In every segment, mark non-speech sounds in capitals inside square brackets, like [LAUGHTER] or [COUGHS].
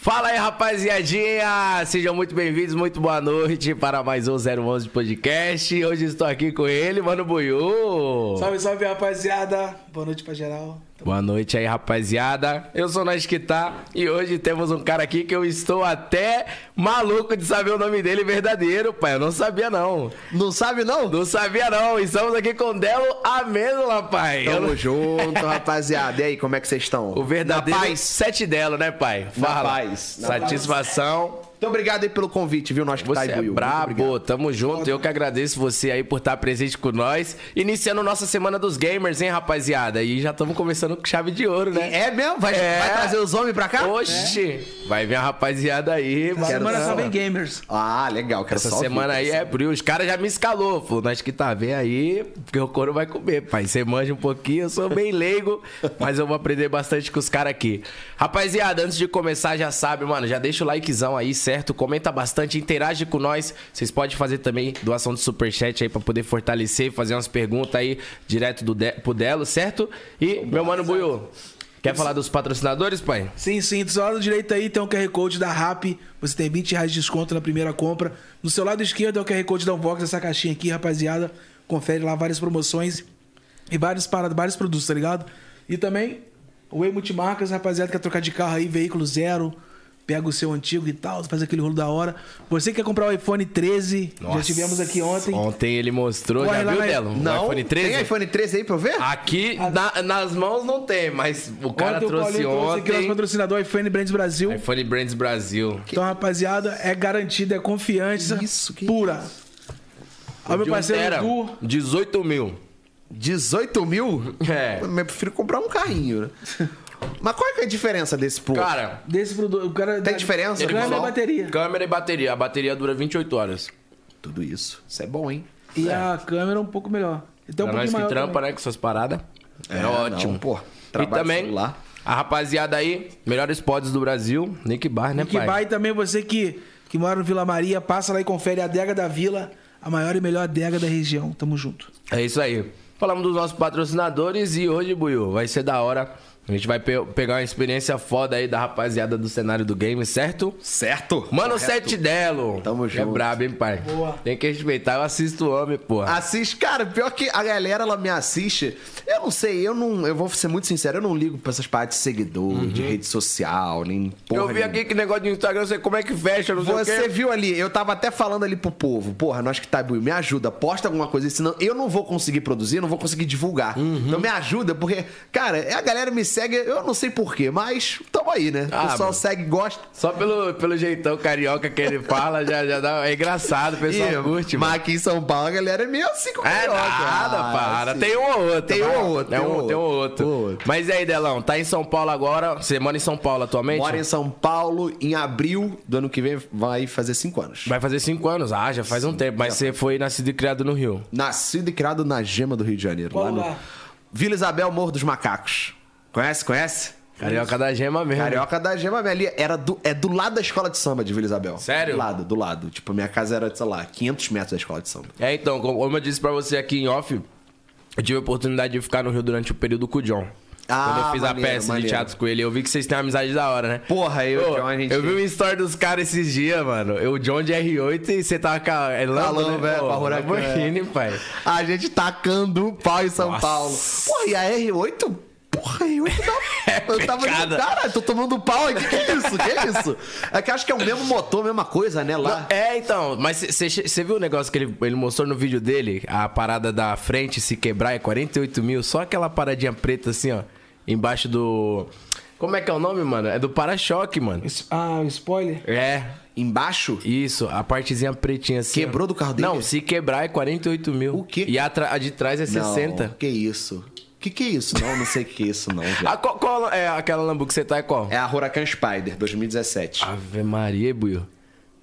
Fala aí, rapaziadinha! Sejam muito bem-vindos, muito boa noite para mais um 011 Podcast. Hoje estou aqui com ele, Mano Buiú. Salve, salve, rapaziada. Boa noite pra geral. Boa noite aí, rapaziada. Eu sou Nós Que Tá e hoje temos um cara aqui que eu estou até maluco de saber o nome dele verdadeiro, pai. Eu não sabia, não. Não sabe, não? Não sabia, não. Estamos aqui com o Delo Amêndola, pai. Eu Tamo não- junto, rapaziada. E aí, como é que vocês estão? O verdadeiro Na paz. sete Delo, né, pai? Fala. paz. Na Satisfação. Então, obrigado aí pelo convite, viu? Nós que tá Você aí, é Buiu. Muito obrigado. brabo, tamo junto. Eu que agradeço você aí por estar presente com nós. Iniciando nossa semana dos gamers, hein, rapaziada? E já estamos começando com chave de ouro, né? É mesmo? Vai, É. vai trazer os homens pra cá? É. Oxi! Vai vir a rapaziada aí, mano. Quero Semana não. só vem gamers. Ah, legal. Quero Essa só ouvir, semana aí assim. quero é brilho. Os caras já me escalou. Falou, nós que tá vendo aí, porque o couro vai comer, pai. Você manja um pouquinho, eu só sou bem leigo, [LAUGHS] mas eu vou aprender bastante com os caras aqui. Rapaziada, antes de começar, já sabe, mano, já deixa o likezão aí, certo? Comenta bastante, interage com nós. Vocês podem fazer também doação de superchat aí pra poder fortalecer, fazer umas perguntas aí direto do de pro Delo, certo? E, meu mano Buiu, quer falar dos patrocinadores, pai? Sim, sim. Do seu lado direito aí tem um QR Code da RAP. Você tem 20 reais de desconto na primeira compra. No seu lado esquerdo é o QR Code da Unbox, essa caixinha aqui, rapaziada. Confere lá várias promoções e vários, para, vários produtos, tá ligado? E também o E Multimarcas, rapaziada, quer trocar de carro aí, veículo zero. Pega o seu antigo e tal, faz aquele rolo da hora. Você que quer comprar o iPhone 13, já tivemos aqui ontem. Ontem ele mostrou, Corre já lá viu, na- Delo? ouvir. Não, O Um iPhone Ah. 13? tem iPhone 13 aí pra eu ver? [LAUGHS] Aqui na- nas mãos não tem, mas o cara Ontem trouxe Paulinho trouxe aqui nosso ontem. é patrocinador, iPhone Brands Brasil. iPhone Brands Brasil. Então, rapaziada, é garantida, é confiança Isso, que pura. Aí, meu De um parceiro tera, Edu, 18 mil. 18 mil? É. Eu prefiro comprar um carrinho, né? Mas qual é, que é a diferença desse pro outro? Cara, desse produto. O cara Tem diferença? Ganha minha Visual? bateria. câmera e bateria. A bateria dura 28 horas. Tudo isso. Isso é bom, hein? E a câmera um pouco melhor. Então, um pra pouquinho nós que maior. trampa, também. né, com suas paradas. É, É, não, ótimo. pô, e trabalho também, celular. a rapaziada aí, melhores pods do Brasil, Nick Bar, né, E que pai? vai também você que, que mora no Vila Maria, passa lá e confere a adega da Vila, a maior e melhor adega da região. Tamo junto. É isso aí. Falamos dos nossos patrocinadores e hoje, Buiu, vai ser da hora. A gente vai pe- pegar uma experiência foda aí da rapaziada do cenário do game, certo? Certo. Mano, sete delo. Tamo É junto. brabo, hein, pai? Boa. Tem que respeitar, eu assisto o homem, porra. Assiste, cara, pior que a galera ela me assiste. Eu não sei, eu não, eu vou ser muito sincero, eu não ligo pra essas partes de seguidor, de rede social, nem porra. Uhum. eu vi nenhuma. aqui que negócio de Instagram, sei como é que fecha, não sei o Você quê. viu ali, eu tava até falando ali pro povo, porra, nós que tá Buiu, me ajuda, posta alguma coisa, senão eu não vou conseguir produzir, não vou conseguir divulgar. Uhum. Então me ajuda, porque, cara, a galera me segue, eu não sei porquê, mas tamo aí, né? Ah, o pessoal mano. segue, gosta. Só pelo, pelo jeitão carioca que ele fala, já, já dá. É engraçado, o pessoal Ih, curte, mas mano. aqui em São Paulo a galera é meio assim com É carioca. nada, Ah, para. assim. Tem um ou outro. Tem um vai. ou outro, É tem um, um tem um ou outro, outro. um ou outro. Mas e aí, Delão, tá em São Paulo agora, você mora em São Paulo atualmente? Moro em São Paulo, em abril do ano que vem vai fazer cinco anos. Vai fazer cinco anos, ah, já faz um tempo, mas você foi nascido e criado no Rio. Nascido e criado na Gema do Rio de Janeiro, Qual lá no lugar? Vila Isabel, Morro dos Macacos. Conhece, conhece? Carioca da gema mesmo. Carioca da Gema ali era do, é do lado da escola de samba de Vila Isabel. Sério? Do lado, do lado. Tipo, minha casa era, sei lá, 500 metros da escola de samba. É, então, como como eu disse pra você aqui em off, eu tive a oportunidade de ficar no Rio durante o período com o John. Ah, Quando eu fiz maneiro, a peça de maneiro. teatro com ele, eu vi que vocês têm uma amizade da hora, né? Porra, eu e o Ô, John, a gente- Eu vi uma história dos caras esses dias, mano. Eu, o John de R8 e você tava com a é Lando, Falando, né? velho, Pô, com a Huracan. Lamborghini, pai. A gente tacando o pau em São Nossa. Paulo. Porra, e a R8? Porra, a R8 [LAUGHS] dá. É eu tava pecada. Cara, tô tomando pau. Que que é isso? Que é isso? É que acho que é o mesmo motor, mesma coisa, né? Lá. É, então, mas você viu o negócio que ele, ele mostrou no vídeo dele? A parada da frente se quebrar é 48 mil, só aquela paradinha preta assim, ó, embaixo do. Como é que é o nome, mano? É do para-choque, mano. Isso- Ah, spoiler? É, Embaixo? Isso, a partezinha pretinha assim. Quebrou do carro dele? Não, se quebrar é 48 mil. O quê? E a, tra- a de trás é 60. Não, que isso? Que que é isso? Não, não sei o que é isso, não, velho. [LAUGHS] Ah, qual, qual é aquela Lambo que você tá? É qual? É a Huracan Spider, 2017. Ave Maria, Buio.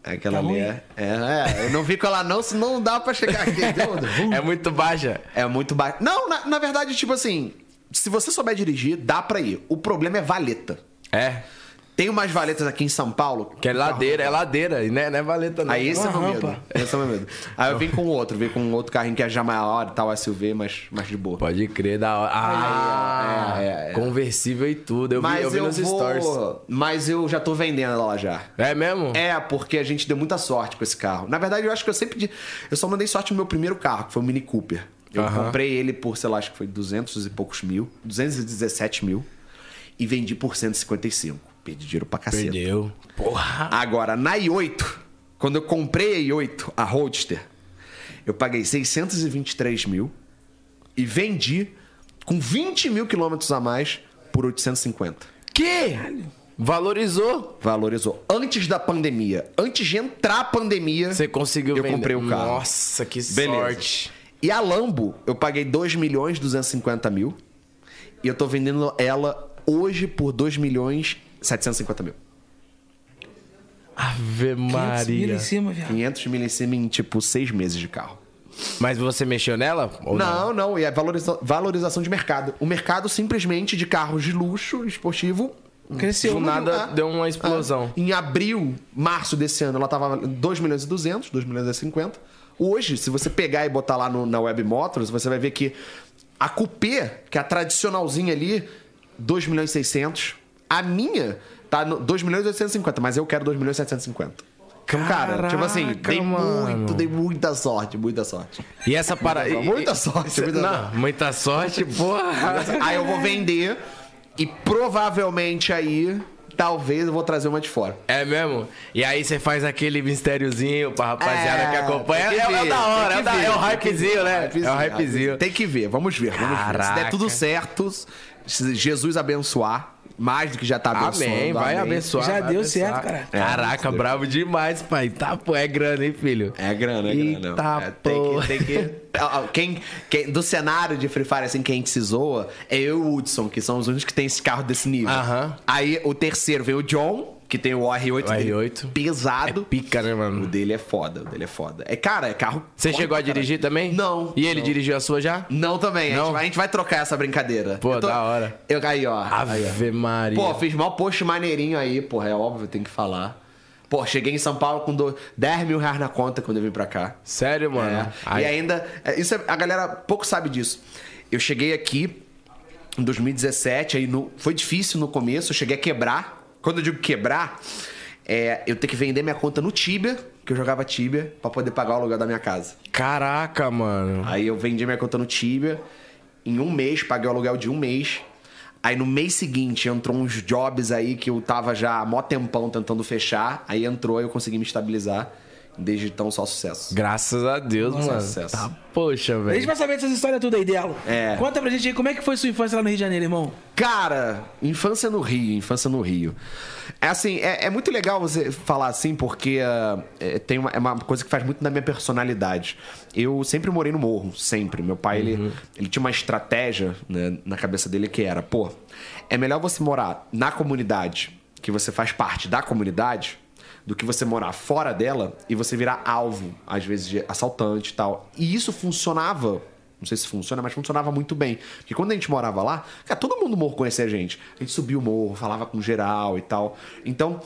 É Aquela Tá ali ruim? é, é, é. Eu não vi com ela, não, senão não dá pra chegar aqui. [LAUGHS] entendeu? É muito baixa. é muito baixo. Não, na, na verdade, tipo assim, se você souber dirigir, dá pra ir. O problema é valeta. É. Tem umas valetas aqui em São Paulo. Que é ladeira, é ladeira, e né? Não é valeta, não. Aí esse é o Uma meu medo. rampa. Esse é o meu medo. Aí eu vim com outro, vim com outro carrinho que é já maior e tal, SUV, mas, mas de boa. Pode crer, da hora. Ah, Aí, ó, é, é, é. conversível e tudo. Eu vi, mas eu vi nos stories. Mas eu já tô vendendo ela já. É mesmo? É, porque a gente deu muita sorte com esse carro. Na verdade, eu acho que eu sempre. de- Eu só mandei sorte no meu primeiro carro, que foi o Mini Cooper. Eu Aham. comprei ele por, sei lá, acho que foi 200 e poucos mil. 217 mil. E vendi por 155. Perdi dinheiro pra caceta. Perdeu. Porra. Agora, na i8, quando eu comprei a i8, a Roadster, eu paguei 623 mil e vendi com 20 mil quilômetros a mais por 850. Que? Valorizou? Valorizou. Antes da pandemia, antes de entrar a pandemia, Você conseguiu eu vender. comprei o carro. Nossa, que Beleza. sorte. E a Lambo, eu paguei 2 milhões 250 mil e eu tô vendendo ela hoje por 2 milhões 750 mil. Ave 500 mil Maria. em cima, viado. 500 mil em cima em, tipo, seis meses de carro. Mas você mexeu nela? Ou Não, não, e é valoriza- valorização de mercado. O mercado simplesmente de carros de luxo esportivo. Do Cresceu. nada Ah, deu uma explosão. Em abril, março desse ano, ela tava 2 milhões e 200, 2 milhões e 50. Hoje, se você pegar e botar lá no- na Web Motors, você vai ver que a Coupé, que é a tradicionalzinha ali, 2 milhões e 600. A minha tá no 2 milhões e 850, mas eu quero 2 milhões e 750. Então, cara, tipo assim, Caraca, dei mano. muito, dei muita sorte, muita sorte. E essa parada. Muita sorte, muita Não, sorte. muita sorte, [LAUGHS] porra. Aí eu vou vender e provavelmente aí, talvez eu vou trazer uma de fora. É mesmo? E aí você faz aquele mistériozinho pra rapaziada É, que acompanha. tem É, que é ver, da hora, tem é, que da- ver, é o tem hypezinho, né? é o Hypezinho, hypezinho. Tem que ver, vamos ver, vamos ver. Se Caraca. der tudo certo, se Jesus abençoar, mais do que já tá abençoando. Amém, vai abençoar. Já vai deu abençoar. É. certo, cara. Caraca, bravo demais, pai. Tá, pô, é grana, hein, filho? É grana, é grana. Eita, é, tem porra. que, tem [LAUGHS] que... Ah, ah, Quem, quem- do cenário de Free Fire, assim, quem se zoa é eu e o Hudson, que são os únicos que tem esse carro desse nível. Aham. Aí o terceiro vem o John, que tem o É R8, O dele R8. pesado. [LAUGHS] Pica, né, O mano? dele é foda, o dele é foda. É, cara, é carro. Você forte chegou a pra caralho. dirigir também? Não. E ele não. dirigiu a sua já? Não também. A, Não? gente vai, a gente vai trocar essa brincadeira. Pô, Eu da hora. Eu caí, ó. Ave Maria. Pô, fiz mal post maneirinho aí, porra. É óbvio, tem que falar. Pô, cheguei em São Paulo com do... 10 mil reais na conta quando eu vim pra cá. Sério, mano? É. Ah, Ai, E ainda. é, Isso é- a galera pouco sabe disso. Eu cheguei aqui em 2017, aí no- foi difícil no começo, eu cheguei a quebrar. Quando eu digo quebrar, é eu ter que vender minha conta no Tibia, que eu jogava Tibia, pra poder pagar o aluguel da minha casa. Caraca, mano. Aí eu vendi minha conta no Tibia. Em um mês, paguei o aluguel de um mês. Aí no mês seguinte entrou uns jobs aí que eu tava já há mó tempão tentando fechar. Aí entrou e eu consegui me estabilizar. Desde então, só sucesso. Graças a Deus, mano. sucesso. Tá, poxa, A gente velho. vai saber dessas histórias tudo aí, Delo. É. Conta pra gente aí como é que foi sua infância lá no Rio de Janeiro, irmão. Cara, infância no Rio, infância no Rio. É assim, é, é muito legal você falar assim, porque ah, é, tem uma, é uma coisa que faz muito da minha personalidade. Eu sempre morei no morro, sempre. Meu pai, ele, ele tinha uma estratégia né, na cabeça dele que era, pô, é melhor você morar na comunidade, que você faz parte da comunidade, do que você morar fora dela e você virar alvo, às vezes, de assaltante e tal. E isso funcionava. Não sei se funciona, mas funcionava muito bem. Porque quando a gente morava lá, cara, todo mundo no morro conhecia a gente. A gente subia o morro, falava com geral e tal. Então,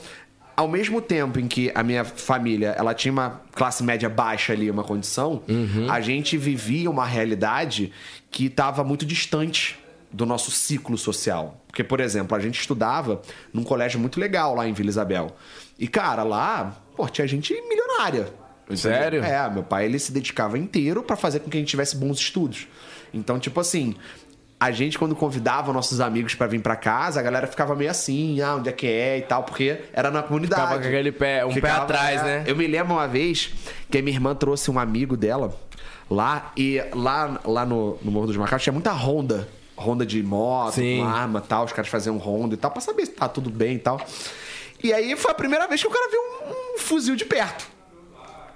ao mesmo tempo em que a minha família ela tinha uma classe média baixa ali, uma condição, a gente vivia uma realidade que estava muito distante do nosso ciclo social. Porque, por exemplo, a gente estudava num colégio muito legal lá em Vila Isabel. E, cara, lá, pô, tinha gente milionária. entendeu? Sério? É, meu pai, ele se dedicava inteiro pra fazer com que a gente tivesse bons estudos. Então, tipo assim, a gente quando convidava nossos amigos pra vir pra casa, a galera ficava meio assim, ah, onde é que é e tal, porque era na comunidade. é, Ficava com aquele pé- um pé atrás, né? Eu me lembro uma vez que a minha irmã trouxe um amigo dela lá e lá, lá no, no Morro dos Macacos tinha muita ronda. Ronda de moto, Sim. com arma e tal. Os caras faziam ronda e tal, pra saber se tá tudo bem e tal. E aí foi a primeira vez que o cara viu um, um fuzil de perto.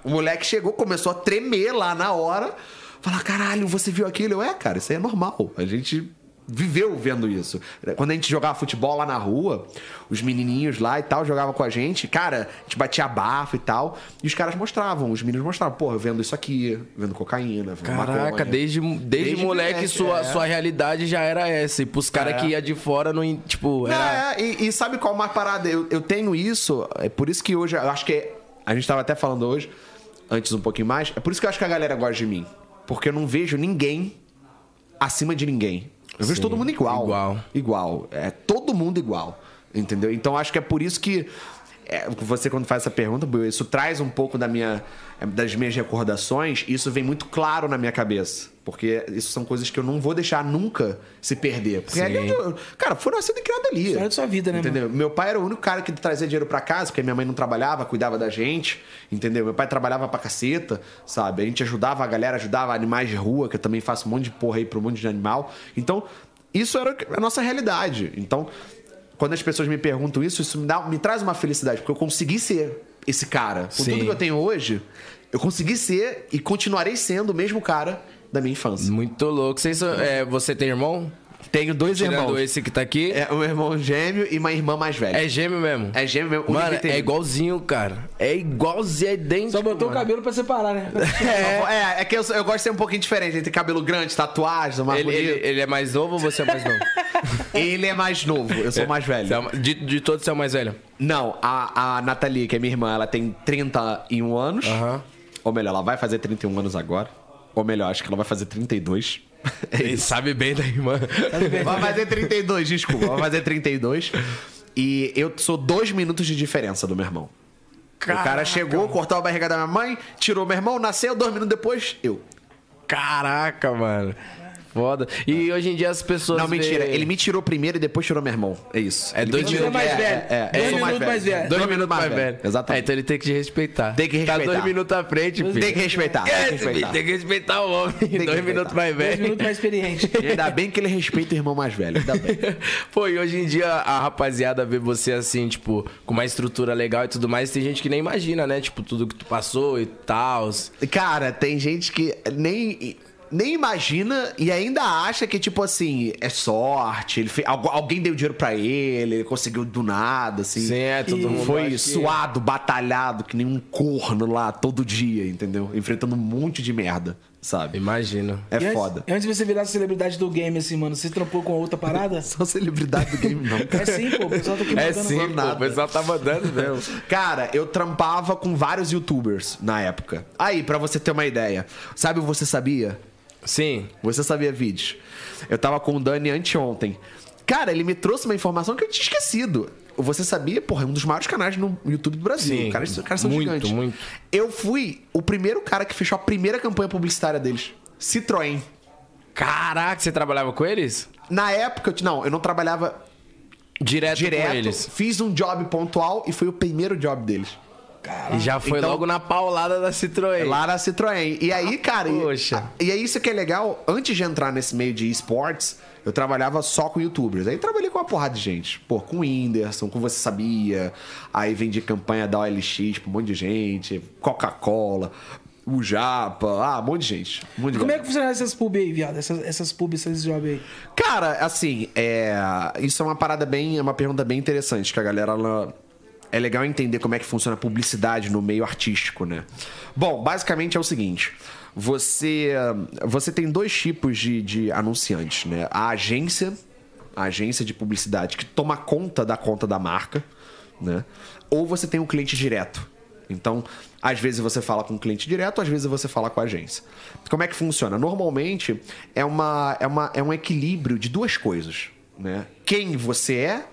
O moleque chegou, começou a tremer lá na hora. Falar, caralho, você viu aquilo? Eu, é, cara, isso aí é normal. A gente viveu vendo isso. Quando a gente jogava futebol lá na rua, os menininhos lá e tal jogavam com a gente, cara, a gente batia bafo e tal, e os caras mostravam, os meninos mostravam, porra, eu vendo isso aqui, vendo cocaína, vendo Caraca, maconha. desde, desde, Desde moleque moleque, sua, é. sua realidade já era essa. E pros caras que ia de fora, não, in- tipo, era... É, e, e sabe qual é uma parada? Eu, eu tenho isso, é por isso que hoje, eu acho que é- a gente tava até falando hoje, antes um pouquinho mais, é por isso que eu acho que a galera gosta de mim. Porque eu não vejo ninguém acima de ninguém. Eu vejo Sim, todo mundo igual. igual. Igual. É todo mundo igual. Entendeu? Então acho que é por isso que é, você, quando faz essa pergunta, Buiu, isso traz um pouco da minha, é, das minhas recordações. Isso vem muito claro na minha cabeça. Porque isso são coisas que eu não vou deixar nunca se perder. Porque ali Sim. eu, eu- cara, foi nascido e criado ali. História da sua vida, né, Entendeu? Meu pai era o único cara que trazia dinheiro pra casa, porque minha mãe não trabalhava, cuidava da gente, entendeu? Meu pai trabalhava pra caceta, sabe? A gente ajudava a galera, ajudava animais de rua, que eu também faço um monte de porra aí pra um monte de animal. Então, isso era a nossa realidade. Então, quando as pessoas me perguntam isso, isso me, dá, me traz uma felicidade, porque eu consegui ser esse cara. Com Sim. tudo que eu tenho hoje, eu consegui ser e continuarei sendo o mesmo cara da minha infância. muito louco. Vocês são- é, você tem irmão? é. Tenho dois Tirando irmãos. esse que tá aqui. É, É um irmão gêmeo e uma irmã mais velha. gêmeo mesmo. É gêmeo mesmo. único Mano, inteiro. é igualzinho, cara. É igualzinho, é idêntico. Só botou o mano. cabelo pra separar, né? [LAUGHS] É, é que eu, eu gosto de ser um pouquinho diferente entre cabelo grande, tatuagem, mais Ele, bonito. ele- ele é mais novo ou você é mais novo? Ele... é mais novo, eu sou mais velho. Você é o ma- De, de todos, você é o mais velho. Não, a, a Nathalie, que é minha irmã, ela tem 31 anos. Aham. Ou melhor, ela vai fazer 31 anos agora. Ou melhor, acho que ela vai fazer 32. Ele sabe bem da irmã. [LAUGHS] Vai fazer 32, desculpa. Vai fazer 32. E eu sou dois minutos de diferença do meu irmão. O cara chegou, cortou a barriga da minha mãe, tirou meu irmão, nasceu, dois minutos depois, eu. [LAUGHS] Caraca, mano. Foda. E hoje em dia as pessoas. Não, mentira. vê- Ele me tirou primeiro e depois tirou meu irmão. É isso. É Ele dois me Ele tirou- é mais é, velho. É, é, Dois eu sou minutos mais velho. Dois minutos mais velho. É, Exatamente. então ele tem que te respeitar. Tem que Tá dois respeitar. minutos à frente, filho. Tem que respeitar. Tem que É, filho, respeitar. Tem que respeitar o homem. dois respeitar. minutos mais Dois velho. minutos [LAUGHS] mais experiente. E Ainda bem que ele respeita o irmão mais velho. Ainda bem. Pô, e hoje em dia a rapaziada vê você assim, tipo, com uma estrutura legal e tudo mais, tem gente que nem imagina, né? Tipo, tudo que tu passou e tal. Cara, tem gente que nem. Nem imagina e ainda acha que, tipo assim, é sorte, ele fez- algu- alguém deu dinheiro pra ele, ele conseguiu do nada, assim. Sim, é, todo Não mundo acha Foi que- suado, batalhado, que nem um corno lá todo dia, entendeu? Enfrentando um monte de merda, sabe? Imagino. É E antes- foda. e Antes de você virar celebridade do game, assim, mano, você trampou com outra parada? Só celebridade do game, [LAUGHS] não. É sim, pô. O pessoal tá aqui É mandando- sim, não pô, nada. o pessoal tá mandando mesmo. Cara, eu trampava com vários youtubers na época. Aí, pra você ter uma ideia. Sabe o Você Sabia? Sim. Você Sabia Vídeos. Eu tava com o Dani anteontem. Cara, ele me trouxe uma informação que eu tinha esquecido. O Você Sabia, porra, é um dos maiores canais no YouTube do Brasil. Sim, Cara, esses caras são muito, gigantes. muito. Eu fui o primeiro cara que fechou a primeira campanha publicitária deles. Citroën. Caraca, você trabalhava com eles? Na época, eu, t- não, eu não trabalhava Direto, direto. É com eles. Fiz um job pontual e foi o primeiro job deles. E já foi Então- É logo na paulada da Citroën. Lá na Citroën. E Ah, aí, cara. e- poxa. E é isso que é legal. Antes de entrar nesse meio de esportes, eu trabalhava só com youtubers. Aí trabalhei com uma porrada de gente. Pô, com o Whindersson, com Você Sabia. Aí vendi campanha da OLX pra um monte de gente. Coca-Cola, o Japa. Ah, um monte de gente. Um monte de Como é galera. que funcionaram essas pubs aí, viado? Essas, essas pubs, esses jobs aí. Cara, assim, é, isso é uma parada bem. É uma pergunta bem interessante, que a galera. ela- É legal entender como é que funciona a publicidade no meio artístico, né? Bom, basicamente é o seguinte: você, você tem dois tipos de, de anunciantes, né? A agência, a agência de publicidade que toma conta da conta da marca, né? Ou você tem um cliente direto. Então, às vezes você fala com o cliente direto, às vezes você fala com a agência. Como é que funciona? Normalmente é, uma, é, uma, é um equilíbrio de duas coisas, né? Quem você é,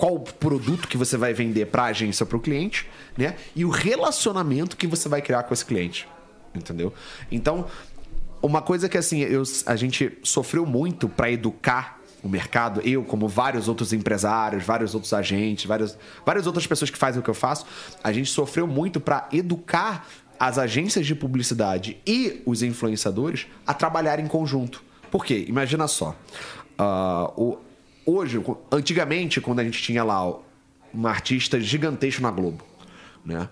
qual o produto que você vai vender para a agência ou para o cliente, né? E o relacionamento que você vai criar com esse cliente, entendeu? Então, uma coisa que assim, eu- a gente sofreu muito para educar o mercado, eu, como vários outros empresários, vários outros agentes, várias, várias outras pessoas que fazem o que eu faço, a gente sofreu muito para educar as agências de publicidade e os influenciadores a trabalhar em conjunto. Por quê? Imagina só. ah, o- hoje, antigamente, quando a gente tinha lá um artista gigantesco na Globo, né?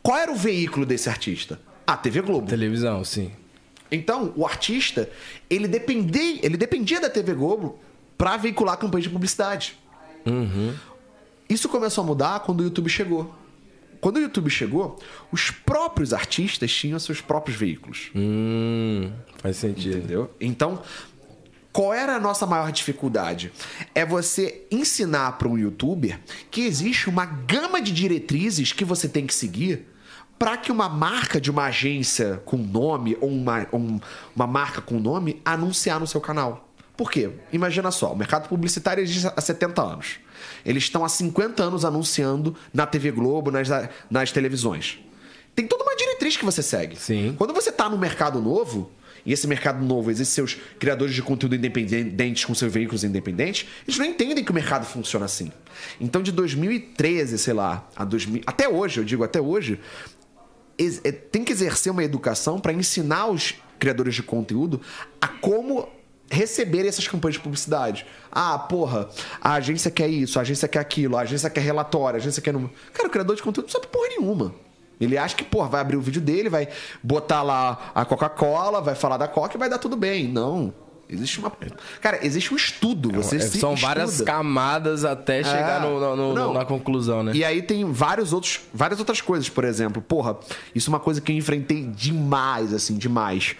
Qual era o veículo desse artista? A TV Globo. Televisão, sim. Então, o artista, ele dependia, ele dependia da TV Globo pra veicular campanha de publicidade. Isso começou a mudar quando o YouTube chegou. Quando o YouTube chegou, os próprios artistas tinham seus próprios veículos. Hum, faz sentido. Entendeu? Então, qual era a nossa maior dificuldade? É você ensinar para um youtuber que existe uma gama de diretrizes que você tem que seguir para que uma marca de uma agência com nome ou uma, ou um- uma marca com nome anunciar no seu canal. Por quê? Imagina só, o mercado publicitário existe há 70 anos. Eles estão há 50 anos anunciando na TV Globo, nas, nas televisões. Tem toda uma diretriz que você segue. Sim. Quando você tá no mercado novo, e esse mercado novo existe seus criadores de conteúdo independentes com seus veículos independentes, eles não entendem que o mercado funciona assim. Então, de 2013, sei lá, a 2000, até hoje, eu digo até hoje, ex- é, tem que exercer uma educação para ensinar os criadores de conteúdo a como receber essas campanhas de publicidade. Ah, porra, a agência quer isso, a agência quer aquilo, a agência quer relatório, a agência quer... num- Cara, o criador de conteúdo não sabe porra nenhuma. Ele acha que, porra, vai abrir o vídeo dele, vai botar lá a Coca-Cola, vai falar da Coca e vai dar tudo bem. Não. Existe uma... Cara, existe um estudo. Você É, se São várias estuda. É. camadas até chegar no- no- no- Não. na conclusão, né? E aí tem vários outros, várias outras coisas, por exemplo. Porra, isso é uma coisa que eu enfrentei demais, assim, demais.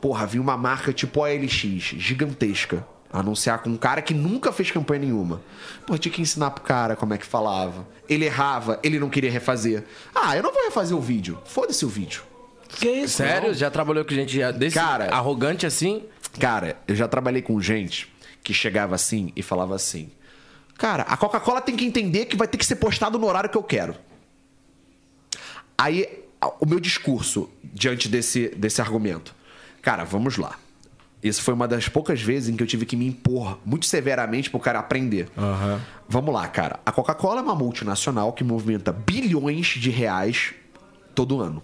Porra, vi uma marca tipo a LX, gigantesca, anunciar com um cara que nunca fez campanha nenhuma. Porra, tinha que ensinar pro cara como é que falava. Ele errava, ele não queria refazer. Ah, eu não vou refazer o vídeo. Foda-se o vídeo. Que é isso? Sério? Já trabalhou com gente já desse Cara. arrogante assim? Cara, eu já trabalhei com gente que chegava assim e falava assim: Cara, a Coca-Cola tem que entender que vai ter que ser postado no horário que eu quero. Aí, a- o meu discurso diante desse, desse argumento. Cara, vamos lá. Isso foi uma das poucas vezes em que eu tive que me impor muito severamente pro cara aprender. Ah. É. Vamos lá, cara. A Coca-Cola é uma multinacional que movimenta bilhões de reais todo ano.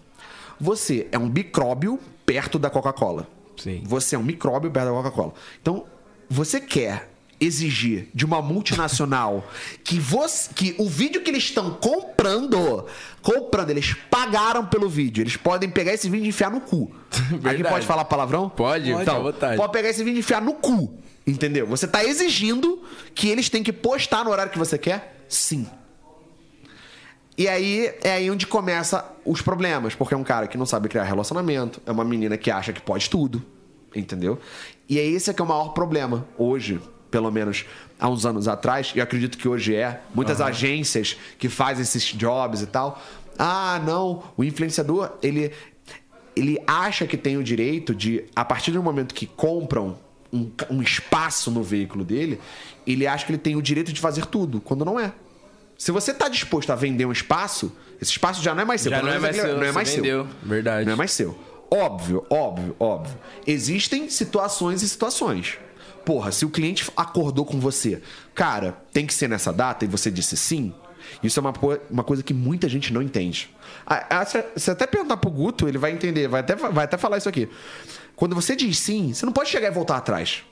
Você é um bicróbio perto da Coca-Cola. Sim. Você é um micróbio perto da Coca-Cola. Então, você quer exigir de uma multinacional [LAUGHS] que você que o vídeo que eles estão comprando, comprando, eles pagaram pelo vídeo. Eles podem pegar esse vídeo e enfiar [LAUGHS] no cu. Aqui Verdade. pode falar palavrão? Pode, fica à então, vontade. pode pegar esse vídeo e enfiar no cu. Entendeu? Você tá exigindo que eles têm que postar no horário que você quer? Sim. E aí é aí onde começa os problemas, porque é um cara que não sabe criar relacionamento, é uma menina que acha que pode tudo, entendeu? E é esse que é o maior problema hoje, pelo menos há uns anos atrás, e eu acredito que hoje é, muitas agências que fazem esses jobs e tal. Ah, não, o influenciador, ele ele acha que tem o direito de, a partir do momento que compram um, ca- um espaço no veículo dele, ele acha que ele tem o direito de fazer tudo, quando não é. Se você tá disposto a vender um espaço, esse espaço já não é mais seu. Já pelo não é menos mais aquele- seu, Não é você mais seu. vendeu. Verdade. Não é mais seu. Óbvio, óbvio, óbvio. Existem situações e situações. Porra, se o cliente acordou com você, cara, tem que ser nessa data e você disse sim, isso é uma, po- uma coisa que muita gente não entende. Ah, ah, se, se até perguntar pro Guto, ele vai entender, vai até, vai até falar isso aqui. Quando você diz sim, você não pode chegar e voltar atrás.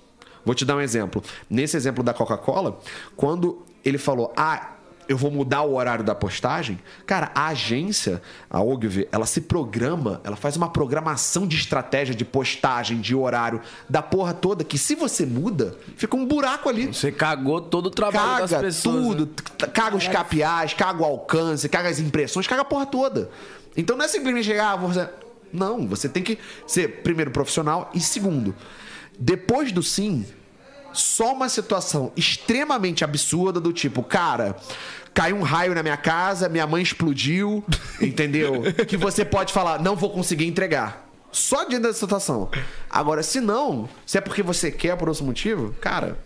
Vou te dar um exemplo. Nesse exemplo da Coca-Cola, quando ele falou, ah, eu vou mudar o horário da postagem, cara, a agência, a Ogilvy, ela se programa, ela faz uma programação de estratégia de postagem, de horário, da porra toda, que se você muda, fica um buraco ali. Você cagou todo o trabalho das Caga pessoas. né? tudo, t- caga os KPIs, caga o alcance, caga as impressões, caga a porra toda. Então não é simplesmente chegar, ah, vou fazer. Não, você tem que ser, primeiro, profissional e, segundo, depois do sim, só uma situação extremamente absurda do tipo, cara, caiu um raio na minha casa, minha [LAUGHS] mãe explodiu, entendeu? que você pode falar, não vou conseguir entregar. Só diante dessa situação. Agora, se não, se é porque você quer por outro motivo, cara,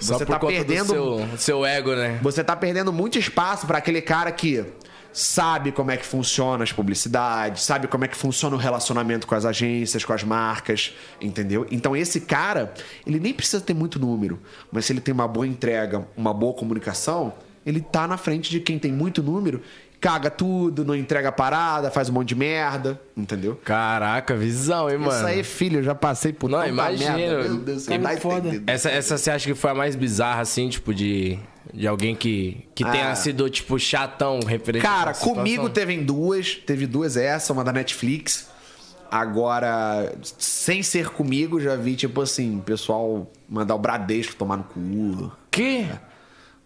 Só você por tá conta do perdendo seu, seu ego, né? você tá perdendo muito espaço pra aquele cara que sabe como é que funciona as publicidades, sabe como é que funciona o relacionamento com as agências, com as marcas, entendeu? Então esse cara, ele nem precisa ter muito número, mas se ele tem uma boa entrega, uma boa comunicação, ele tá na frente de quem tem muito número, caga tudo, não entrega parada, faz um monte de merda, entendeu? Caraca, visão, hein, mano? Isso aí, filho, eu já passei por Não, tanta imagino. merda. Meu Deus, É você vai foda. entender. Essa, essa você acha que foi a mais bizarra, assim, tipo, de. De alguém que, que Ah. tenha sido, tipo, chatão referente a Cara, essa situação? comigo teve em duas. Teve duas essa, uma da Netflix. Agora, sem ser comigo, já vi, tipo assim, pessoal mandar o Bradesco tomar no cu. Que?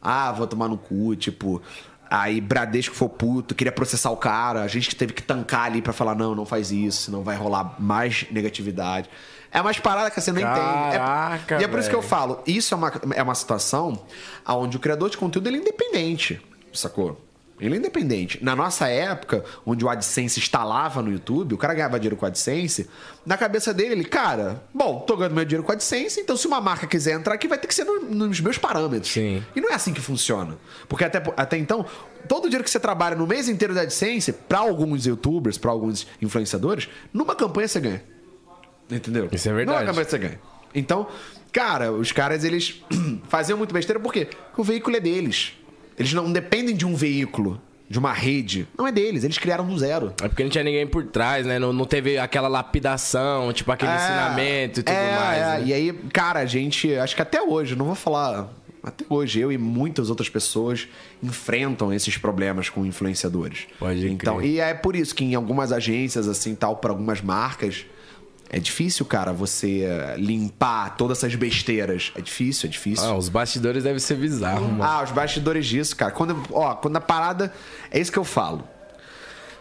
Ah, vou tomar no cu, tipo. Aí Bradesco foi puto, queria processar o cara. A gente que teve que tancar ali pra falar, não, não faz isso, senão vai rolar mais negatividade. É mais parada que você não entende. É- Caraca, e é por isso que eu velho. falo, isso é uma, é uma situação onde o criador de conteúdo ele é independente, sacou? Ele é independente. Na nossa época, onde o AdSense instalava no YouTube, o cara ganhava dinheiro com o AdSense, na cabeça dele, ele, cara, bom, tô ganhando meu dinheiro com o AdSense, então se uma marca quiser entrar aqui, vai ter que ser no- nos meus parâmetros. Sim. E não é assim que funciona. Porque até, até então, todo dinheiro que você trabalha no mês inteiro da AdSense, pra alguns youtubers, pra alguns influenciadores, numa campanha você ganha. Entendeu? Isso é verdade. Não é uma campanha que você ganha. Então, cara, os caras, eles [CLEARS THROAT] faziam muito besteira por quê? porque o veículo é deles. Eles não dependem de um veículo, de uma rede. Não é deles, eles criaram do zero. É porque não tinha ninguém por trás, né? Não, não teve aquela lapidação, tipo aquele É, ensinamento e tudo é, mais. é. né? E aí, cara, a gente, acho que até hoje, não vou falar. Até hoje, eu e muitas outras pessoas enfrentam esses problemas com influenciadores. Pode crer. então, E é por isso que em algumas agências, assim, tal, para algumas marcas, é difícil, cara, você limpar todas essas besteiras. É difícil, é difícil. Ah, os bastidores devem ser bizarros, mano. Ah, os bastidores disso, cara. Quando, ó, quando a parada. É isso que eu falo.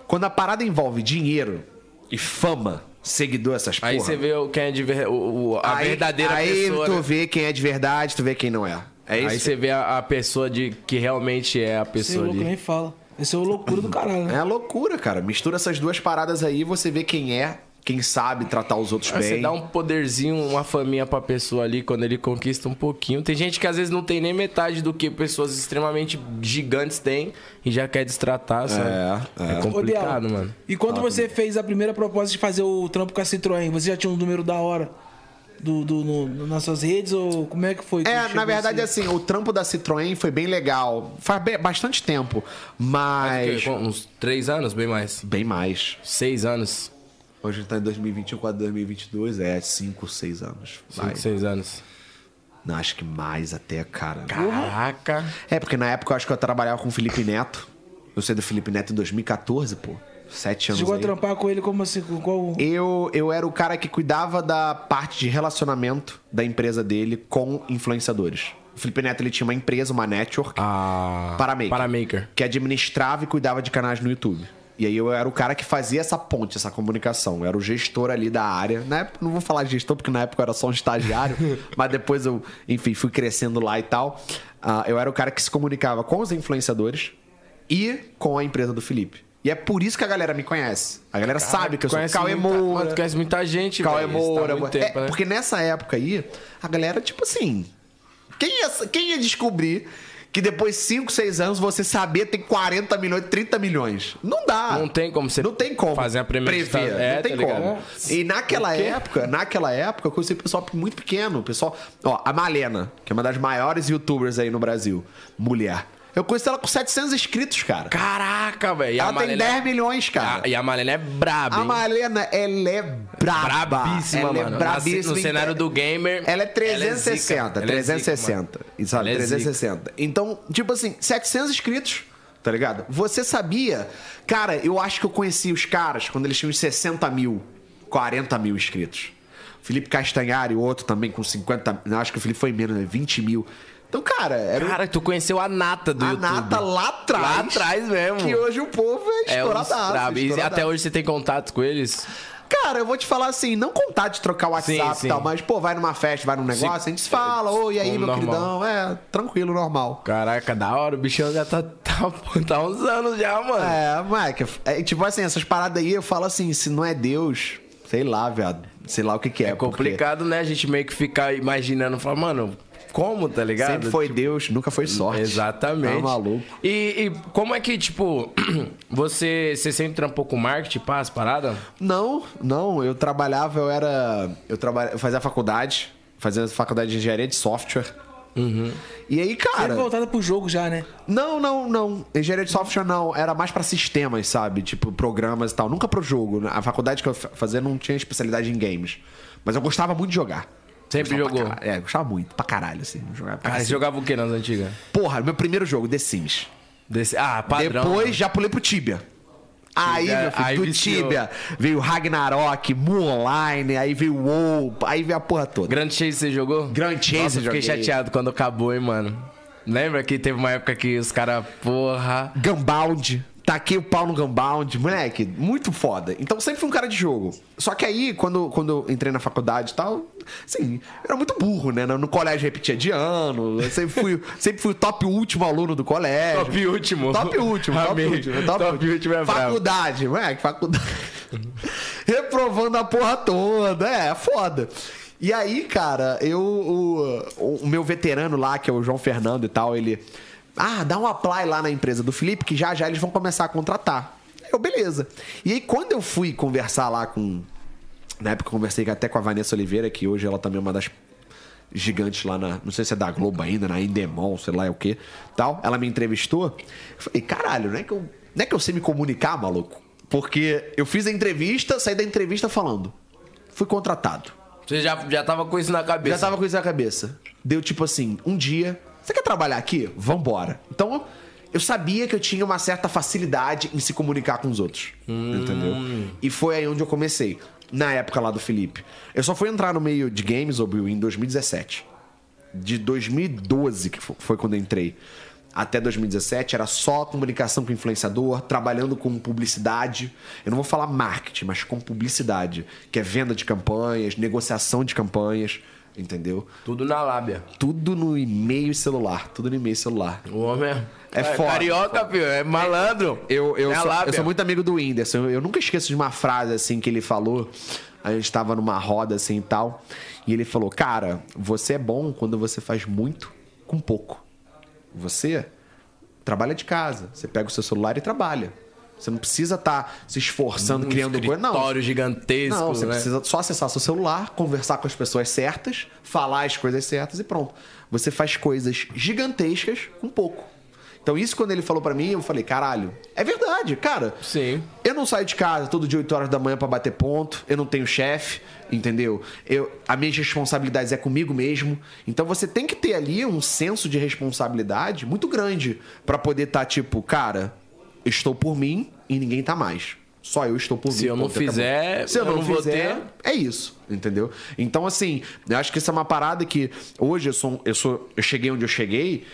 Quando a parada envolve dinheiro e fama, seguidor, essas Aí porra, você vê o- quem é de ver- o- o- a aí- verdadeira aí pessoa. tu né? vê quem é de verdade, tu vê quem não é. É Aí isso. você vê a, a pessoa de que realmente é a Esse pessoa louco ali. nem fala. Esse é o loucura do caralho, É né? a loucura, cara. Mistura essas duas paradas aí, você vê quem é, quem sabe tratar os outros Ah, bem. Você dá um poderzinho, uma faminha pra pessoa ali quando ele conquista um pouquinho. Tem gente que às vezes não tem nem metade do que pessoas extremamente gigantes têm e já quer destratar, sabe? É, é. É Ô, Biel, complicado, mano. E quando você fez a primeira proposta de fazer o trampo com a Citroën, você já tinha um número da hora do, do- no- no- nas suas redes? Ou como é que foi? que É, chegou na verdade, esse- assim, o trampo da Citroën foi bem legal. Faz bem- bastante tempo, Acho mas. que, Uns três anos, bem mais. Bem mais. Seis anos. Hoje tá em 2021, quase 2022, é 5, 6 anos. Vai. Cinco, seis anos. Não, acho que mais até, cara. Caraca. É, porque na época eu acho que eu trabalhava com o Felipe Neto. Eu saí do Felipe Neto em 2014, pô. Sete anos Chegou a aí. trampar com ele como assim? Com qual... Eu, eu era o cara que cuidava da parte de relacionamento da empresa dele com influenciadores. O Felipe Neto ele tinha uma empresa, uma network, Ah, Paramaker, Paramaker. que administrava e cuidava de canais no YouTube. E aí eu era o cara que fazia essa ponte, essa comunicação. Eu era o gestor ali da área. Na época, não vou falar de gestor, porque na época eu era só [LAUGHS] um estagiário, mas depois eu, enfim, fui crescendo lá e tal. Ah, eu era o cara que se comunicava com os influenciadores e com a empresa do Felipe. E é por isso que a galera me conhece. A galera sabe que eu sou o Conhece Cauê muita- Moura. mano, Conhece muita gente, Cauê velho. Isso tá há Moura. muito é, tempo, né? Porque nessa época aí, a galera, tipo assim. Quem ia, quem ia descobrir que depois de 5, 6 anos você sabia ter 40 milhões, 30 milhões? Não dá. Não tem como você Não tem como. fazer a premeditação. Prever. É, não tem tá ligado? como. E naquela época, naquela época, eu conheci pessoal muito pequeno. Pessoal, ó, a Malena, que é uma das maiores youtubers aí no Brasil, mulher. Eu conheci ela com 700 inscritos, cara. Caraca, velho. E a ela tem Malena- 10 milhões, cara. A- E a Malena é braba, A hein? Malena, ela é braba. Brabíssima, ela mano. É Na- brabíssima. no cenário do gamer, ela é Ela é zica. 360. Ela é 360. zica, mano. e sabe? Ela é 360. Então, tipo assim, 700 inscritos, tá ligado? Você sabia? Cara, eu acho que eu conheci os caras quando eles tinham uns 60 mil, 40 mil inscritos. Felipe Castanhari, o outro também com 50. Não, acho que o Felipe foi menos, né? 20 mil. Então, cara, era Cara, tu conheceu a nata do a YouTube. nata lá atrás. Lá atrás mesmo. Que hoje o povo é É os estouradaço. brabos. E estouradaço. até hoje você tem contato com eles? Cara, eu vou te falar assim, não contar de trocar o WhatsApp Sim, sim. e tal, mas, pô, vai numa festa, vai num negócio, a gente se fala, ô, e aí, Como meu normal. queridão? É, tranquilo, normal. Caraca, da hora. O bichão já tá, tá, tá uns anos já, mano. É, moleque, é, tipo assim, essas paradas aí, eu falo assim, se não é Deus, sei lá, viado, sei lá o que que é. É complicado, né? A gente meio que ficar imaginando, falar, mano, como, tá porque ligado? Sempre foi Deus, nunca foi sorte. Exatamente. Tá maluco. E, e como é que, tipo, [CLEARS THROAT] você, você sempre trampou com marketing, pá, as paradas? Não, não, eu trabalhava, eu era. Eu, trabalha, eu fazia faculdade, fazia faculdade de engenharia de software. Uhum. E aí, Sempre cara. voltada pro jogo já, né? Não, não, não. Engenharia de software não. Era mais pra sistemas, sabe? Tipo, programas e tal. Nunca pro jogo. né? A faculdade que eu fa- fazia não tinha especialidade em games. Mas eu gostava muito de jogar. Sempre Gostava pra jogou? caralho. É, gostava muito. Pra caralho, assim. Jogava pra Cara, caralho. você jogava o que nas antigas? Porra, meu primeiro jogo, The Sims. Desse- Ah, padrão. Depois já pulei pro Tibia. Aí, Tibia, meu filho, aí do viciou. Tibia veio Ragnarok, Moonline, aí veio WoW, aí veio a porra toda. Grand Chase você jogou? Grand Chase Nossa, eu joguei. fiquei chateado quando acabou, hein, mano. Lembra que teve uma época que os caras, porra. Gunbound. Taquei Tá o pau no Gunbound, moleque, muito foda. Então sempre fui um cara de jogo. Só que aí, quando, quando eu entrei na faculdade e tal, assim, eu era muito burro, né? No, no colégio eu repetia de ano, eu sempre fui, [LAUGHS] sempre fui o top último aluno do colégio. Top último. Top último, top Amei. último. Top último é brabo. Faculdade, moleque, faculdade. Reprovando a porra toda, é, foda. E aí, cara, eu. O, o meu veterano lá, que é o João Fernando e tal, ele. Ah, dá um apply lá na empresa do Felipe, que já já eles vão começar a contratar. Eu, beleza. E aí, quando eu fui conversar lá com. Na época eu conversei até com a Vanessa Oliveira, que hoje ela também é uma das gigantes lá na. Não sei se é da Globo ainda, na Endemol, sei lá é o que. Tal. Ela me entrevistou. Eu falei, caralho, não é que eu, não é que eu sei me comunicar, maluco? Porque eu fiz a entrevista, saí da entrevista falando. Fui contratado. Você já, já tava com isso na cabeça. Já tava com isso na cabeça. Deu tipo assim, um dia. Você quer trabalhar aqui? Vambora. Então, eu sabia que eu tinha uma certa facilidade em se comunicar com os outros. Entendeu? E foi aí onde eu comecei. Na época lá do Felipe. Eu só fui entrar no meio de games, ou Bill, em 2017. De 2012, que fo- foi quando eu entrei. Até 2017 era só comunicação com influenciador, trabalhando com publicidade. Eu não vou falar marketing, mas com publicidade, que é venda de campanhas, negociação de campanhas, entendeu? Tudo na lábia. Tudo no e-mail e celular, tudo no e-mail e celular. O homem é. É foda. Carioca, filho. É malandro. Eu, eu, é a sou, lábia. eu sou muito amigo do Whindersson. Eu, eu nunca esqueço de uma frase assim que ele falou. A gente tava numa roda assim e tal. E ele falou: Cara, você é bom quando você faz muito com pouco. Você trabalha de casa. Você pega o seu celular e trabalha. Você não precisa estar se esforçando, criando coisa. Não, Escritório gigantesco. não, você né? precisa só acessar seu celular, conversar com as pessoas certas, falar as coisas certas e pronto. Você faz coisas gigantescas com pouco. Então isso quando ele falou pra mim, eu falei, caralho, é verdade, cara. Sim. Eu não saio de casa todo dia 8 horas da manhã pra bater ponto, eu não tenho chefe, entendeu? Eu, as minhas responsabilidades é comigo mesmo. Então você tem que ter ali um senso de responsabilidade muito grande pra poder estar tipo, cara, eu estou por mim e ninguém tá mais. Só eu estou por mim. Se eu não ponto, acabou. fizer, se eu, não, vou fizer, ter. é isso, entendeu? Então, assim, eu acho que isso é uma parada que hoje eu sou, um- eu sou, eu cheguei onde eu cheguei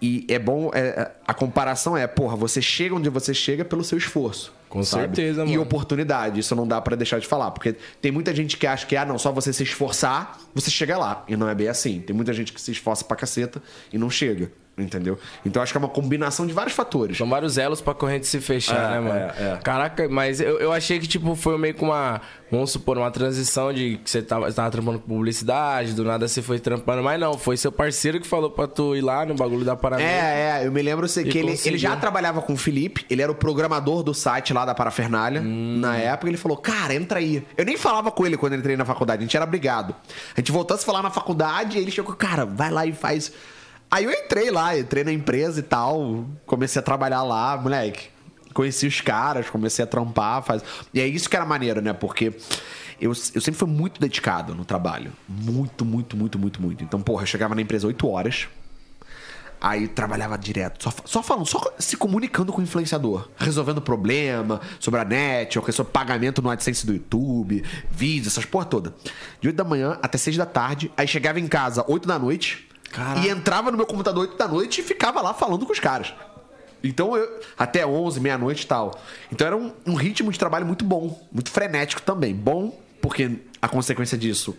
e é bom, é, é, a comparação é, porra, você chega onde você chega pelo seu esforço. Com certeza, E mano. oportunidade, isso não dá pra deixar de falar, porque tem muita gente que acha que, ah, não, só você se esforçar, você chega lá. E não é bem assim. Tem muita gente que se esforça pra caceta e não chega, entendeu? Então, eu acho que é uma combinação de vários fatores. São vários elos pra corrente se fechar, É, né, mano? é, é. Caraca, mas eu, eu achei que, tipo, foi meio que uma. Vamos supor, uma transição de que você tava, você tava trampando com publicidade, do nada você foi trampando, mas não, foi seu parceiro que falou pra tu ir lá no bagulho da Paraná. É, é, eu me lembro sei, que ele, conseguiu. ele já trabalhava com o Felipe, ele era o programador do site lá da Parafernália. Na época, ele falou, cara, entra aí. Eu nem falava com ele quando eu entrei na faculdade, a gente era brigado. A gente voltou a se falar na faculdade, e ele chegou, cara, vai lá e faz. Aí eu entrei lá, entrei na empresa e tal, comecei a trabalhar lá, moleque. Conheci os caras, comecei a trampar, faz. E é isso que era maneiro, né? Porque eu, eu sempre fui muito dedicado no trabalho. Muito, muito, muito, muito, muito. Então, porra, eu chegava na empresa 8 horas, Aí trabalhava direto, só, fa- só falando, só se comunicando com o influenciador, resolvendo problema sobre a net, ou que é sobre pagamento no AdSense do YouTube, vídeo, essas porra toda. De 8 da manhã até 6 da tarde, aí chegava em casa 8 da noite e entrava no meu computador 8 da noite e ficava lá falando com os caras. Então eu até 11, meia-noite e tal. Então era um, um ritmo de trabalho muito bom, muito frenético também. Bom, porque a consequência disso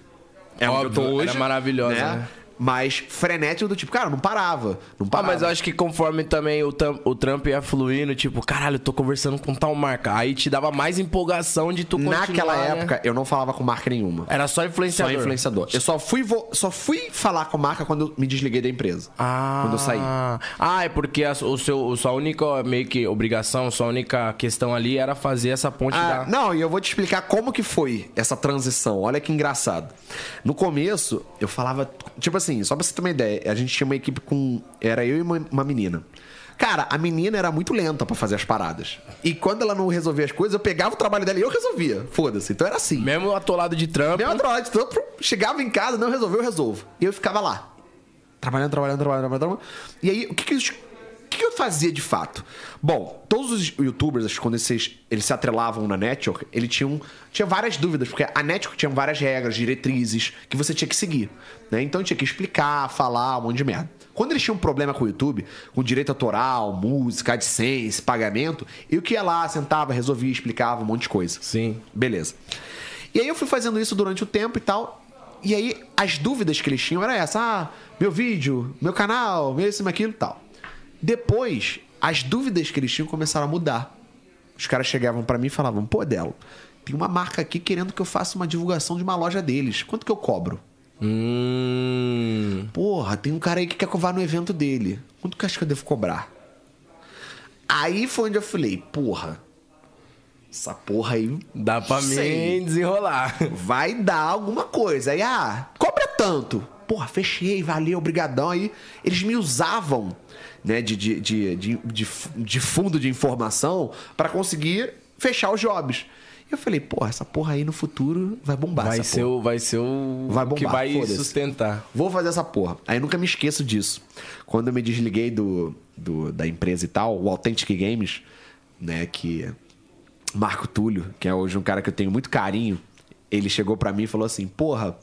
é onde eu Óbvio, tô hoje, era maravilhosa, né? mas frenético do tipo, cara, não parava. Não Ah, parava. mas eu acho que conforme também o, tam- o trampo ia fluindo, tipo, caralho, eu tô conversando com tal marca. Aí te dava mais empolgação de tu continuar, Naquela né? época, eu não falava com marca nenhuma. Era só Só influenciador. influenciador. Eu só fui, vo- só fui falar com marca quando eu me desliguei da empresa. Ah, Quando eu saí. Ah, é porque a, o seu, a sua única meio que obrigação, sua única questão ali era fazer essa ponte Ah, da. não, e eu vou te explicar como que foi essa transição. Olha que engraçado. No começo, eu falava. Tipo assim, só pra você ter uma ideia, a gente tinha uma equipe com. Era eu e uma, uma menina. Cara, a menina era muito lenta pra fazer as paradas. E quando ela não resolvia as coisas, eu pegava o trabalho dela e eu resolvia. Foda-se. Então era assim. Mesmo atolado de trampo. Mesmo trabalho de tanto, chegava em casa, não resolveu, eu resolvo. E eu ficava lá. Trabalhando, trabalhando, trabalhando, trabalhando. trabalhando. E aí, o que que, os- o que que eu eu fazia de fato? Bom, todos os youtubers, quando eles, eles se atrelavam na network, ele tinha, um- tinha várias dúvidas, porque a network tinha várias regras, diretrizes, que você tinha que seguir. Né? Então tinha que explicar, falar, um monte de merda. Quando eles tinham um problema com o YouTube, com direito autoral, música, AdSense, pagamento, eu que ia lá, sentava, resolvia, explicava um monte de coisa. Sim. Beleza. E aí eu fui fazendo isso durante o tempo e tal. E aí as dúvidas que eles tinham era essa: ah, meu vídeo, meu canal, meu isso, meu aquilo e tal. Depois, as dúvidas que eles tinham começaram a mudar. Os caras chegavam pra mim e falavam: pô, Delo, tem uma marca aqui querendo que eu faça uma divulgação de uma loja deles. Quanto que eu cobro? Hum. Porra, tem um cara aí que quer que eu vá no evento dele. Quanto que eu acho que eu devo cobrar? Aí foi onde eu falei: porra, essa porra aí Dá pra Sei. mim desenrolar. vai dar alguma coisa. Aí, ah, cobra tanto. Porra, fechei, valeu, brigadão. Aí eles me usavam, né, de, de, de, de, de, de fundo de informação pra conseguir fechar os jobs. E eu falei, porra, essa porra aí no futuro vai bombar Vai essa ser, porra. o, vai ser o Vai o que bombar, vai foda-se. sustentar. Vou fazer essa porra. Aí nunca me esqueço disso. Quando eu me desliguei do, do- da empresa e tal, o Authentic Games, né, que Marco Túlio, que é hoje um cara que eu tenho muito carinho, ele chegou pra mim e falou assim: "Porra,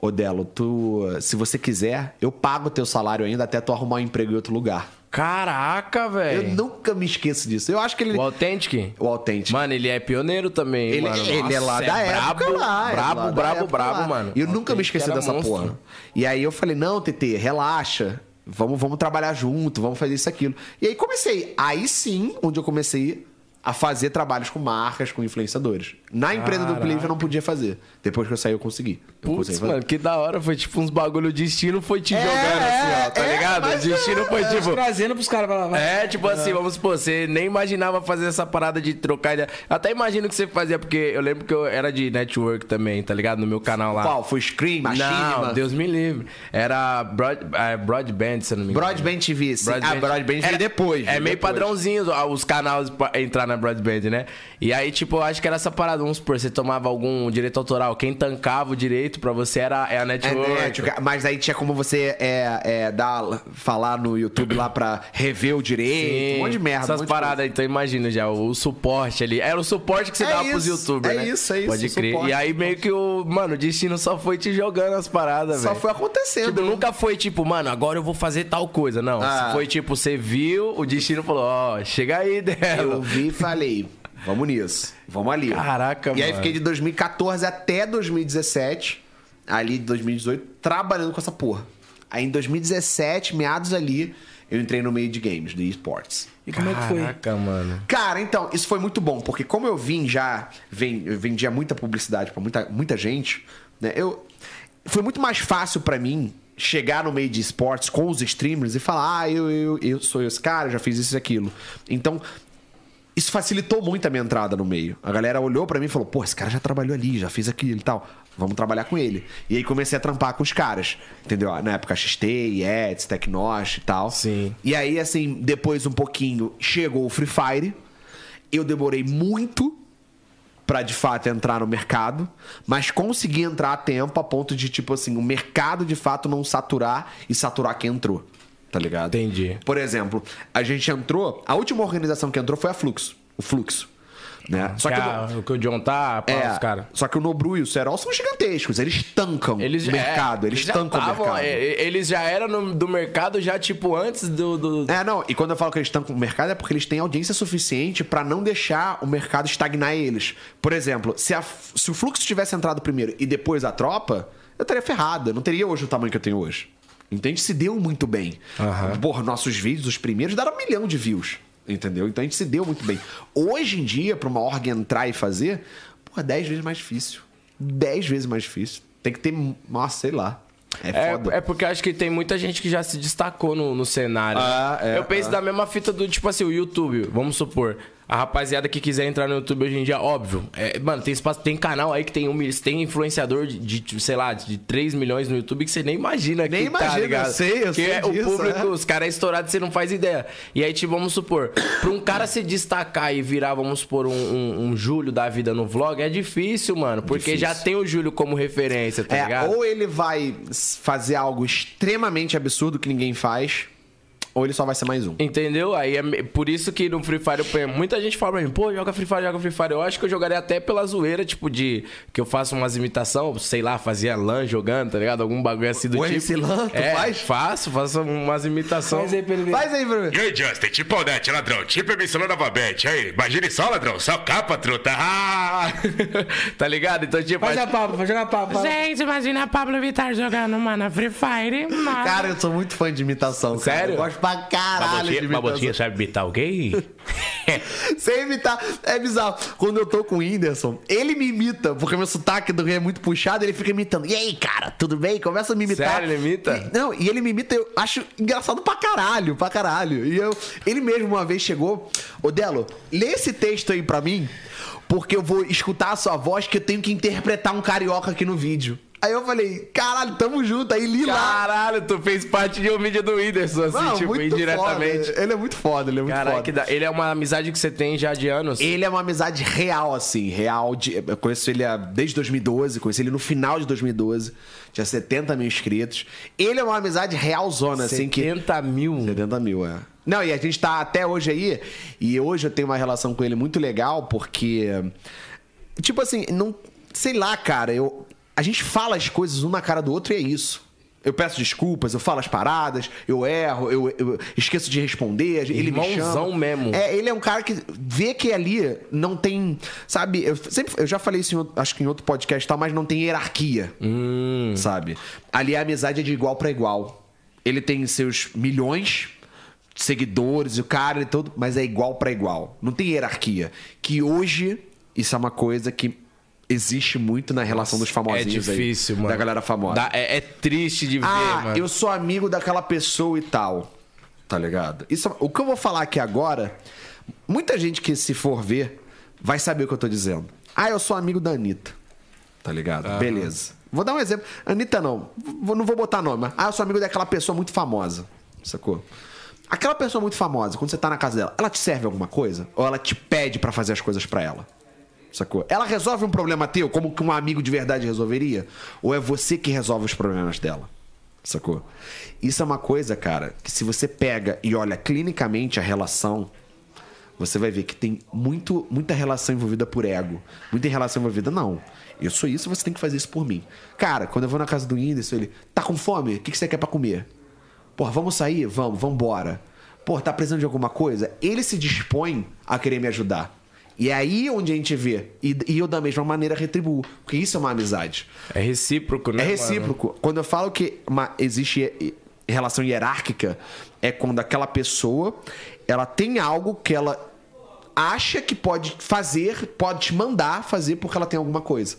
Odelo, tu, se você quiser, eu pago teu salário ainda até tu arrumar um emprego em outro lugar". Caraca, Eu velho. nunca me esqueço disso. Eu acho que ele É. O Authentic? o Authentic Mano, ele é pioneiro também, ele, mano. ele é lá Nossa, da brabo, época lá. é Brabo, lá da brabo, época brabo, lá. mano. E eu nunca me Authentic esqueci era dessa monstro. porra. E aí eu falei, não, TT, relaxa. Vamos, vamos trabalhar junto, vamos fazer isso, aquilo. E aí comecei. Aí sim, onde eu comecei a fazer trabalhos com marcas, com influenciadores. Na empresa do Caraca. Clive eu não podia fazer. Depois que eu saí, eu consegui. Eu consegui Putz, fazer. mano, que da hora. Foi tipo uns bagulho. O destino foi te É, jogando assim, ó. Tá é, ligado? O mas destino foi tipo. Tá Trazendo pros caras pra lá. vai. É, tipo assim, vamos supor, você nem imaginava fazer essa parada de trocar ideia. Até imagino que você fazia, porque eu lembro que eu era de network também, tá ligado? No meu canal lá. Qual? Foi Scream, Não, Machinima? Deus me livre. Era broad, eh, Broadband, se eu não me engano. Broadband TV. Sim. Broadband. Ah, Broadband Era- veio depois. É veio meio depois. padrãozinho ó, os canais pra entrar na Broadband, né? E aí, tipo, eu acho que era essa parada. Vamos supor, você tomava algum direito autoral. Quem tancava o direito pra você era é a É, network. né, tipo, mas aí tinha como você é, é, dar, falar no YouTube lá pra rever o direito, Sim, um monte de merda. um Essas monte de paradas, então imagina já, o, o suporte ali. Era o suporte que você É dava pros isso, youtubers, é né? isso, é isso, Pode o crer. suporte, e aí meio que o, mano, o destino só foi te jogando as paradas, coisa. velho. Só foi acontecendo. né? Tipo, nunca foi tipo, mano, agora eu vou fazer tal coisa. Não, Ah. foi tipo, você viu, o destino falou, ó, chega aí, Eu dela. vi e falei, vamos nisso, vamos ali. Caraca, e E aí mano. fiquei de 2014 até 2017, ali de 2018, trabalhando com essa porra. Aí em 2017, meados ali, eu entrei no meio de games, de esportes. E como é que foi? Caraca, mano. Cara, então, isso foi muito bom, porque como eu vim já, ven- eu vendia muita publicidade pra muita, muita gente, né? Eu foi muito mais fácil pra mim chegar no meio de esportes com os streamers e falar: "Ah, eu eu, eu sou esse cara, eu já fiz isso e aquilo". Então, isso facilitou muito a minha entrada no meio. A galera olhou pra mim e falou: pô, esse cara já trabalhou ali, já fez aquilo e tal. Vamos trabalhar com ele. E aí comecei a trampar com os caras. Entendeu? Na época XT, Eds, Tecnos e tal. Sim. E aí, assim, depois um pouquinho chegou o Free Fire. Eu demorei muito pra de fato entrar no mercado, mas consegui entrar a tempo a ponto de, tipo assim, o mercado de fato não saturar e saturar quem entrou. Tá ligado? Entendi. Por exemplo, a gente entrou. A última organização que entrou foi a Fluxo. O Fluxo. Né? Só Só que. Ah, que o- o que o John tá, pá, é, os caras. só que o Nobru e o Serol são gigantescos. Eles tancam Eles, o mercado. é, eles já tancam o tavam, mercado. é, é, eles já eram no- do mercado já, tipo, antes do. do- É, não, e quando eu falo que eles estão com o mercado é porque eles têm audiência suficiente pra não deixar o mercado estagnar eles. Por exemplo, se, a- se o fluxo tivesse entrado primeiro e depois a tropa, eu estaria ferrado, eu não teria hoje o tamanho que eu tenho hoje. Entende? Se deu muito bem. Aham. Porra, nossos vídeos, os primeiros, deram um milhão de views. Entendeu? Então a gente se deu muito bem. Hoje em dia, pra uma org entrar e fazer, porra, 10 vezes mais difícil. 10 vezes mais difícil. Tem que ter. Nossa, sei lá. É foda. É, é porque eu acho que tem muita gente que já se destacou no, no cenário. Ah, é, eu penso ah. da mesma fita do, tipo assim, o YouTube, vamos supor. A rapaziada que quiser entrar no YouTube hoje em dia, óbvio. é, mano, tem espaço, tem canal aí que tem um mil- tem influenciador de, de, tipo, sei lá, de 3 milhões no YouTube que você nem imagina Nem que tá imagina, eu ligado. sei, que eu sei é, disso, o público, é. os caras é estourados, você não faz ideia. E aí, tipo, vamos supor, pra um cara se destacar e virar, vamos supor, um, um, um Júlio da vida no vlog, é difícil, mano. Porque já tem o Júlio como referência, tá É, ligado? ou ele vai s- fazer algo extremamente absurdo que ninguém faz, ou ele só vai ser mais um. Entendeu? Aí é me- por isso que no Free Fire eu ponho- Muita gente fala pra mim, pô, joga Free Fire, joga Free Fire. Eu acho que eu jogaria até pela zoeira, tipo, de que eu faço umas imitação, sei lá, fazia LAN jogando, tá ligado? Algum bagulho assim do O tipo. MC LAN, tu é, faz? Faço, faço umas imitações. Faz aí pra ele ver. Faz aí, Bruno. E aí, Justin, tipo Aldete, ladrão, tipo emissora novamente. Aí, imagine só, ladrão, só capa, truta. Ah! [LAUGHS] tá ligado? Então, tipo. Faz a acho- papa, faz a papa. Gente, imagina a Pablo Vittar jogando, mano, Free Fire. Nossa. Cara, eu sou muito fã de imitação. cara. Sério? é Eu gosto pra caralho de Babotinha, imitação. babotinha sabe imitar alguém? [LAUGHS] Sem imitar. É bizarro. Quando eu tô com o Whindersson, ele me imita, porque meu sotaque do Rio é muito puxado, ele fica imitando. E aí, cara, tudo bem? Começa a me imitar. Sério, ele imita? E- não, e ele me imita, eu acho engraçado pra caralho, pra caralho. E eu, ele mesmo uma vez chegou, Odelo, lê esse texto aí pra mim, porque eu vou escutar a sua voz que eu tenho que interpretar um carioca aqui no vídeo. Aí eu falei, caralho, tamo junto. Aí li lá. Caralho, tu fez parte de um vídeo do Whindersson, assim, Mano, tipo, muito indiretamente. foda. Ele é muito foda, ele é muito Caralho, foda. que dá. Ele é uma amizade que você tem já de anos. Ele é uma amizade real, assim, real. De, eu conheço ele há- desde 2012, conheci ele no final de 2012. Tinha 70 mil inscritos. Ele é uma amizade realzona, assim, que... 70 mil. 70 mil, é. Não, e a gente tá até hoje aí, e hoje eu tenho uma relação com ele muito legal, porque. Tipo assim, não. Sei lá, cara, eu. A gente fala as coisas um na cara do outro e é isso. Eu peço desculpas, eu falo as paradas, eu erro, eu, eu esqueço de responder, ele me Irmãozão chama. mesmo. É, ele é um cara que vê que ali não tem, sabe, eu sempre eu já falei isso em outro- acho que em outro podcast e tal, mas não tem hierarquia sabe? Ali a amizade é de igual pra igual. Ele tem seus milhões de seguidores, o cara e tudo, mas é igual pra igual. Não tem hierarquia. Que hoje, isso é uma coisa que existe muito na relação dos É famosinhos aí, difícil, mano. Da galera famosa. Dá- é, é triste de ver, Ah, né, mano. eu sou amigo daquela pessoa e tal. Tá ligado? Isso, o que eu vou falar aqui agora, muita gente que se for ver vai saber o que eu tô dizendo. Ah, eu sou amigo da Anitta. Tá ligado? Beleza. Vou dar um exemplo. Anitta não. Vou- não vou botar nome, mas. Ah, eu sou amigo daquela pessoa muito famosa. Sacou? Aquela pessoa muito famosa, quando você tá na casa dela, ela te serve alguma coisa? Ou ela te pede pra fazer as coisas pra ela? Sacou? Ela resolve um problema teu como que um amigo de verdade resolveria? Ou é você que resolve os problemas dela? Sacou? Isso é uma coisa, cara, que se você pega e olha clinicamente a relação, você vai ver que tem muito, muita relação envolvida por ego. Muita relação envolvida, não. Eu sou isso, você tem que fazer isso por mim. Cara, quando eu vou na casa do Whindersson, ele... Tá com fome? O que que você quer pra comer? Porra, vamos sair? Vamos, vamos embora. Porra, tá precisando de alguma coisa? Ele se dispõe a querer me ajudar. E é aí onde a gente vê. E, e eu, da mesma maneira, retribuo. Porque isso é uma amizade. É recíproco, né? É mano? recíproco. Quando eu falo que uma- existe hi- relação hierárquica, é quando aquela pessoa ela tem algo que ela acha que pode fazer, pode te mandar fazer porque ela tem alguma coisa.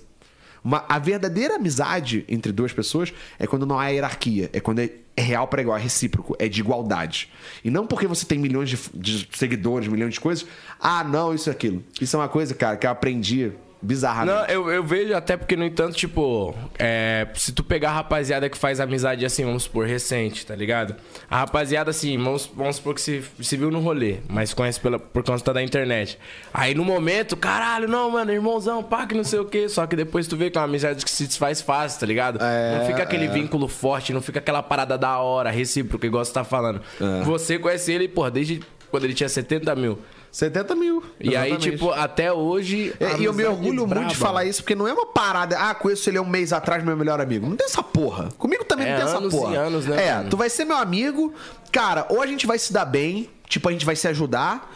Uma- a verdadeira amizade entre duas pessoas é quando não há hierarquia, é quando é, é real para igual, é recíproco, é de igualdade. E não porque você tem milhões de, f- de seguidores, milhões de coisas. Ah, não, isso e aquilo. Isso é uma coisa, cara, que eu aprendi bizarramente. Não, é eu, eu vejo até porque, no entanto, tipo, é, se tu pegar a rapaziada que faz amizade assim, vamos supor, recente, tá ligado? A rapaziada, assim, vamos, vamos supor que se, se viu no rolê, mas conhece pela, por conta da internet. Aí no momento, caralho, não, mano, irmãozão, pá, que não sei o quê. Só que depois tu vê que é uma amizade que se desfaz fácil, tá ligado? É, não fica aquele vínculo forte, não fica aquela parada da hora, recíproca, igual você tá falando. É. Você conhece ele, porra, desde quando ele tinha 70 mil. 70 mil. E aí, exatamente. tipo, até hoje. É, a e eu me amizade orgulho muito braba. de falar isso, porque não é uma parada. Ah, conheço ele há um mês atrás, meu melhor amigo. Não tem essa porra. Comigo também É, não tem essa anos e porra. anos, né, é, mano? tu vai ser meu amigo, cara, ou a gente vai se dar bem, tipo, a gente vai se ajudar,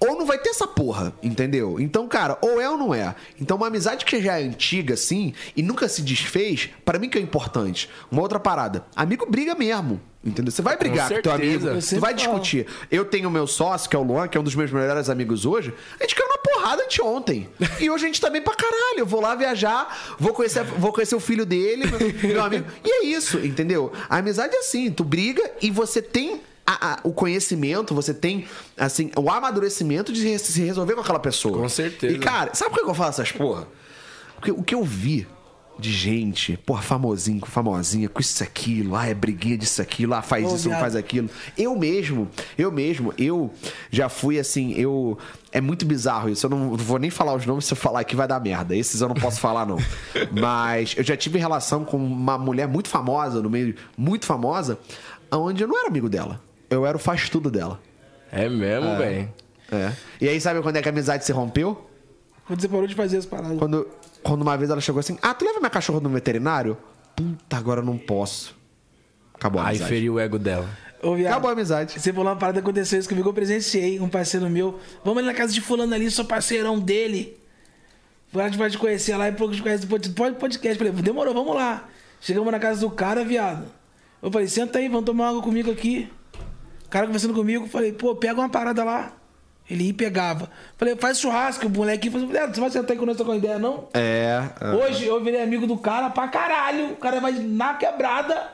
ou não vai ter essa porra, entendeu? Então, cara, ou é ou não é. Então, uma amizade que já é antiga, assim, e nunca se desfez, pra mim que é importante. Uma outra parada. Amigo briga mesmo. Entendeu? Você vai brigar com, teu certeza. amigo, Eu tu vai discutir. Eu tenho o meu sócio, que é o Luan, que é um dos meus melhores amigos hoje. A gente caiu na porrada anteontem. E hoje a gente tá bem pra caralho. Eu vou lá viajar, vou conhecer, vou conhecer o filho dele, meu, meu amigo. E é isso, entendeu? A amizade é assim, tu briga e você tem a- a- o conhecimento, você tem, assim, o amadurecimento de re- se resolver com aquela pessoa. Com certeza. E, cara, sabe por que eu falo essas porra? Porque o que eu vi de gente, porra, famosinho, com famosinha, com isso e aquilo, ah, é briguinha disso e aquilo, ah, faz Ô, isso, não viado. faz aquilo. Eu mesmo, eu mesmo, eu já fui assim, eu. É muito bizarro isso. Eu não vou nem falar os nomes, se eu falar aqui vai dar merda. Esses eu não posso falar, [LAUGHS] não. Mas eu já tive relação com uma mulher muito famosa, no meio, muito famosa, onde eu não era amigo dela. eu era o faz tudo dela. É mesmo, velho. É. E aí, sabe quando é que a amizade se rompeu? Quando você parou de fazer as paradas. Quando, quando uma vez ela chegou assim: Ah, tu leva minha cachorra no veterinário? Puta, agora eu não posso. Acabou a Aí amizade. feriu o ego dela. Ô, viado, Acabou a amizade. Você falou uma parada, aconteceu isso comigo, eu presenciei um parceiro meu. Vamos ali na casa de fulano ali, sou parceirão dele. Fulano de pode conhecer lá e pouco de conhece do pod- pod- podcast. Falei, demorou, vamos lá. Chegamos na casa do cara, viado. Eu falei, senta aí, vamos tomar água comigo aqui. O cara conversando comigo, falei, pô, pega uma parada lá. Ele ia e pegava. Falei, faz churrasco, o moleque falou, viado, você vai sentar aí com nós com ideia, não? É. ah. é. Hoje eu virei amigo do cara pra caralho. O cara vai na quebrada.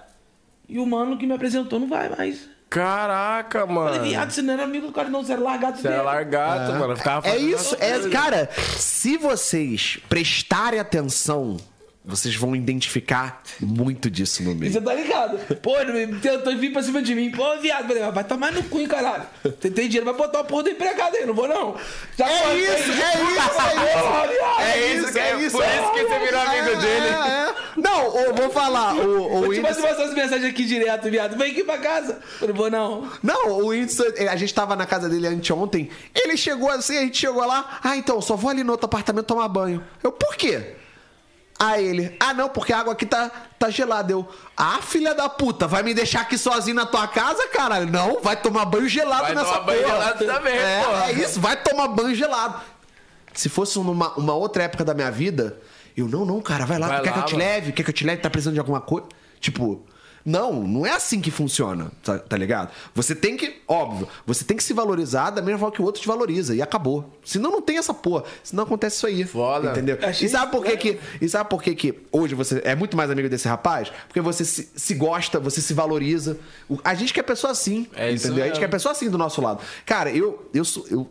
E o mano que me apresentou não vai mais. Caraca, mano. Falei, viado, você não era amigo do cara, não, você era largado Ah. Você era dele. largato, mano. Ficava É fazendo isso, as é, coisas. cara, se vocês prestarem atenção, vocês vão identificar muito disso no E meio. você tá ligado? Pô, ele me tentou vir pra cima de mim. Pô, viado, falei, mas vai tomar no cu, hein, caralho. Você tem dinheiro, vai botar a porra do empregado aí, não vou não. Já cortei. Porra, viado. é por isso que você virou amigo dele. É, Não, ô, vou falar, o, o Eu te mando índice... essas mensagens aqui direto, viado. Vem aqui pra casa. Falei, vou não. Não, o índice, a gente tava na casa dele anteontem, ele chegou assim, a gente chegou lá, ah, então, só vou ali no outro apartamento tomar banho. Eu, por quê? Aí ele, ah não, porque a água aqui tá, tá gelada. Eu, ah, filha da puta, vai me deixar aqui sozinho na tua casa, caralho? Não, vai tomar banho gelado Vai nessa tomar banho porra. gelado também, é, porra. é isso, vai tomar banho gelado. Se fosse numa uma outra época da minha vida, eu, não, não, cara, vai lá, Vai quer que lá, eu te mano. leve? Quer que eu te leve? Tá precisando de alguma coisa? Tipo, não, não é assim que funciona, tá, tá ligado? Você tem que, óbvio, você tem que se valorizar da mesma forma que o outro te valoriza e acabou. Senão não tem essa porra, senão acontece isso aí. Foda. Entendeu? Achei E sabe por que que, e sabe por que que hoje você é muito mais amigo desse rapaz? Porque você se, se gosta, você se valoriza. O- A gente quer pessoa assim, É isso entendeu? A gente mesmo. quer pessoa assim do nosso lado. Cara, eu eu sou eu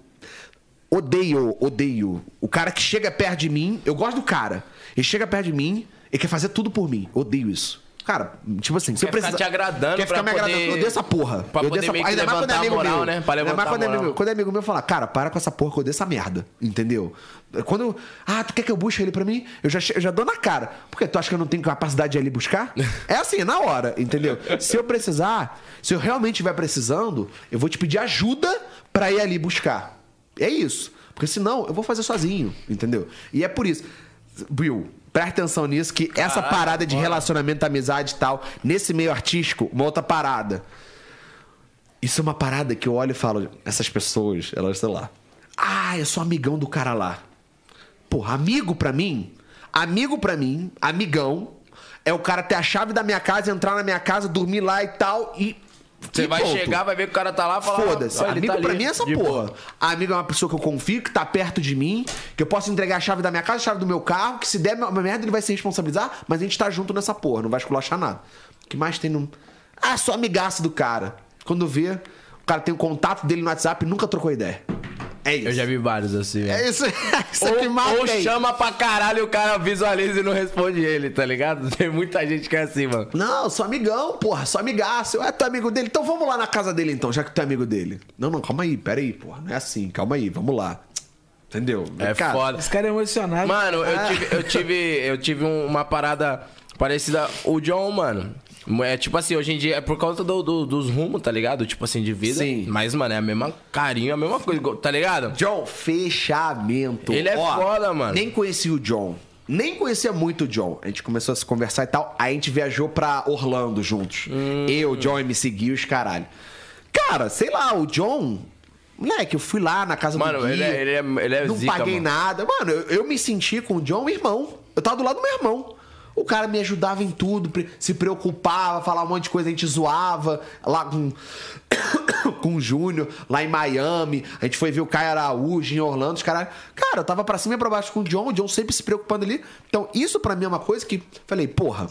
odeio, odeio o cara que chega perto de mim. Eu gosto do cara. Ele chega perto de mim e quer fazer tudo por mim. Odeio isso. Cara, tipo assim, se eu Quer ficar precisar... te agradando Quer ficar pra me poder- agradando. Eu odeio essa porra. pra poder eu odeio essa meio porra. que Ainda mais quando levantar é a amigo moral, meu. né? Pra Ainda mais levantar quando é a amigo moral. meu. Quando é amigo meu fala, cara, para com essa porra, que eu odeio essa merda. Entendeu? Quando. eu- Ah, tu quer que eu busque ele pra mim? Eu já, che- eu já dou na cara. Porque tu acha que eu não tenho capacidade de ir ali buscar? É assim, na hora, entendeu? Se eu precisar, se eu realmente estiver precisando, eu vou te pedir ajuda pra ir ali buscar. É isso. Porque senão eu vou fazer sozinho, entendeu? E é por isso. Will, presta atenção nisso, que essa parada de relacionamento, amizade e tal, nesse meio artístico, uma outra parada. Isso é uma parada que eu olho e falo, essas pessoas, elas, sei lá. Ah, eu sou amigão do cara lá. Porra, amigo pra mim? Amigo pra mim, amigão, é o cara ter a chave da minha casa, entrar na minha casa, dormir lá e tal e. Você e vai ponto. chegar, vai ver que o cara tá lá e falar. Foda-se. "Ah, ele Amigo tá pra ali, mim é essa de porra. boa." Amigo é uma pessoa que eu confio, que tá perto de mim, que eu posso entregar a chave da minha casa, a chave do meu carro, que se der uma merda ele vai se responsabilizar, mas a gente tá junto nessa porra, não vai esculachar nada. O que mais tem no. Ah, só amigaço do cara. Quando vê, o cara tem o contato dele no WhatsApp e nunca trocou ideia. É isso. Eu já vi vários assim, velho. É isso. [LAUGHS] isso é que mais Ou, ou tem. chama pra caralho o cara visualiza e não responde ele, tá ligado? [LAUGHS] Tem muita gente que é assim, mano. Não, sou amigão, porra, sou amigaço. Eu é tu é amigo dele. Então vamos lá na casa dele, então, já que tu é amigo dele. Não, não, calma aí, pera aí, porra. Não é assim, calma aí, vamos lá. Entendeu? É Cara, foda. Esse cara é emocionado. Mano, eu Ah. tive, eu tive, eu tive um- uma parada parecida. O John, mano. É tipo assim, hoje em dia é por causa do- do- dos rumos, tá ligado? Tipo assim, de vida. Sim. Mas, mano, é a mesma carinho, a mesma coisa, tá ligado? John, fechamento. Ele é foda, mano. Nem conhecia o John. Nem conhecia muito o John. A gente começou a se conversar e tal. Aí a gente viajou pra Orlando juntos. Hum. Eu, o John, me seguiu os caralho. Cara, sei lá, o John. Moleque, eu fui lá na casa do Mano, Gui, ele é- ele é- ele é Não zica, paguei mano. nada. Mano, eu, eu me senti com o John, irmão. Eu tava do lado do meu irmão. O cara me ajudava em tudo, pre- se preocupava, falava um monte de coisa, a gente zoava lá com, [COUGHS] com o Júnior, lá em Miami. A gente foi ver o Caio Araújo em Orlando, os caras. Cara, eu tava pra cima e pra baixo com o John, o John sempre se preocupando ali. Então, isso pra mim é uma coisa que. Falei, porra,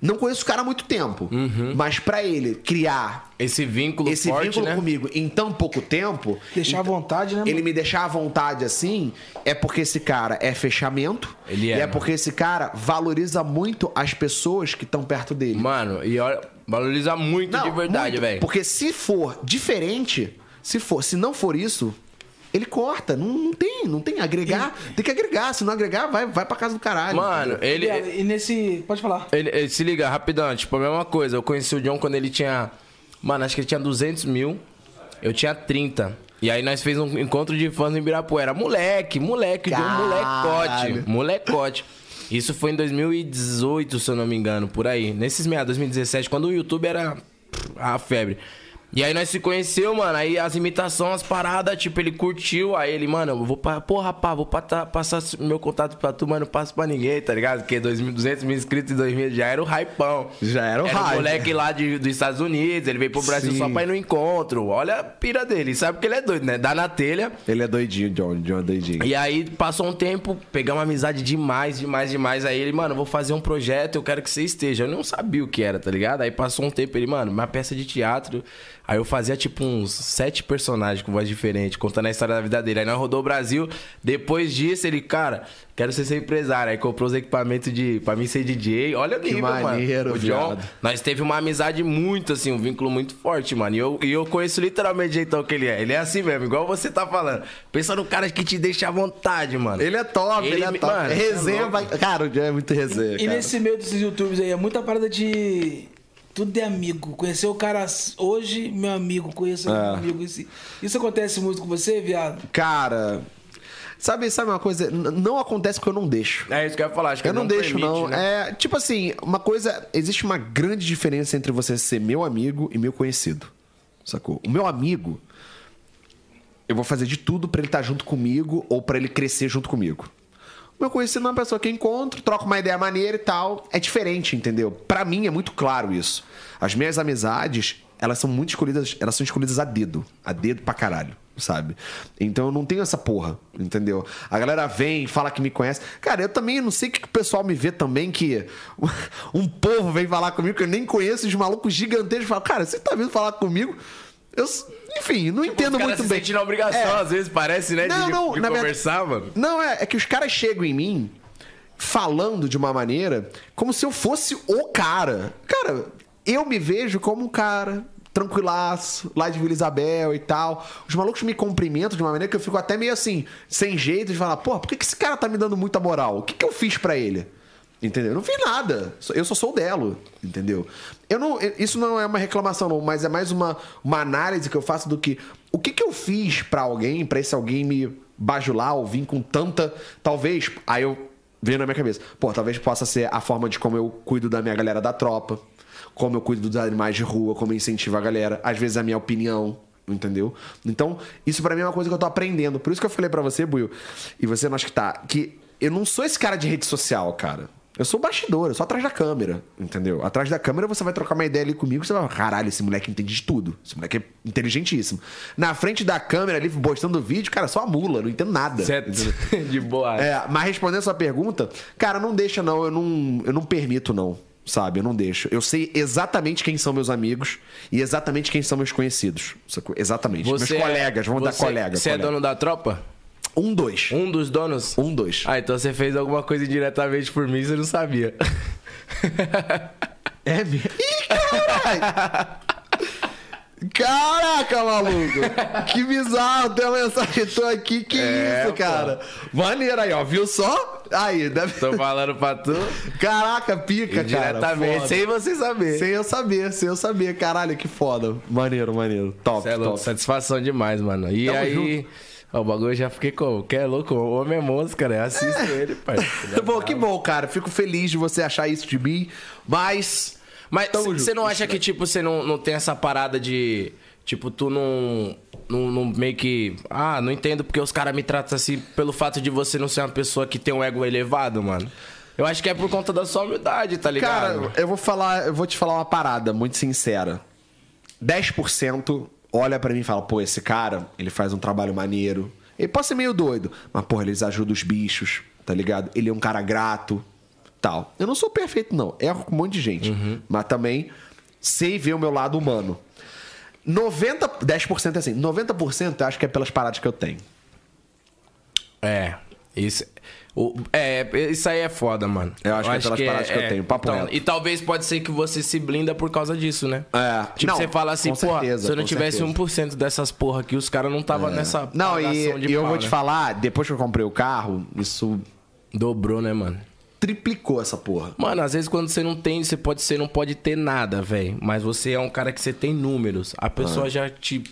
não conheço o cara há muito tempo. Mas pra ele criar Esse vínculo esse Uhum. forte, vínculo né? comigo em tão pouco tempo. Deixar à então- vontade, né, mano? Ele me deixar à vontade assim, é porque esse cara é fechamento. Ele é, E é mano. porque esse cara valoriza muito as pessoas que estão perto dele. Mano, e olha, valoriza muito de verdade, muito, velho. Porque se for diferente, se for, se não for isso, ele corta. Não, não tem, não tem agregar. Tem que agregar. Se não agregar, vai, vai pra casa do caralho. Mano, ele, é Viado, E nesse. Pode falar. ele- ele- Se liga, rapidão. Tipo, a mesma coisa. Eu conheci o John quando ele tinha Mano, acho que ele tinha 200 mil. Eu tinha 30. E aí nós fez um encontro de fãs em Ibirapuera. Moleque, moleque, deu um molecote. Caralho. Molecote. Isso foi em 2018, se eu não me engano, por aí. Nesses meados, 2017, quando o YouTube era pff, a febre. E aí nós se conheceu, mano. Aí as imitações, as paradas, tipo, ele curtiu. Aí ele, mano, eu vou pra. Porra, pá, vou pata- passar meu contato pra tu, mas não passo pra ninguém, tá ligado? Porque 2.200 mil inscritos em 2000 já era o hypão. Já era o Era um hype. moleque lá de- dos Estados Unidos, ele veio pro Brasil Sim. só pra ir no encontro. Olha a pira dele, sabe que ele é doido, né? Dá na telha. Ele é doidinho, John. John é doidinho. E aí passou um tempo, pegamos amizade demais, demais, demais. Aí ele, mano, vou fazer um projeto, eu quero que você esteja. Eu não sabia o que era, tá ligado? Aí passou um tempo, ele, mano, uma peça de teatro. Aí eu fazia tipo uns sete personagens com voz diferente, contando a história da vida dele. Aí nós rodou o Brasil. Depois disso, ele, cara, quero ser seu empresário. Aí comprou os equipamentos de pra mim ser DJ. Olha o nível, maneiro, mano. O John, viado. nós teve uma amizade muito, assim, um vínculo muito forte, mano. E eu, e eu conheço literalmente o jeitão que ele é. Ele é assim mesmo, igual você tá falando. Pensa no cara que te deixa à vontade, mano. Ele é top, ele, Ele é me- top. mano, É resenha, vai... Cara, o John é muito resenha. E cara. nesse meio desses YouTubes aí, é muita parada de. Tudo é amigo. Conhecer o cara hoje, meu amigo. Conheço aquele meu amigo. Isso, isso acontece muito com você, viado? Cara. Sabe, sabe uma coisa? N- não acontece porque eu não deixo. É isso que eu ia falar, acho que Eu não, deixo, permite, não. né? É, tipo assim, uma coisa. Existe uma grande diferença entre você ser meu amigo e meu conhecido. Sacou? O meu amigo. Eu vou fazer de tudo pra ele estar junto comigo ou pra ele crescer junto comigo. O meu conhecido é uma pessoa que eu encontro, troco uma ideia maneira e tal. É diferente, entendeu? Pra mim é muito claro isso. As minhas amizades, elas são muito escolhidas, elas são escolhidas a dedo, a dedo pra caralho, sabe? Então eu não tenho essa porra, entendeu? A galera vem, fala que me conhece. Cara, eu também não sei o que que o pessoal me vê também que [LAUGHS] um povo vem falar comigo que eu nem conheço, os malucos gigantescos falam: "Cara, você tá vindo falar comigo?" Eu, s- enfim, não entendo Os caras muito se bem. sentem na obrigação, É. às vezes parece, né? Não, de, não, de na verdade- conversar, mano. Não, é, é que os caras chegam em mim falando de uma maneira como se eu fosse o cara. Cara, eu me vejo como um cara tranquilaço, lá de Vila Isabel e tal. Os malucos me cumprimentam de uma maneira que eu fico até meio assim, sem jeito de falar, porra, por que que esse cara tá me dando muita moral? O que que eu fiz pra ele? Entendeu? Eu não fiz nada. Só- Eu só sou o Delo, entendeu? Eu não, eu- isso não é uma reclamação, não, mas é mais uma, uma análise que eu faço do que o que, que eu fiz pra alguém, pra esse alguém me bajular ou vir com tanta. Talvez. Aí eu veio na minha cabeça. Pô, talvez possa ser a forma de como eu cuido da minha galera da tropa, como eu cuido dos animais de rua, como eu incentivo a galera, às vezes a minha opinião. Entendeu? Então, isso pra mim é uma coisa que eu tô aprendendo. Por isso que eu falei pra você, Buiu, e você não acha que tá, que eu não sou esse cara de rede social, cara. Eu sou bastidor, eu sou atrás da câmera, entendeu? Atrás da câmera você vai trocar uma ideia ali comigo, você vai falar, caralho, esse moleque entende de tudo. Esse moleque é inteligentíssimo. Na frente da câmera ali, postando o vídeo, cara, só a mula, não entendo nada. [LAUGHS] Certo. entendeu? é [LAUGHS] de boa. É, mas respondendo a sua pergunta, cara, não deixa não, eu não, eu não permito não, sabe? Eu não deixo. Eu sei exatamente quem são meus amigos e exatamente quem são meus conhecidos, sacou? Exatamente. Você é- meus colegas, vamos você- dar colega. Você é colega. dono da tropa? Um, dois. Um dos donos? Um, dois. Ah, então você fez alguma coisa indiretamente por mim e você não sabia. [LAUGHS] É mesmo? Ih, caralho! [LAUGHS] Caraca, maluco! Que bizarro! Tem uma mensagem tua aqui, que É, isso, cara? Maneiro aí, ó, viu só? Aí, deve... Tô falando pra tu Caraca, pica, cara. indiretamente, foda. sem você saber. Sem eu saber, sem eu saber. Caralho, que foda. Maneiro, maneiro. Top, Cê é louco, top. satisfação demais, mano. E Tamo aí, ó, o bagulho eu já fiquei como? Que é louco, o homem é monstro, cara. Eu assisto ele, pai. Ele é Pô, que bom, cara. Fico feliz de você achar isso de mim. Mas. Mas Tamo junto, você não acha que, tipo, você não, não tem essa parada de. Tipo, tu não. Não, não meio que. Ah, não entendo porque os caras me tratam assim pelo fato de você não ser uma pessoa que tem um ego elevado, mano. Eu acho que é por conta da sua humildade, tá ligado? Cara, eu vou falar, eu vou te falar uma parada muito sincera. 10% olha pra mim e fala: "Pô, esse cara, ele faz um trabalho maneiro. Ele pode ser meio doido, mas porra, eles ajudam os bichos, tá ligado? Ele é um cara grato, tal. Eu não sou perfeito não, erro com um monte de gente, Uhum. mas também sei ver o meu lado humano. 90, 10% é assim, 90% eu acho que é pelas paradas que eu tenho. É. Isso, o- é, isso aí é foda, mano. então, Eu acho que é pelas paradas que eu tenho, papo reto. E talvez pode ser que você se blinda por causa disso, né? É. Tipo, Não, você fala assim, com pô, certeza, se eu não com tivesse certeza. É. 1% dessas porra aqui, os caras não tava nessa Não, pagação e, de e eu pau, vou te né? falar, depois que eu comprei o carro, isso Dobrou, né, mano? triplicou essa porra. Mano, às vezes quando você não tem, você pode ser, não pode ter nada, velho. Mas você é um cara que você tem números. A pessoa já te.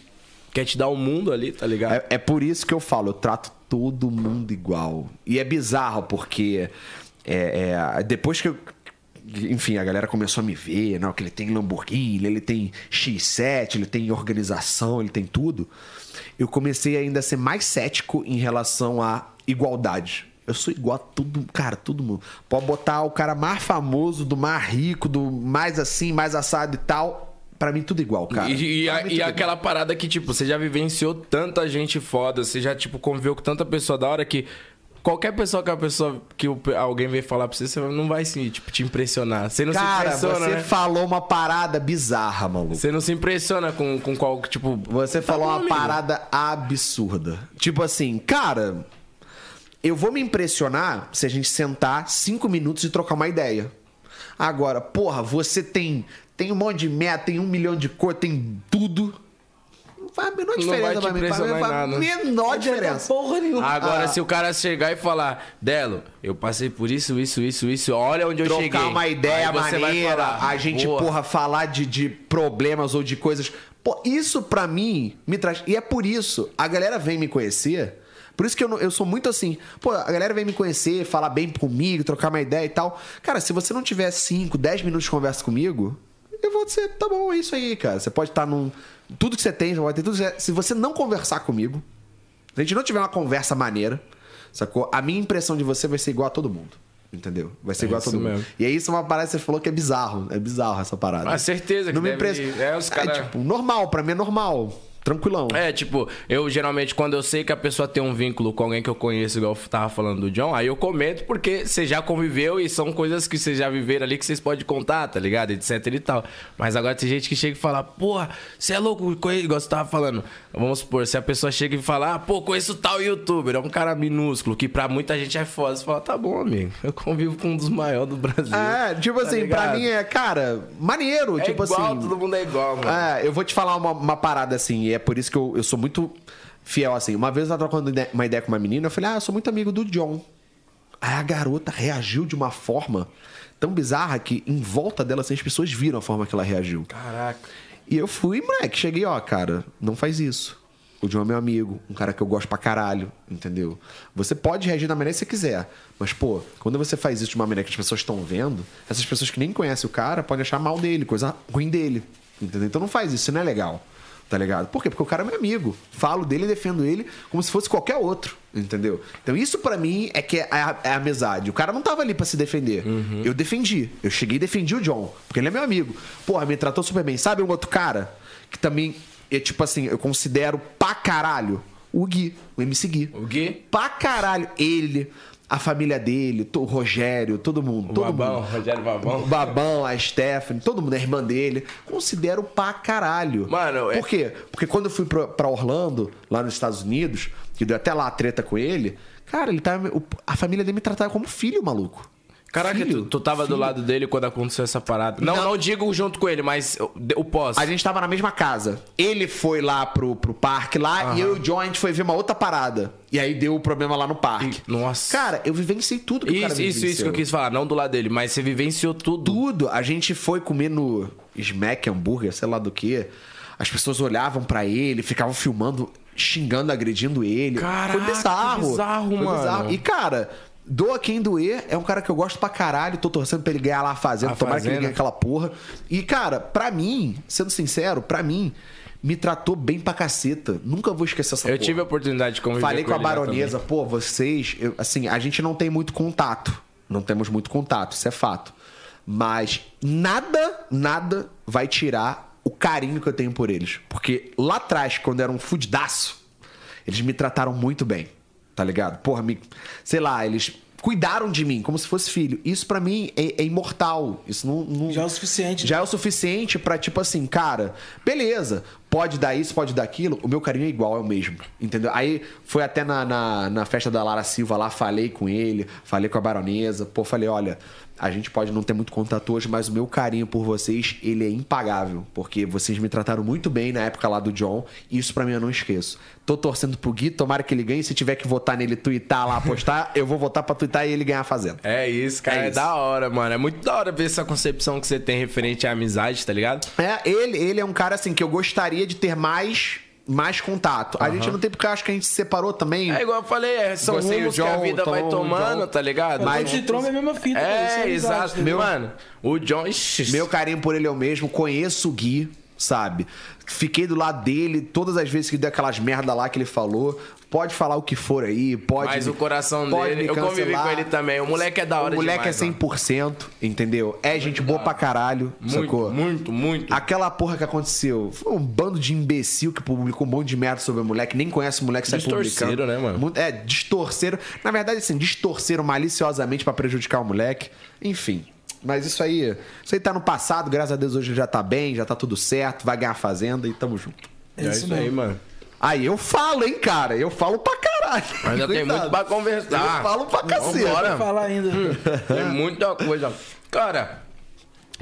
Quer te dar o mundo ali, tá ligado? Ah. É, é por isso que eu falo, eu trato todo mundo igual. E é bizarro, porque é, é, depois que eu. Enfim, a galera começou a me ver, não, que ele tem Lamborghini, ele tem X7, ele tem organização, ele tem tudo. Eu comecei ainda a ser mais cético em relação à igualdade. Eu sou igual a todo cara, todo mundo. Pode botar o cara mais famoso, do mais rico, do mais assim, mais assado e tal. Pra mim, tudo é igual, cara. E, e Pra a- mim, e tudo é igual. aquela parada que, tipo, você já vivenciou tanta gente foda, você já, tipo, conviveu com tanta pessoa da hora que qualquer pessoa que a pessoa que o- alguém vem falar pra você, você não vai se, tipo, te impressionar. Você não se Cara, impressiona, você né? falou uma parada bizarra, maluco. Você tá não se impressiona com, com qual, tipo... Você falou bom, uma amigo. parada absurda. Tipo assim, cara, eu vou me impressionar se a gente sentar cinco minutos e trocar uma ideia. Agora, porra, você tem tem um monte de meta, tem um milhão de cor, tem tudo. Não faz a menor Não diferença vai te pra mim. Faz impressionar em a nada. menor diferença. Porra nenhuma. Agora, Ah. se o cara chegar e falar, Delo, eu passei por isso, isso, isso, isso, olha onde eu Trocar cheguei. uma ideia Aí você vai maneira, falar, a gente, "Boa." porra, falar de, de problemas ou de coisas. Pô, isso pra mim me traz. E é por isso, a galera vem me conhecer. Por isso que eu, não- eu sou muito assim. Pô, a galera vem me conhecer, falar bem comigo, trocar uma ideia e tal. Cara, se você não tiver 5, 10 minutos de conversa comigo, eu vou dizer, tá bom, é isso aí, cara. Você pode estar num. Tudo que você tem, você vai ter tudo. que você- Se você não conversar comigo, se a gente não tiver uma conversa maneira, sacou? A minha impressão de você vai ser igual a todo mundo. Entendeu? Vai ser igual a isso todo mundo. mesmo. E aí isso é uma parada que você falou que é bizarro. É bizarro essa parada. Ah, certeza que não me deve- impressiona. é, os cara- tipo, normal, pra mim é normal. Tranquilão. É, tipo, eu geralmente, quando eu sei que a pessoa tem um vínculo com alguém que eu conheço, igual eu tava falando do John, aí eu comento porque você já conviveu e são coisas que vocês já viveram ali que vocês podem contar, tá ligado? Etc e tal. Mas agora tem gente que chega e fala, porra, você é louco, conhe- igual você tava falando. Vamos supor, se a pessoa chega e fala, ah, pô, conheço tal youtuber, é um cara minúsculo, que pra muita gente é foda. Você fala, tá bom, amigo, eu convivo com um dos maiores do Brasil. É, tipo tá assim, pra ligado? mim é, cara, maneiro. É tipo igual, assim. todo mundo é igual, mano. É, eu vou te falar uma, uma parada assim, e é por isso que eu, eu sou muito fiel assim. Uma vez eu tava trocando ide- uma ideia com uma menina, eu falei, ah, eu sou muito amigo do John. Aí a garota reagiu de uma forma tão bizarra que em volta dela, assim, as pessoas viram a forma que ela reagiu. Caraca. E eu fui, moleque, cheguei, ó, cara, não faz isso. O John é meu amigo, um cara que eu gosto pra caralho, entendeu? Você pode reagir da maneira que você quiser, mas, pô, quando você faz isso de uma maneira que as pessoas estão vendo, essas pessoas que nem conhecem o cara podem achar mal dele, coisa ruim dele, entendeu? Então não faz isso, isso não é legal, tá ligado? Por quê? Porque o cara é meu amigo. Falo dele e defendo ele como se fosse qualquer outro, entendeu? Então isso pra mim é que é a, é a amizade. O cara não tava ali pra se defender. Uhum. Eu defendi. Eu cheguei e defendi o John, porque ele é meu amigo. Porra, me tratou super bem. Sabe um outro cara que também é tipo assim, eu considero pra caralho o Gui, o MC Gui. O Gui? Pra caralho ele, a família dele, to- o Rogério, todo mundo, todo Babão, mundo. Rogério O Babão. Babão, a Stephanie, todo mundo, a irmã dele, considero pra caralho. Mano, é- Por quê? Porque quando eu fui pra, pra Orlando, lá nos Estados Unidos, que deu até lá a treta com ele, cara, ele tava, o- a família dele me tratava como filho, maluco. Caraca, Filho? tu, tu tava do lado dele quando aconteceu essa parada. Não, não, Não. digo junto com ele, mas o, de- o pós. A gente tava na mesma casa. Ele foi lá pro, pro parque lá e eu e o John a gente foi ver uma outra parada. E aí deu o problema lá no parque. Ih, nossa. Cara, eu vivenciei tudo que o cara Isso, isso, isso que eu vivenciou. quis falar. Não do lado dele, mas você vivenciou tudo. tudo. A gente foi comer no Smack Hambúrguer, sei lá do que. As pessoas olhavam pra ele, ficavam filmando, xingando, agredindo ele. Caraca, foi bizarro. que bizarro, Foi mano. E, cara, doa quem doer, é um cara que eu gosto pra caralho. Tô torcendo pra ele ganhar lá a Fazenda. A tomara que Fazenda. ele ganhe aquela porra. E, cara, pra mim, sendo sincero, pra mim, me tratou bem pra caceta. Nunca vou esquecer essa eu porra. tive a oportunidade de conviver Falei com a ele lá baronesa, pô, vocês, eu- assim, a gente não tem muito contato. Não temos muito contato, isso é fato. Mas nada, nada vai tirar o carinho que eu tenho por eles. Porque lá atrás, quando era um fudidaço, eles me trataram muito bem, tá ligado? Porra, me, sei lá, eles cuidaram de mim como se fosse filho. Isso pra mim é, é imortal. Isso não, não- Já é o suficiente. já é o suficiente pra, tipo assim, cara, beleza. pode dar isso, pode dar aquilo, o meu carinho é igual, é o mesmo. Entendeu? Aí foi até na, na, na festa da Lara Silva lá, falei com ele, falei com a baronesa, pô, falei, olha, a gente pode não ter muito contato hoje, mas o meu carinho por vocês, ele é impagável, porque vocês me trataram muito bem na época lá do John, e isso pra mim eu não esqueço. Tô torcendo pro Gui, tomara que ele ganhe, se tiver que votar nele, twittar lá, postar, eu vou votar pra twittar e ele ganhar a fazenda. É isso, cara. É É, isso. da hora, mano. É muito da hora ver essa concepção que você tem referente à amizade, tá ligado? É, ele, ele é um cara assim que eu gostaria de ter mais, mais contato. A gente não tem porque eu acho que a gente se separou também. É igual eu falei, é, são Você e o rumos que a John, vida vai Tom, tomando, John. tá ligado? Mas de tromba é a mesma fita. cara, isso É, amizade, exato. entendeu? Mano, o John. Ixi, Meu carinho por ele é o mesmo, conheço o Gui, sabe? Fiquei do lado dele todas as vezes que deu aquelas merda lá que ele falou. Pode falar o que for aí, pode. Mas o coração pode dele- me eu convivi cancelar. com ele também, o moleque é da hora O moleque demais, é 100%, entendeu? É gente boa pra caralho, sacou? muito, muito, muito. Aquela porra que aconteceu foi um bando de imbecil que publicou um monte de merda sobre o moleque, nem conhece o moleque, sai Distorceram, publicando. né, mano? Muito- É, distorceram. Na verdade, assim, distorceram maliciosamente pra prejudicar o moleque. Enfim. Mas isso aí, isso aí tá no passado, graças a Deus hoje ele já tá bem, já tá tudo certo, vai ganhar a fazenda e tamo junto. É isso, aí, mesmo. mano. Aí eu falo, hein, cara? Eu falo pra caralho. Ainda tem Coitado. muito pra conversar. Eu falo pra cacete. Vambora. Vou falar ainda. Tem muita coisa. Cara,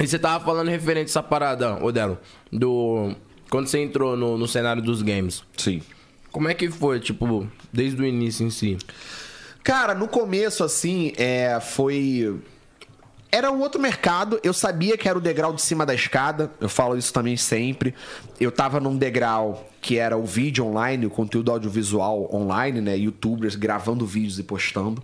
e você tava falando referente a essa parada, Odelo, do. Quando você entrou no, no cenário dos games, Sim. como é que foi, tipo, desde o início em si? Cara, no começo, assim, é, foi. Era um outro mercado, eu sabia que era o degrau de cima da escada, eu falo isso também sempre. Eu tava num degrau que era o vídeo online, o conteúdo audiovisual online, né? Youtubers gravando vídeos e postando.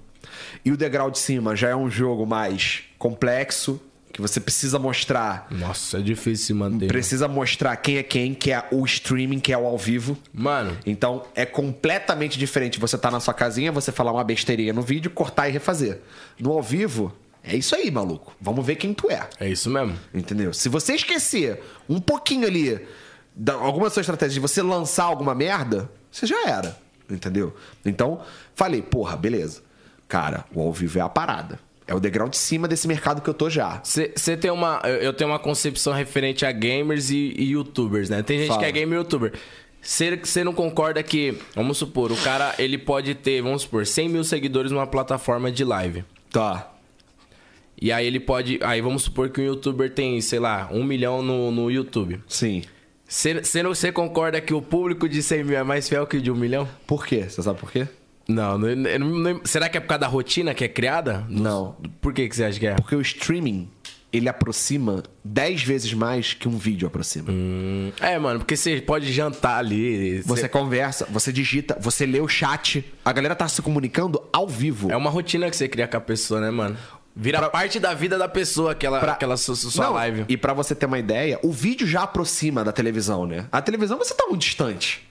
E o degrau de cima já é um jogo mais complexo, que você precisa mostrar. Nossa, é difícil se manter. Precisa mostrar quem é quem, que é o streaming, que é o ao vivo. Mano, Então é completamente diferente você tá na sua casinha, você falar uma besteirinha no vídeo, cortar e refazer. No ao vivo, é isso aí, maluco. Vamos ver quem tu é. é isso mesmo. Entendeu? Se você esquecer um pouquinho ali da, alguma sua estratégia de você lançar alguma merda, você já era. Entendeu? Então, falei, porra, beleza. Cara, o ao vivo é a parada. É o degrau de cima desse mercado que eu tô já. Você tem uma. Eu eu tenho uma concepção referente a gamers e, e youtubers, né? Tem gente Fala. que é gamer e youtuber. Você não concorda que, vamos supor, o cara ele pode ter, vamos supor, 100 mil seguidores numa plataforma de live. Tá. E aí ele pode. Aí vamos supor que um youtuber tem, sei lá, um milhão no, no YouTube. Sim. Você concorda que o público de 100 mil é mais fiel que o de um milhão? Por quê? Você sabe por quê? Não, não- eu não- não- será que é por causa da rotina que é criada? Não. Por que que você acha que é? Porque o streaming, ele aproxima 10 vezes mais que um vídeo aproxima. Hum, É, mano, porque você pode jantar ali. Você é cê- conversa, você digita, você lê o chat. A galera tá se comunicando ao vivo. É uma rotina que você cria com a pessoa, né, mano? Vira parte da vida da pessoa aquela, Ah, aquela su- su- sua Não, live. E pra você ter uma ideia, o vídeo já aproxima da televisão, né? A televisão você tá muito distante.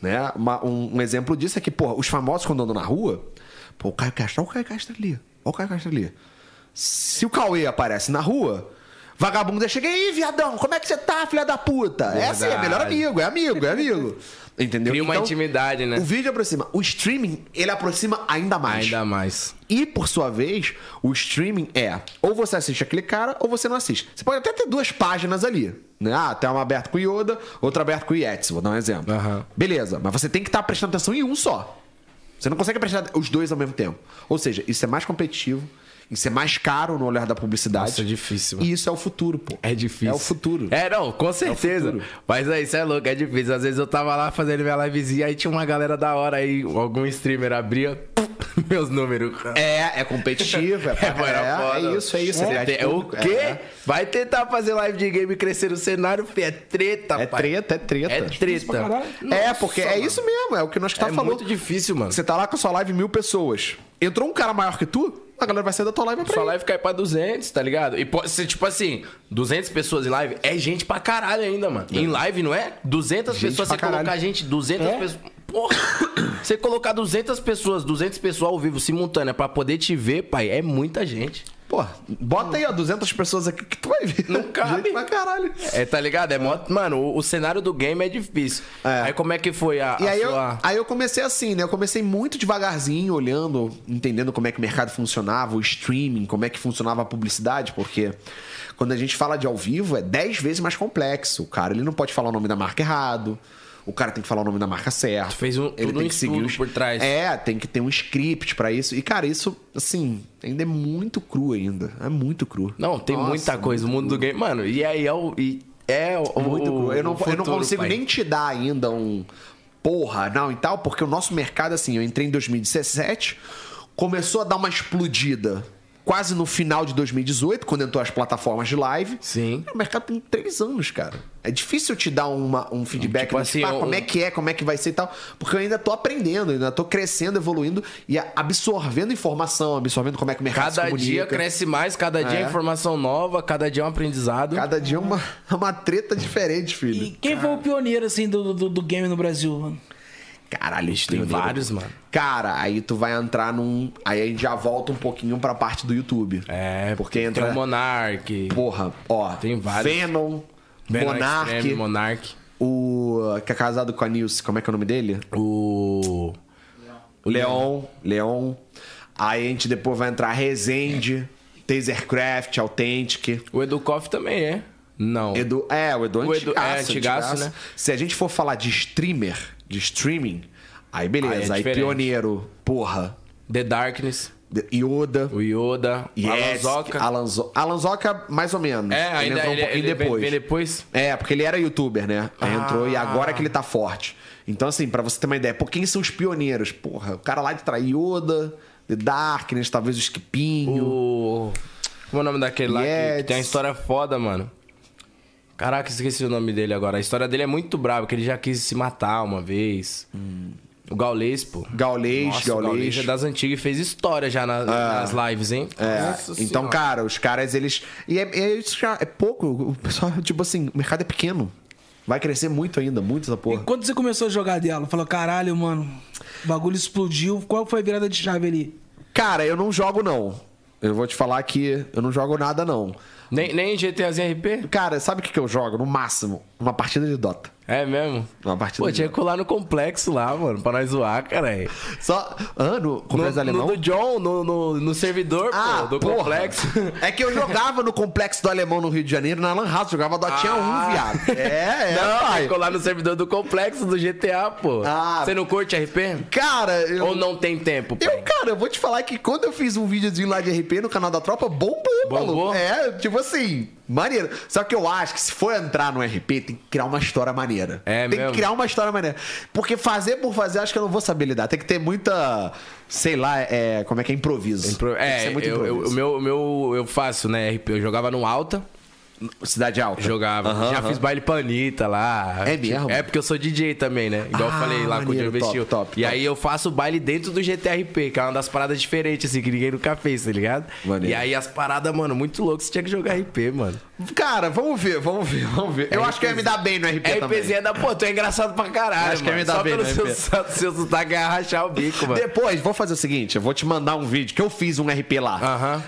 Né? Uma- um, um exemplo disso é que, porra, os famosos quando andam na rua, pô, o Caio Castro, olha o Caio Castro ali, olha o Caio Castro ali. Se o Cauê aparece na rua, vagabundo chega, e aí, viadão, como é que você tá, filha da puta? É assim, é melhor Verdade. amigo, é amigo, [LAUGHS] é amigo. Entendeu? Cria Então, uma intimidade, né? O vídeo aproxima. O streaming, ele aproxima ainda mais. Ainda mais. E, por sua vez, o streaming é ou você assiste aquele cara ou você não assiste. Você pode até ter duas páginas ali. Né? Ah, tem uma aberta com o Yoda, outra aberta com o Yetz, vou dar um exemplo. Aham. Beleza, mas você tem que estar prestando atenção em um só. Você não consegue prestar os dois ao mesmo tempo. Ou seja, isso é mais competitivo, isso é mais caro no olhar da publicidade. Nossa, é difícil, mano. E isso é o futuro, pô. É difícil. É o futuro. É, não, com certeza. futuro. Mas aí, isso é louco, é difícil. Às vezes eu tava lá fazendo minha livezinha, aí tinha uma galera da hora aí, algum streamer abria [LAUGHS] meus números. É, é [LAUGHS] competitivo, é, mano, é, foda. é isso, é isso. É, aliás, é o público, quê? É, Vai tentar fazer live de game e crescer no cenário, filho. É treta, é pai. treta, é treta. É treta. pra caralho. É, porque é isso mesmo, é o que nós que tá é falando. muito difícil, mano. Você tá lá com a sua live mil pessoas. Entrou um cara maior que tu, a galera vai sair da tua live pra Sua ele. live cai pra 200, tá ligado? E pode ser, tipo assim, 200 pessoas em live é gente pra caralho ainda, mano. Em live, não é? 200 Gente pessoas, pra você colocar caralho. É? gente, 200 pessoas... Porra! [COUGHS] você colocar 200 pessoas, 200 pessoas ao vivo, simultânea, pra poder te ver, pai, é muita gente. Pô, bota aí, ó, 200 pessoas aqui que tu vai ver. Não cabe. [LAUGHS] Gente pra caralho. É, tá ligado? É mó... Mano, o, o cenário do game é difícil. É. Aí como é que foi a, E a aí eu, sua... aí eu comecei assim, né? Eu comecei muito devagarzinho, olhando, entendendo como é que o mercado funcionava, o streaming, como é que funcionava a publicidade, porque quando a gente fala de ao vivo é 10 vezes mais complexo. O cara, ele não pode falar o nome da marca errado. O cara tem que falar o nome da marca certo. Tu fez um- ele tudo um tem que seguir estudo os... por trás. É, tem que ter um script pra isso. E cara, isso assim, ainda é muito cru ainda. É muito cru. Não, tem Nossa, muita coisa. O mundo do game... Mano, e aí é o... e é o, Muito o- cru. Eu não, o futuro, eu não consigo pai. nem te dar ainda um porra, não e tal, porque o nosso mercado, assim, eu entrei em 2017, começou a dar uma explodida quase no final de 2018, quando entrou as plataformas de live. Sim. O mercado tem três anos, cara. É difícil eu te dar uma- um feedback Tipo do assim, ah, um- como é que é, como é que vai ser e tal, porque eu ainda tô aprendendo, ainda tô crescendo, evoluindo e a- absorvendo informação, absorvendo como é que o mercado se Cada comunica. dia cresce mais, cada dia É. é informação nova, cada dia é um aprendizado. Cada dia é uma, [LAUGHS] uma treta diferente, filho. E quem foi o pioneiro, assim, do, do, do game no Brasil, mano? Caralho, Bicho, tem pioneiro. vários, mano. Cara, aí tu vai entrar num. Aí a gente já volta um pouquinho pra parte do YouTube. É, Porque entra. tem o Monark, Porra, ó. Tem vários. Venom, Venom Monark. Extreme, Monark, O. Que é casado com a Nilce, como é que é o nome dele? o... Leon. Leon. Aí a gente depois vai entrar Rezende, Tasercraft, Authentic. O Educoff também é. Não. Edu, é, o Edu é O Edu- é, antigaço, antigaço, né? Se a gente for falar de streamer, de streaming, aí Aí beleza. é Aí, diferente. pioneiro, porra. The Darkness, de- Yoda. o Yoda, Yes, a Lanzoca. Alan Zo- Alan Zoca, mais ou menos. É, ainda entrou um ele, ele Ah. vem- depois. vem depois. É, porque ele era youtuber, né? Aí entrou e agora que ele tá forte. Então, assim, pra você ter uma ideia, pô, quem são os pioneiros? Porra, o cara lá de Traioda, The Darkness, talvez o Skipinho. O. Como é o nome daquele lá? que- Que, Yes. tem uma história foda, mano. Caraca, esqueci o nome dele agora. A história dele é muito brava, que ele já quis se matar uma vez. Hum. O Gaulês, pô. Gaulês, Nossa, o Gaulês. é das antigas e fez história já na- nas lives, hein? É, Nossa então, Senhora. cara, os caras, eles. E é, é isso já é pouco. O pessoal, [LAUGHS] tipo assim, o mercado é pequeno. Vai crescer muito ainda, muito essa porra. Quando você começou a jogar dela, falou, caralho, mano, o bagulho explodiu. Qual foi a virada de chave ali? Cara, eu não jogo, não. Eu vou te falar que eu não jogo nada, não. Nem, nem GTAzinho RP? Cara, sabe o que, que eu jogo no máximo? Uma partida de Dota. É mesmo? Uma partida Pô, de tinha que colar no complexo lá, mano, pra nós zoar, caralho. Só. Ah, no Complexo no, Alemão? no do John, no, no, no servidor, ah, pô, do porra. complexo. É que eu jogava no Complexo do Alemão no Rio de Janeiro, na Lan House, jogava Dotinha Ah. 1, viado. [LAUGHS] É, é, não, pai. ficou lá no servidor do complexo do GTA, pô. Ah. Você não curte RP? Cara, eu. Ou não tem tempo, pai? Eu, cara, eu vou te falar que quando eu fiz um videozinho lá de RP no canal da Tropa, bombou, Bombou? maluco. É, tipo assim, maneiro. Só que eu acho que se for entrar no RP, tem que criar uma história maneira. É Tem mesmo? que criar uma história maneira. Porque fazer por fazer, acho que eu não vou saber lidar. Tem que ter muita, sei lá, é, como é que é, improviso. Impro- Tem que É, ser eu, eu- o meu, o meu, eu faço, né, RP. Eu jogava no Alta, Cidade Alta. jogava. Aham, Já aham. fiz baile pra Anitta lá. É mesmo? É porque eu sou DJ também, né? Igual Ah, eu falei lá com o maneiro, Diego Vestil. top, top, E top. aí eu faço baile dentro do GTRP, que é uma das paradas diferentes, assim, que ninguém nunca fez, tá ligado? Maneiro. E aí as paradas, mano, muito louco, você tinha que jogar RP, mano. Cara, vamos ver, vamos ver, vamos ver. É Eu acho que eu ia me dar bem no RP também. RPzinha da pô, tu é engraçado pra caralho. Acho que ia me mano. dar Só bem pelo no seu, [LAUGHS] RP. só- seu sotaque ia rachar o bico, mano. Depois, vou fazer o seguinte: eu vou te mandar um vídeo que eu fiz um RP lá. Aham.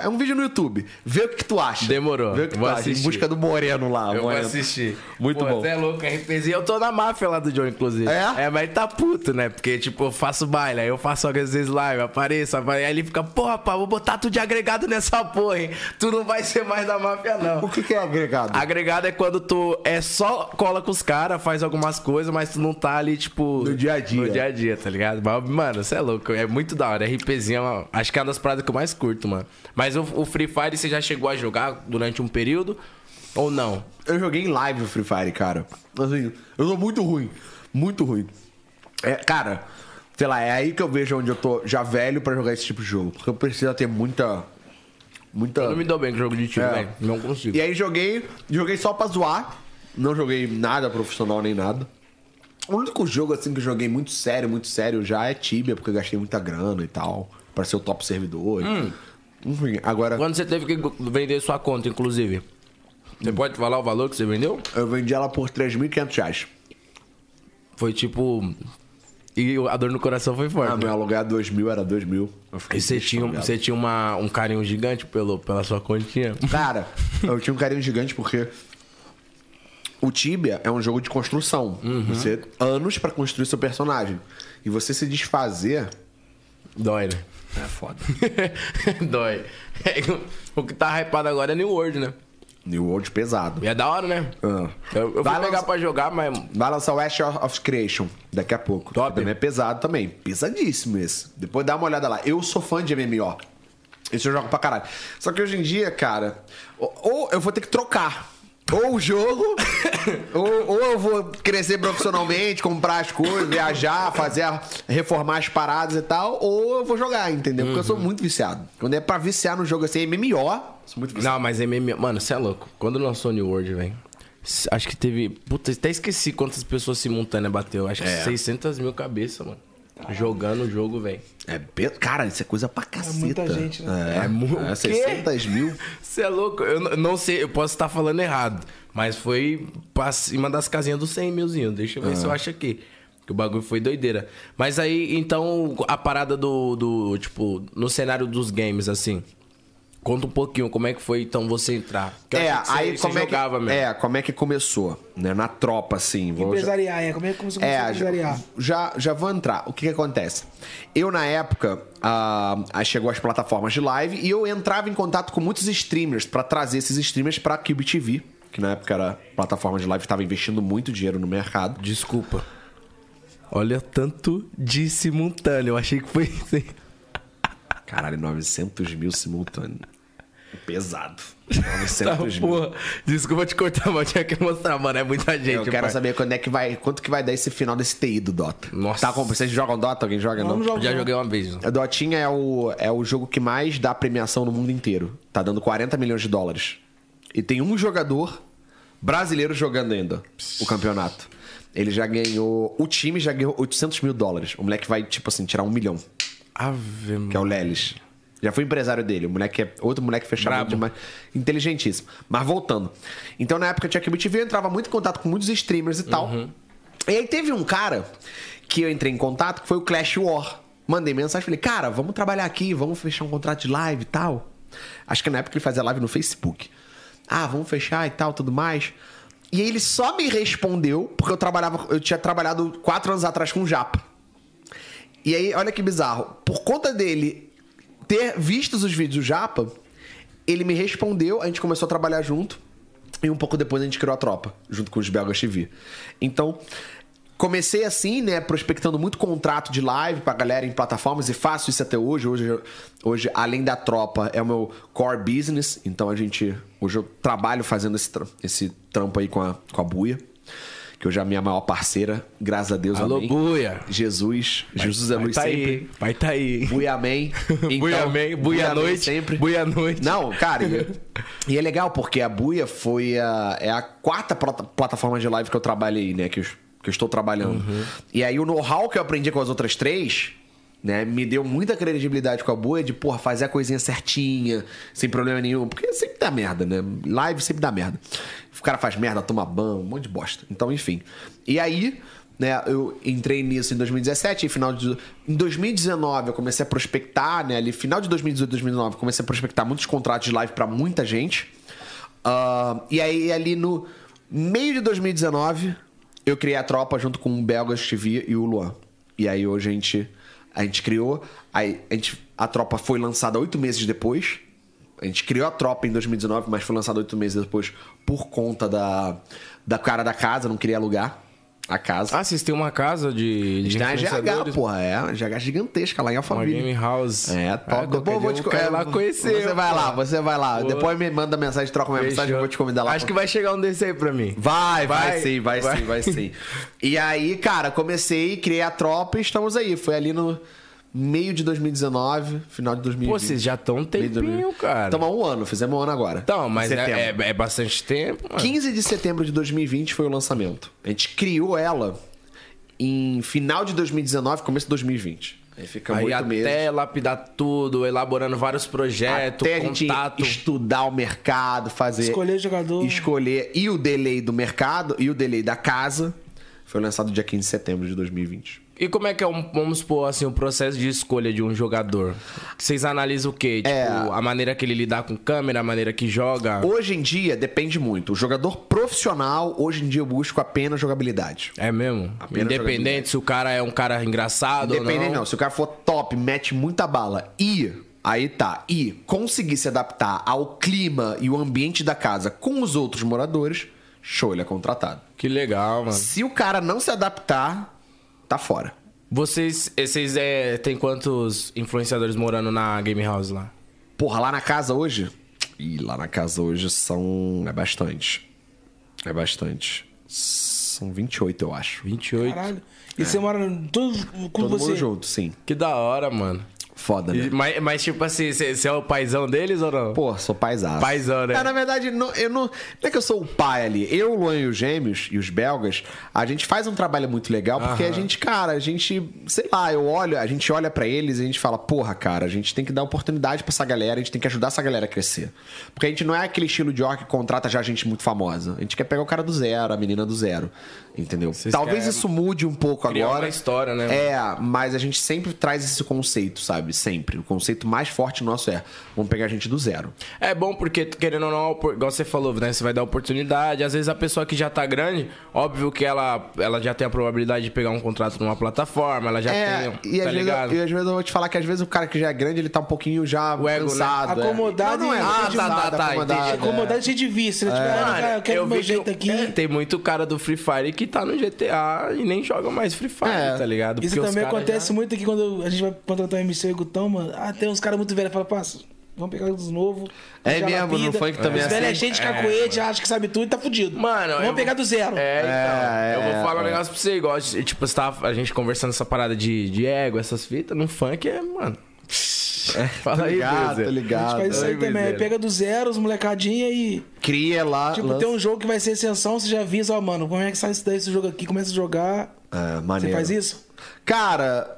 É, é um vídeo no YouTube. Vê o que, que tu acha. Demorou. Vê o que Vou tu acha. Em assistir. busca do Moreno lá. Eu vou Moreno. assistir. Muito Pô, bom. Você é louco, RPzinho. Eu tô na máfia lá do John, inclusive. É? É, mas ele tá puto, né? Porque, tipo, eu faço baile, aí eu faço às vezes live, apareço, apareço. Aí ele fica, porra, pá, vou botar tu de agregado nessa porra, hein? Tu não vai ser mais da máfia, O não. que, que é agregado? Agregado é quando tu é só cola com os caras, faz algumas coisas, mas tu não tá ali, tipo. No dia a dia. No dia a dia, tá ligado? Mas, mano, você é louco. É muito da hora. RPzinho, é uma- acho que é uma das paradas que eu mais curto, mano. Mas o, o Free Fire você já chegou a jogar durante um período? Ou não? Eu joguei em live o Free Fire, cara. Assim, eu sou muito ruim. Muito ruim. É, cara, sei lá, é aí que eu vejo onde eu tô já velho pra jogar esse tipo de jogo. Porque eu preciso ter muita. Muita. Eu não me dou bem com jogo de tiro, É. velho. Não consigo. E aí joguei, joguei só pra zoar. Não joguei nada profissional nem nada. O único jogo assim que eu joguei muito sério, muito sério já é Tibia, porque eu gastei muita grana e tal. Pra ser o top servidor. Enfim, agora Hum. Quando você teve que vender sua conta, inclusive? Você pode falar o valor que você vendeu? eu vendi ela por 3.500 reais. Foi tipo. e a dor no coração foi forte. Ah, né? meu aluguel 2 mil era 2 mil. Eu fiquei E você triste, tinha, um- tá ligado? você tinha uma, um carinho gigante pelo, pela sua continha? Cara, eu tinha um carinho gigante porque o Tibia é um jogo de construção. Uhum. Você anos pra construir seu personagem. E você se desfazer. Dói, né? É foda. [LAUGHS] Dói. [LAUGHS] o que tá hypado agora é New World, né? New World pesado. E é da hora, né? Ah. Eu, eu fui Vai pegar lançar- pra jogar, mas. Vai lançar o Ash of Creation daqui a pouco. Top. Também é pesado também. Pesadíssimo esse. Depois dá uma olhada lá. Eu sou fã de MMO. Esse eu jogo pra caralho. Só que hoje em dia, cara, ou- ou eu vou ter que trocar. Ou [LAUGHS] o jogo, ou, ou eu vou crescer profissionalmente, comprar as coisas, viajar, fazer, a- reformar as paradas e tal, ou eu vou jogar, entendeu? Porque eu Uhum. sou muito viciado. Quando é pra viciar no jogo assim, MMO, sou muito viciado. Não, mas MMO. Mano, você é louco. Quando lançou New World, velho. s- Acho que teve. Puta, até esqueci quantas pessoas simultâneas bateu. Acho que 600 mil cabeças, mano. Jogando o jogo, velho. É, pe- cara, isso é coisa pra caceta. muita gente, né? É, é, mu- é quê? 600 mil Você é louco? Eu n- não sei, eu posso estar falando errado. Mas foi pra cima das casinhas dos 100 milzinho. Deixa eu ver se eu acho aqui. Que o bagulho foi doideira. Mas aí, então, a parada do, do. Tipo, no cenário dos games, assim. Conta um pouquinho como é que foi, então, você entrar. Porque eu É, achei que aí você como é jogava que, mesmo. É, como é que começou, né? Na tropa, assim. vou- Empresariar, é. Como é que começou a É, já, empresariar? já, já vou entrar. O que, que acontece? Eu, na época, ah, aí chegou as plataformas de live e eu entrava em contato com muitos streamers pra trazer esses streamers pra Cube TV, que na época era plataforma de live, tava investindo muito dinheiro no mercado. Desculpa. Olha tanto de simultâneo. Eu achei que foi. [LAUGHS] assim. Caralho, 900 mil simultâneo. Pesado. Tá, 900 mil. porra. Desculpa te cortar, mas eu tinha que mostrar, mano. É muita gente. Eu quero pai. saber quando é que vai, quanto que vai dar esse final desse TI do Dota. Nossa. Tá, com- vocês jogam Dota? Alguém joga? Vamos não? jogar. Já joguei uma vez. A Dotinha é o, é o jogo que mais dá premiação no mundo inteiro. Tá dando 40 milhões de dólares. E tem um jogador brasileiro jogando ainda o campeonato. Ele já ganhou. O time já ganhou 800 mil dólares. O moleque vai, tipo assim, tirar um milhão, Ave, que é o Lelis. Já foi empresário dele. O moleque é outro moleque fechado Brabo. demais. Inteligentíssimo. Mas voltando. Então, na época, eu tinha que TV, eu entrava muito em contato com muitos streamers e tal. E aí teve um cara que eu entrei em contato, que foi o Clash War. Mandei mensagem, falei, cara, vamos trabalhar aqui, vamos fechar um contrato de live e tal. Acho que na época ele fazia live no Facebook. Ah, vamos fechar e tal, tudo mais. E aí ele só me respondeu, porque eu trabalhava, eu tinha trabalhado quatro anos atrás com o Japa. E aí, olha que bizarro. Por conta dele ter visto os vídeos do Japa, ele me respondeu, a gente começou a trabalhar junto. E um pouco depois a gente criou a tropa, junto com os belgas TV. Então, comecei assim, né, prospectando muito contrato de live pra galera em plataformas e faço isso até hoje. Hoje, hoje além da tropa, é o meu core business. Então, a gente. Hoje eu trabalho fazendo esse, tra- esse trampo aí com a, com a Buia, que hoje é a minha maior parceira, graças a Deus. Alô, amém. Buia. Jesus, Jesus é luz tá sempre. aí, vai tá aí. [LAUGHS] Buia amém. Então, buia amém, buia à noite, Sempre. buia à noite. Não, cara, [LAUGHS] e, e é legal porque a Buia foi a, é a quarta plata- plataforma de live que eu trabalhei, né? Que eu, que eu estou trabalhando. Uhum. E aí o know-how que eu aprendi com as outras três, né? Me deu muita credibilidade com a Buia de, porra, fazer a coisinha certinha, sem problema nenhum. Porque sempre dá merda, né? Live sempre dá merda. O cara faz merda, toma ban, um monte de bosta. Então, enfim. E aí né, eu entrei nisso em 2017, e final de em 2019 eu comecei a prospectar, né, ali final de 2018, 2019, comecei a prospectar muitos contratos de live pra muita gente. Ah, e aí ali no meio de 2019, eu criei a tropa junto com o Belgas TV e o Luan. E aí hoje a gente a gente criou, aí a, gente, a tropa foi lançada oito meses depois. A gente criou a tropa em 2019, mas foi lançada oito meses depois por conta da, da cara da casa, não queria alugar a casa. Ah, vocês têm uma casa de, de Tem a GH, influenciadores? porra, é uma GH gigantesca lá em Uma Alphaville. game house. Ah, É, top. Depois eu vou te eu quero é, lá conhecer. Você vai pô. lá, você vai lá. Pô. Depois me manda mensagem, troca uma mensagem, eu vou te convidar lá. Acho que vai chegar um desse aí pra mim. Vai, vai, Vai, sim, vai, vai. sim, vai sim. E aí, cara, comecei, criei a tropa e estamos aí. Foi ali no meio de 2019, final de 2020. Pô, vocês já estão um Meio de tempinho, 2020. cara. Tamo há um ano, fizemos um ano agora. então, mas Em é, setembro. é- é bastante tempo, mano. 15 de setembro de 2020 foi o lançamento. A gente criou ela em final de 2019, começo de 2020. Aí ficamos Aí oito até meses. lapidar tudo, elaborando vários projetos, até a gente contato. estudar o mercado, fazer. Escolher jogador. Escolher. E o delay do mercado e o delay da casa. Foi lançado dia 15 de setembro de 2020. E como é que é, um, vamos supor, assim, o processo de escolha de um jogador? Vocês analisam o quê? Tipo, É, a maneira que ele lidar com câmera, a maneira que joga? Hoje em dia, depende muito. O jogador profissional, hoje em dia, eu busco apenas jogabilidade. É mesmo? Apenas Independente jogabilidade. se o cara é um cara engraçado Dependendo, ou não. não. Se o cara for top, mete muita bala e. Aí tá. E conseguir se adaptar ao clima e o ambiente da casa com os outros moradores, show, ele é contratado. Que legal, mano. Se o cara não se adaptar, tá fora. Vocês, eh, vocês é, tem quantos influenciadores morando na Game House lá? Porra, lá na casa hoje? Ih, lá na casa hoje são. É bastante. É bastante. São 28, eu acho. 28. Caralho. E você mora todo, com É. Todo você? mundo junto, sim. Que da hora, mano. Foda, E- né? mas, mas, tipo assim, você é o paizão deles ou não? Pô, sou paisaço. Paizão, né? É, na verdade, não, eu não, não é que eu sou o pai ali. Eu, o Luan e os gêmeos e os belgas, a gente faz um trabalho muito legal porque a gente, cara, a gente, sei lá, eu olho, a gente olha pra eles e a gente fala, porra, cara, a gente tem que dar oportunidade pra essa galera, a gente tem que ajudar essa galera a crescer. Porque a gente não é aquele estilo de orc que contrata já gente muito famosa. A gente quer pegar o cara do zero, a menina do zero. Entendeu? Talvez querem isso mude um pouco criar agora. uma história, né? É, mas a gente sempre traz esse conceito, sabe? Sempre. O conceito mais forte nosso é: vamos pegar a gente do zero. É bom porque, querendo ou não, opor- igual você falou, né? Você vai dar oportunidade. Às vezes a pessoa que já tá grande, óbvio que ela, ela já tem a probabilidade de pegar um contrato numa plataforma, ela já É, tem. e, tá às vezes, ligado? eu- e às vezes eu vou te falar que às vezes o cara que já é grande, ele tá um pouquinho já O ego, né? cansado. é. Acomodado não, não é. e- Ah, tá, acomodado, tá, tá, acomodado, entendi. é. Acomodar cheio de vício, né? Tipo, ah, Mano, cara, eu quero meu vi que jeito É. eu- aqui. é, tem muito cara do Free Fire que tá no GTA e nem joga mais Free Fire, É. tá ligado? Isso Porque os também cara acontece já- muito aqui quando a gente vai contratar um o MC e o Gutão, mano. Ah, tem uns caras muito velhos. Fala, passa, vamos pegar os novos. É já mesmo, lapida. no funk também é Os velhos é assim. cheio de cacoete, acha que sabe tudo e tá fudido. Mano, vamos eu- pegar do zero. É, então. É, eu vou é, falar um é. negócio pra você, igual, tipo, você tava, a gente conversando essa parada de, de ego, essas fitas, no funk é, [LAUGHS] mano. Fala Tá Tô aí, Tá ligado, Bruiser. tô A gente ligado. faz isso aí Ai, também. Aí miséria. pega do zero os molecadinha e. Cria lá. Tipo, lança- tem um jogo que vai ser extensão, você já avisa, ó, mano, como é que sai isso daí, esse jogo aqui, começa a jogar. É, Você maneiro. faz isso? Cara,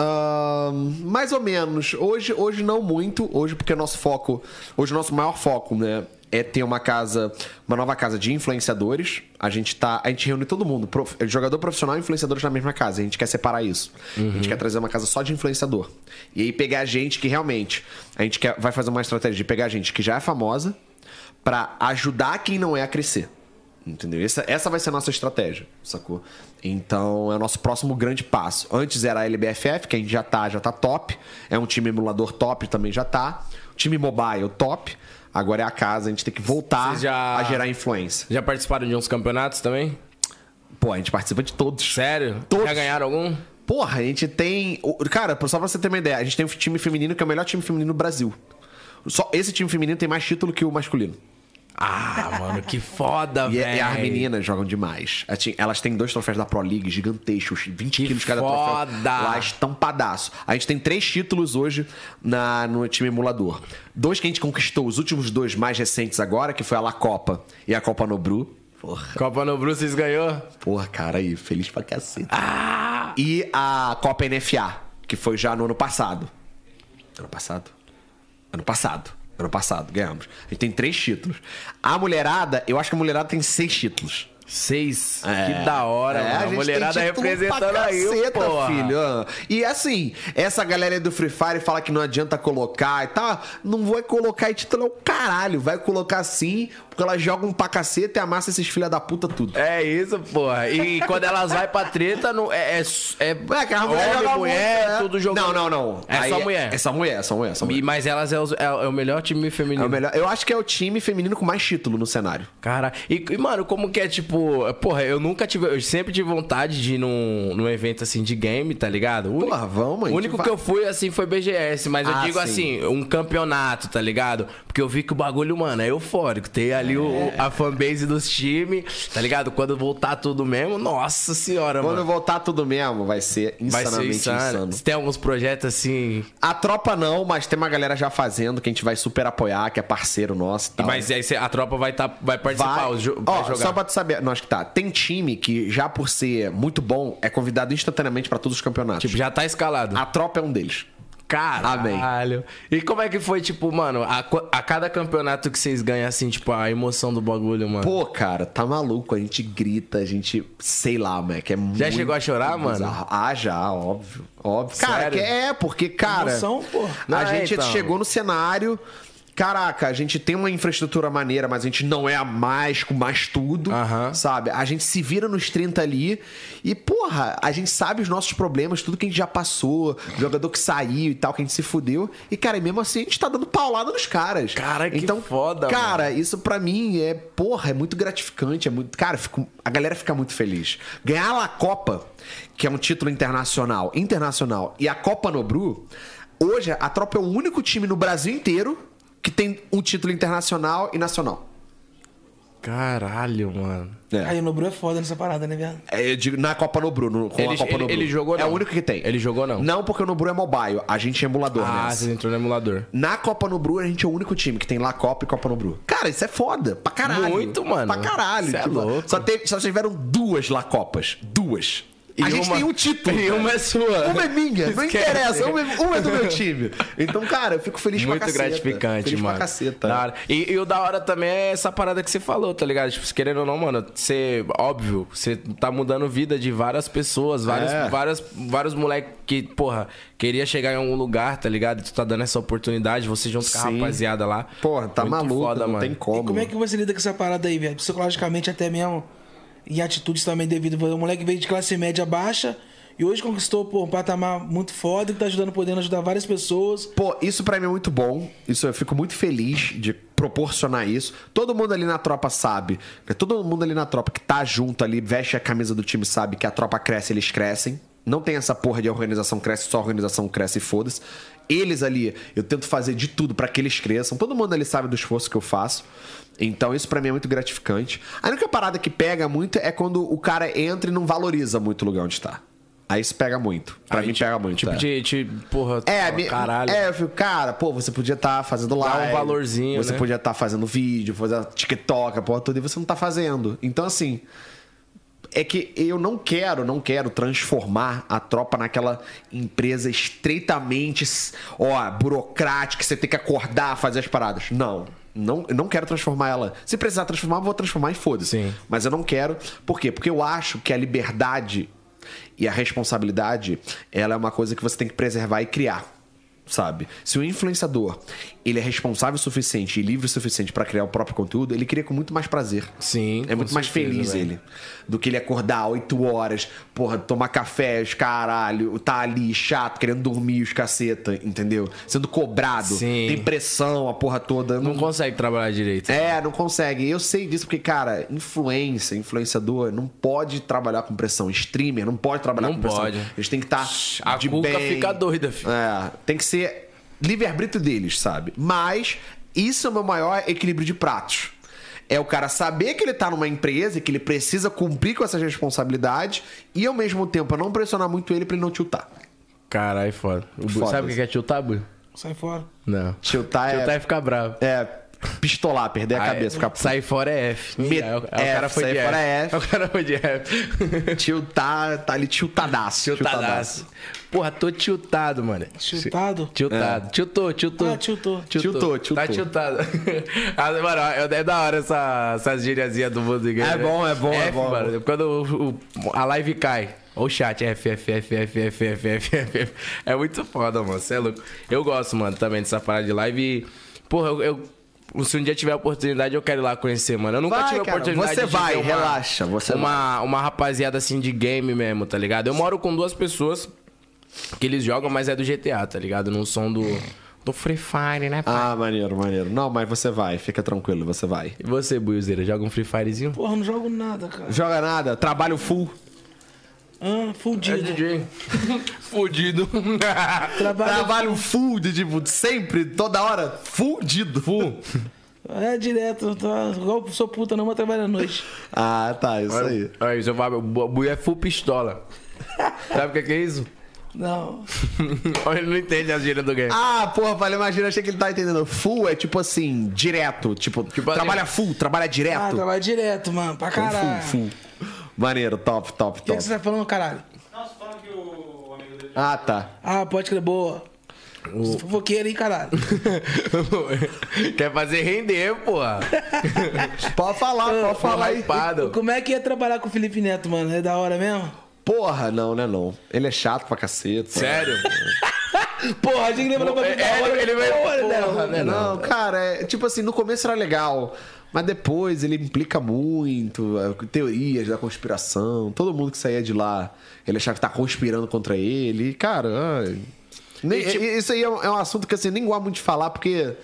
ahn, mais ou menos. Hoje, hoje não muito. Hoje, porque o nosso foco. Hoje, o nosso maior foco, né? É ter uma casa, uma nova casa de influenciadores. A gente tá. A gente reúne todo mundo, prof- jogador profissional e influenciadores na mesma casa. A gente quer separar isso. A gente quer trazer uma casa só de influenciador. E aí pegar gente que realmente. A gente quer, vai fazer uma estratégia de pegar gente que já é famosa pra ajudar quem não é a crescer. Entendeu? Essa, essa vai ser a nossa estratégia, sacou? Então é o nosso próximo grande passo. Antes era a LBFF, que a gente já tá, já tá top. É um time emulador top, também já tá. O time mobile top. Agora é a casa, a gente tem que voltar Vocês já- a gerar influência. Já participaram de uns campeonatos também? Pô, a gente participa de todos. Sério? Todos. Já ganharam algum? Porra, a gente tem. o- Cara, só pra você ter uma ideia, a gente tem um time feminino que é o melhor time feminino do Brasil. Só esse time feminino tem mais título que o masculino. Ah, mano, que [LAUGHS] foda, E, é, velho. e as meninas jogam demais. Assim, Elas têm dois troféus da Pro League gigantescos, 20 quilos cada troféu. foda! Lá estampadaço. A gente tem três títulos hoje na, no time emulador. Dois que a gente conquistou, os últimos dois mais recentes agora, que foi a La Copa e a Copa Nobru. Porra, Copa no Bruce, vocês ganhou? porra, cara aí, feliz pra caceta. E a Copa NFA, que foi já no ano passado. Ano passado? Ano passado. Ano passado, ganhamos. A gente tem três títulos. A mulherada, eu acho que a mulherada tem seis títulos. Seis. É. Que da hora, É, mano. A, gente mulherada tem título representando pra aí, caceta, pô. filho. Ah, E assim, essa galera aí do Free Fire fala que não adianta colocar e tal. Não vai colocar e título é o caralho. Vai colocar sim, porque elas jogam pra caceta e amassa esses filha da puta tudo. É isso, porra. E quando elas vai pra treta, não, é, é, é, É, que as mulheres homem, jogam mulher, muito, né? tudo jogando. Não, não, não. É Aí só mulher. É só mulher, é só mulher, é só E- mulher. Mas elas é, os- é- é o melhor time É feminino. o melhor. Eu acho que é o time feminino com mais título no cenário. Cara, e, e, mano, como que é, tipo... Porra, eu nunca tive... Eu sempre tive vontade de ir num, num evento, assim, de game, tá ligado? O único- Porra, vamos, a O gente único vai. que eu fui, assim, foi BGS. Mas eu Ah, digo, sim. assim, um campeonato, tá ligado? Porque eu vi que o bagulho, mano, é eufórico. Tem ali o, a fanbase dos times, tá ligado? Quando voltar tudo mesmo, nossa senhora, Quando mano. voltar tudo mesmo, vai ser Vai ser insanamente insano. insano. Tem alguns projetos, assim... A tropa não, mas tem uma galera já fazendo que a gente vai super apoiar, que é parceiro nosso e tal. Mas aí cê- a tropa vai, tá, vai participar, Vai. os jo- Ó, vai jogar. só pra tu saber, não, acho que tá. Tem time que, já por ser muito bom, é convidado instantaneamente pra todos os campeonatos. Tipo, já tá escalado. A tropa é um deles. Caralho. E como é que foi, tipo, mano, a, qu- a cada campeonato que vocês ganham, assim, tipo, a emoção do bagulho, mano? Pô, cara, tá maluco. A gente grita, a gente. Sei lá, Mac. É muito chegou a chorar, mano? bizarro. Ah, já, óbvio. Óbvio. Cara, Sério? que é, porque, cara. Emoção, pô. A Ah, gente então. chegou no cenário. Caraca, a gente tem uma infraestrutura maneira, mas a gente não é a mais com mais tudo, Aham. sabe? A gente se vira nos 30 ali e, porra, a gente sabe os nossos problemas, tudo que a gente já passou, jogador que saiu e tal, que a gente se fudeu. E, cara, e mesmo assim a gente tá dando paulada nos caras. Cara, que foda, Então, Cara, isso pra mim é, porra, é muito gratificante, é muito, cara, fico- a galera fica muito feliz. Ganhar a La Copa, que é um título internacional, internacional, e a Copa Nobru, hoje a Tropa é o único time no Brasil inteiro que tem um título internacional e nacional. Caralho, mano. Aí o Nobru é foda nessa parada, né, viado? É, eu digo, na Copa Nobru, no, com Ele- a Copa ele- Nobru. ele jogou, É não? o único que tem. Ele jogou, não? Não, porque o Nobru é mobile, a gente é emulador, Ah, nessa. vocês entrou no emulador. Na Copa Nobru, a gente é o único time que tem La Copa e Copa Nobru. Cara, isso é foda. Pra caralho. Muito, mano. Pra caralho. tipo, Cê é louco. Só, teve, só tiveram duas La Copas. Duas. a gente tem um título. E cara. uma é sua. Uma é minha, [LAUGHS] não Esquece. interessa. Uma é, uma é do meu time. Então, cara, eu fico feliz pra Muito caceta. gratificante, feliz mano. Pra caceta. Da hora. E, e o da hora também é essa parada que você falou, tá ligado? Tipo, se querendo ou não, mano, você, óbvio, você tá mudando vida de várias pessoas, vários, É. várias, vários moleques que, porra, queria chegar em algum lugar, tá ligado? E tu tá dando essa oportunidade, você junto com a Sim. rapaziada lá. Porra, tá Muito maluco, foda, não mano. tem como. E como é que você lida com essa parada aí, velho? Psicologicamente até mesmo. Em atitudes também devido. O moleque veio de classe média baixa e hoje conquistou pô, um patamar muito foda que tá ajudando, podendo ajudar várias pessoas. Pô, isso pra mim é muito bom. Isso eu fico muito feliz de proporcionar isso. Todo mundo ali na tropa sabe. Todo mundo ali na tropa que tá junto ali, veste a camisa do time, sabe que a tropa cresce, eles crescem. Não tem essa porra de a organização cresce, só a organização cresce e foda-se. Eles ali, eu tento fazer de tudo pra que eles cresçam. Todo mundo ali sabe do esforço que eu faço. Então isso pra mim é muito gratificante. A única parada que pega muito é quando o cara entra e não valoriza muito o lugar onde tá. Aí isso pega muito. Pra Aí, mim tipo, pega muito. Tipo, é. de, de- porra, É, fala, me- caralho. é, eu fico, cara, pô, você podia estar fazendo um live. valorzinho, Você né? podia estar fazendo vídeo, fazendo TikTok, a porra toda, e você não tá fazendo. Então, assim. É que eu não quero, não quero transformar a tropa naquela empresa estreitamente, ó, burocrática, que você tem que acordar, fazer as paradas. Não. Não, eu não quero transformar ela. Se precisar transformar, eu vou transformar e foda-se. Sim. Mas eu não quero. Por quê? Porque eu acho que a liberdade e a responsabilidade, ela é uma coisa que você tem que preservar e criar. Sabe? Se o influenciador ele é responsável o suficiente e livre o suficiente pra criar o próprio conteúdo, ele cria com muito mais prazer. Sim, É com muito mais certeza, feliz velho. ele. Do que ele acordar 8 horas, porra, tomar café, os caralho, tá ali chato, querendo dormir, os caceta, entendeu? Sendo cobrado, Sim. tem pressão, a porra toda. Eu Não consegue trabalhar direito. é, não consegue. Eu sei disso porque, cara, influência, influenciador não pode trabalhar com pressão. Streamer não pode trabalhar Não com pressão. pode. Eles têm que estar A de cuca bem. fica doida, filho. É, tem que ser livre-arbítrio deles, sabe? Mas isso é o meu maior equilíbrio de pratos. É o cara saber que ele tá numa empresa e que ele precisa cumprir com essas responsabilidades e, ao mesmo tempo, eu não pressionar muito ele pra ele não tiltar. Caralho, foda. O Bu- Foda-se. Sabe o que é tiltar, Bu? Sai fora. Não. Tiltar, Tiltar é, é ficar bravo. é pistolar, perder a Ah, é. cabeça, ficar [LAUGHS] Sair fora é F. Me- Aí o- aí F, o cara foi sair de F. fora é [LAUGHS] F. O cara foi de F. tiltar, tá ali tiltadaço. Tiltadaço. Porra, tô tiltado, mano. Tiltado? Tiltado. Tiltou, tiltou. Ah, tiltou. Tiltou, É. Tiltou, tiltou. Tá tiltado. [LAUGHS] Ah, mano, é é da hora essa, essas gíriazinhas do mundo inglês. É né? bom, é bom, é F, bom, é Mano, Quando o- o- a live cai. Ou o chat, F, F, F, F, F, F, F, F, F. É muito foda, mano. Você é louco. Eu gosto, mano, também dessa parada de live. E, porra, eu, eu- Se um dia tiver oportunidade, eu quero ir lá conhecer, mano. Eu nunca Vai, tive cara, oportunidade você de vai, ver uma- relaxa, você uma uma, uma rapaziada assim de game mesmo, tá ligado? Eu moro com duas pessoas que eles jogam, mas é do GTA, tá ligado? Não são do. Do Free Fire, né, pai? Ah, maneiro, maneiro. Não, mas você vai, fica tranquilo, você vai. E você, Buizeira, joga um Free Firezinho? Porra, não jogo nada, cara. Joga nada, trabalho full. Ah, fudido. DJ. [LAUGHS] Fudido. Trabalho. Trabalho full, de, tipo, sempre, toda hora, fudido. Full. É direto. Tô... Igual sou puta, não, mas trabalho à noite. [LAUGHS] ah, tá, isso aí. Aí, seu Fábio, o Bu Bu é full pistola. Sabe o que que é isso? [LAUGHS] Não. Ele não entende as gírias do game. Ah, porra, falei, imagina, achei que ele tá entendendo. Full é tipo assim, direto. Tipo, Tipo assim- trabalha full, trabalha direto. Ah, trabalho direto, mano. Pra Full, caralho. O full. Maneiro, top, top, que, top. que você tá falando, caralho? Não, você falando que o amigo dele Ah, tá. Ah, pode crer, boa. Fofoqueiro, hein, caralho? [LAUGHS] Quer fazer render, porra. Pode falar, pode falar aí. Hypado. Como é que ia trabalhar com o Felipe Neto, mano? É da hora mesmo? Porra, não, né não. Ele é chato pra caceta. Sério? Porra, a gente lembrou pra É, ele, ele vai. Porra, né, não. Não, cara, é, tipo assim, no começo era legal, mas depois ele implica muito, é, teorias da conspiração, todo mundo que saía de lá, ele achava que tá conspirando contra ele, e, cara, ai, nem- tipo é- isso aí é um, é um assunto que assim, nem gosto muito de falar, porque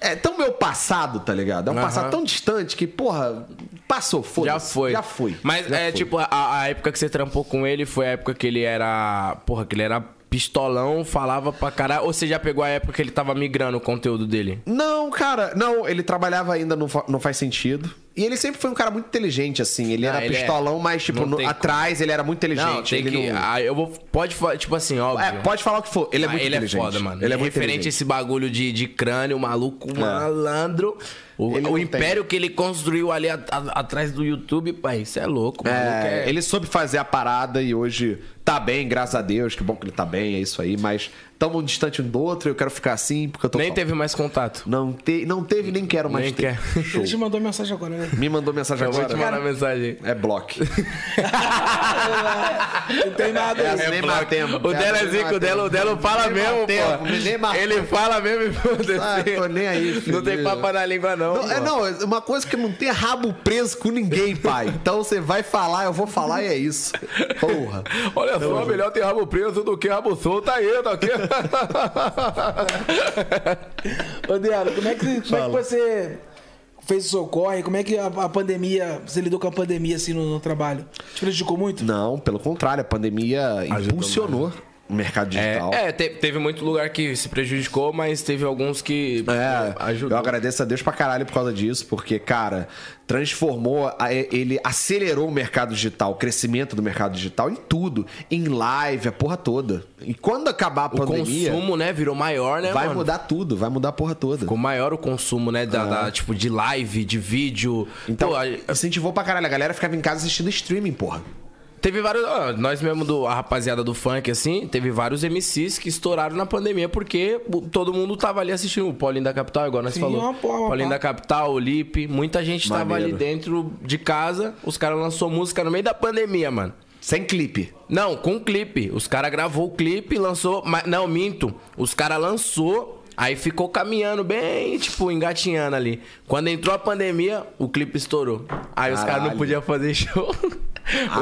é tão meu passado, tá ligado? É um Aham. passado tão distante que, porra, passou, foda Já foi. Já foi. Mas já é foi. tipo, a, a época que você trampou com ele foi a época que ele era. Porra, que ele era pistolão, falava pra caralho. Ou você já pegou a época que ele tava migrando o conteúdo dele? Não, cara, não, ele trabalhava ainda no Fa- Não Faz Sentido. E ele sempre foi um cara muito inteligente, assim. Ele Ah, era ele é. pistolão, mas, tipo, Não no- tem como. atrás ele era muito inteligente. não, tem ele que. não- Ah, eu vou. Pode falar, tipo assim, óbvio. É, pode falar o que for. Ele é Ah, muito ele é inteligente. foda, mano. Ele é muito Referente a inteligente. É. esse bagulho de, de crânio, maluco, malandro. O, Ele o não tem. império que ele construiu ali a- a- atrás do YouTube, pai, isso é louco, maluco. É, ele soube fazer a parada e hoje tá bem, graças a Deus. Que bom que ele tá bem, é isso aí. Mas tamo distante um do outro, eu quero ficar assim porque eu tô. Nem só. teve mais contato. Não, te... não teve, nem quero mais Nem ter. quer. Show. Ele te mandou mensagem agora, né? Me mandou mensagem Eu vou te agora. mandar mensagem. É bloco. Não tem nada. É, isso. nem bloco. matemos. O dela é zico, o dela, o dela fala Nem mesmo, matemos, pô. nem matemos. Ele fala mesmo e foda-se. Ah, tô nem aí, Não filho. tem papo na língua, não. Não, é, pô. não, é uma coisa que não tem rabo preso com ninguém, pai. Então você vai falar, eu vou falar e é isso. Porra. Olha só, melhor ter rabo preso do que rabo solto aí, tá aqui. Ô, Dearo, como é que, como é que você fez o socorre? Como é que a, a pandemia, você lidou com a pandemia assim no, no trabalho? Te prejudicou muito? Não, pelo contrário, a pandemia impulsionou o mercado [LAUGHS] digital. É, é, te- teve muito lugar que se prejudicou, mas teve alguns que É, pô, ajudou. eu agradeço a Deus pra caralho por causa disso, porque, cara, transformou, a- ele acelerou o mercado digital, o crescimento do mercado digital em tudo, em live, a porra toda. E quando acabar a O pandemia, consumo, né, virou maior, né, vai mano? mudar tudo, vai mudar a porra toda. Ficou maior o consumo, né, da, da, tipo, de live, de vídeo. Então, Pô, a- incentivou pra caralho, a galera ficava em casa assistindo streaming, porra. teve vários... ah, nós mesmo, do, a rapaziada do funk, assim, teve vários MCs que estouraram na pandemia porque o- todo mundo tava ali assistindo. O Paulinho da Capital, igual nós Sim, é falamos. uma porra, uma Paulinho da porra. Capital, o Lipe. Muita gente tava Maneiro. ali dentro de casa. Os caras lançou música no meio da pandemia, mano. Sem clipe. Não, com o clipe. Os caras gravou o clipe, lançou. Mas, não, minto. Os caras lançou, aí ficou caminhando bem, tipo, engatinhando ali. Quando entrou a pandemia, o clipe estourou. Aí os caras não Caralho. podiam fazer [LAUGHS] show.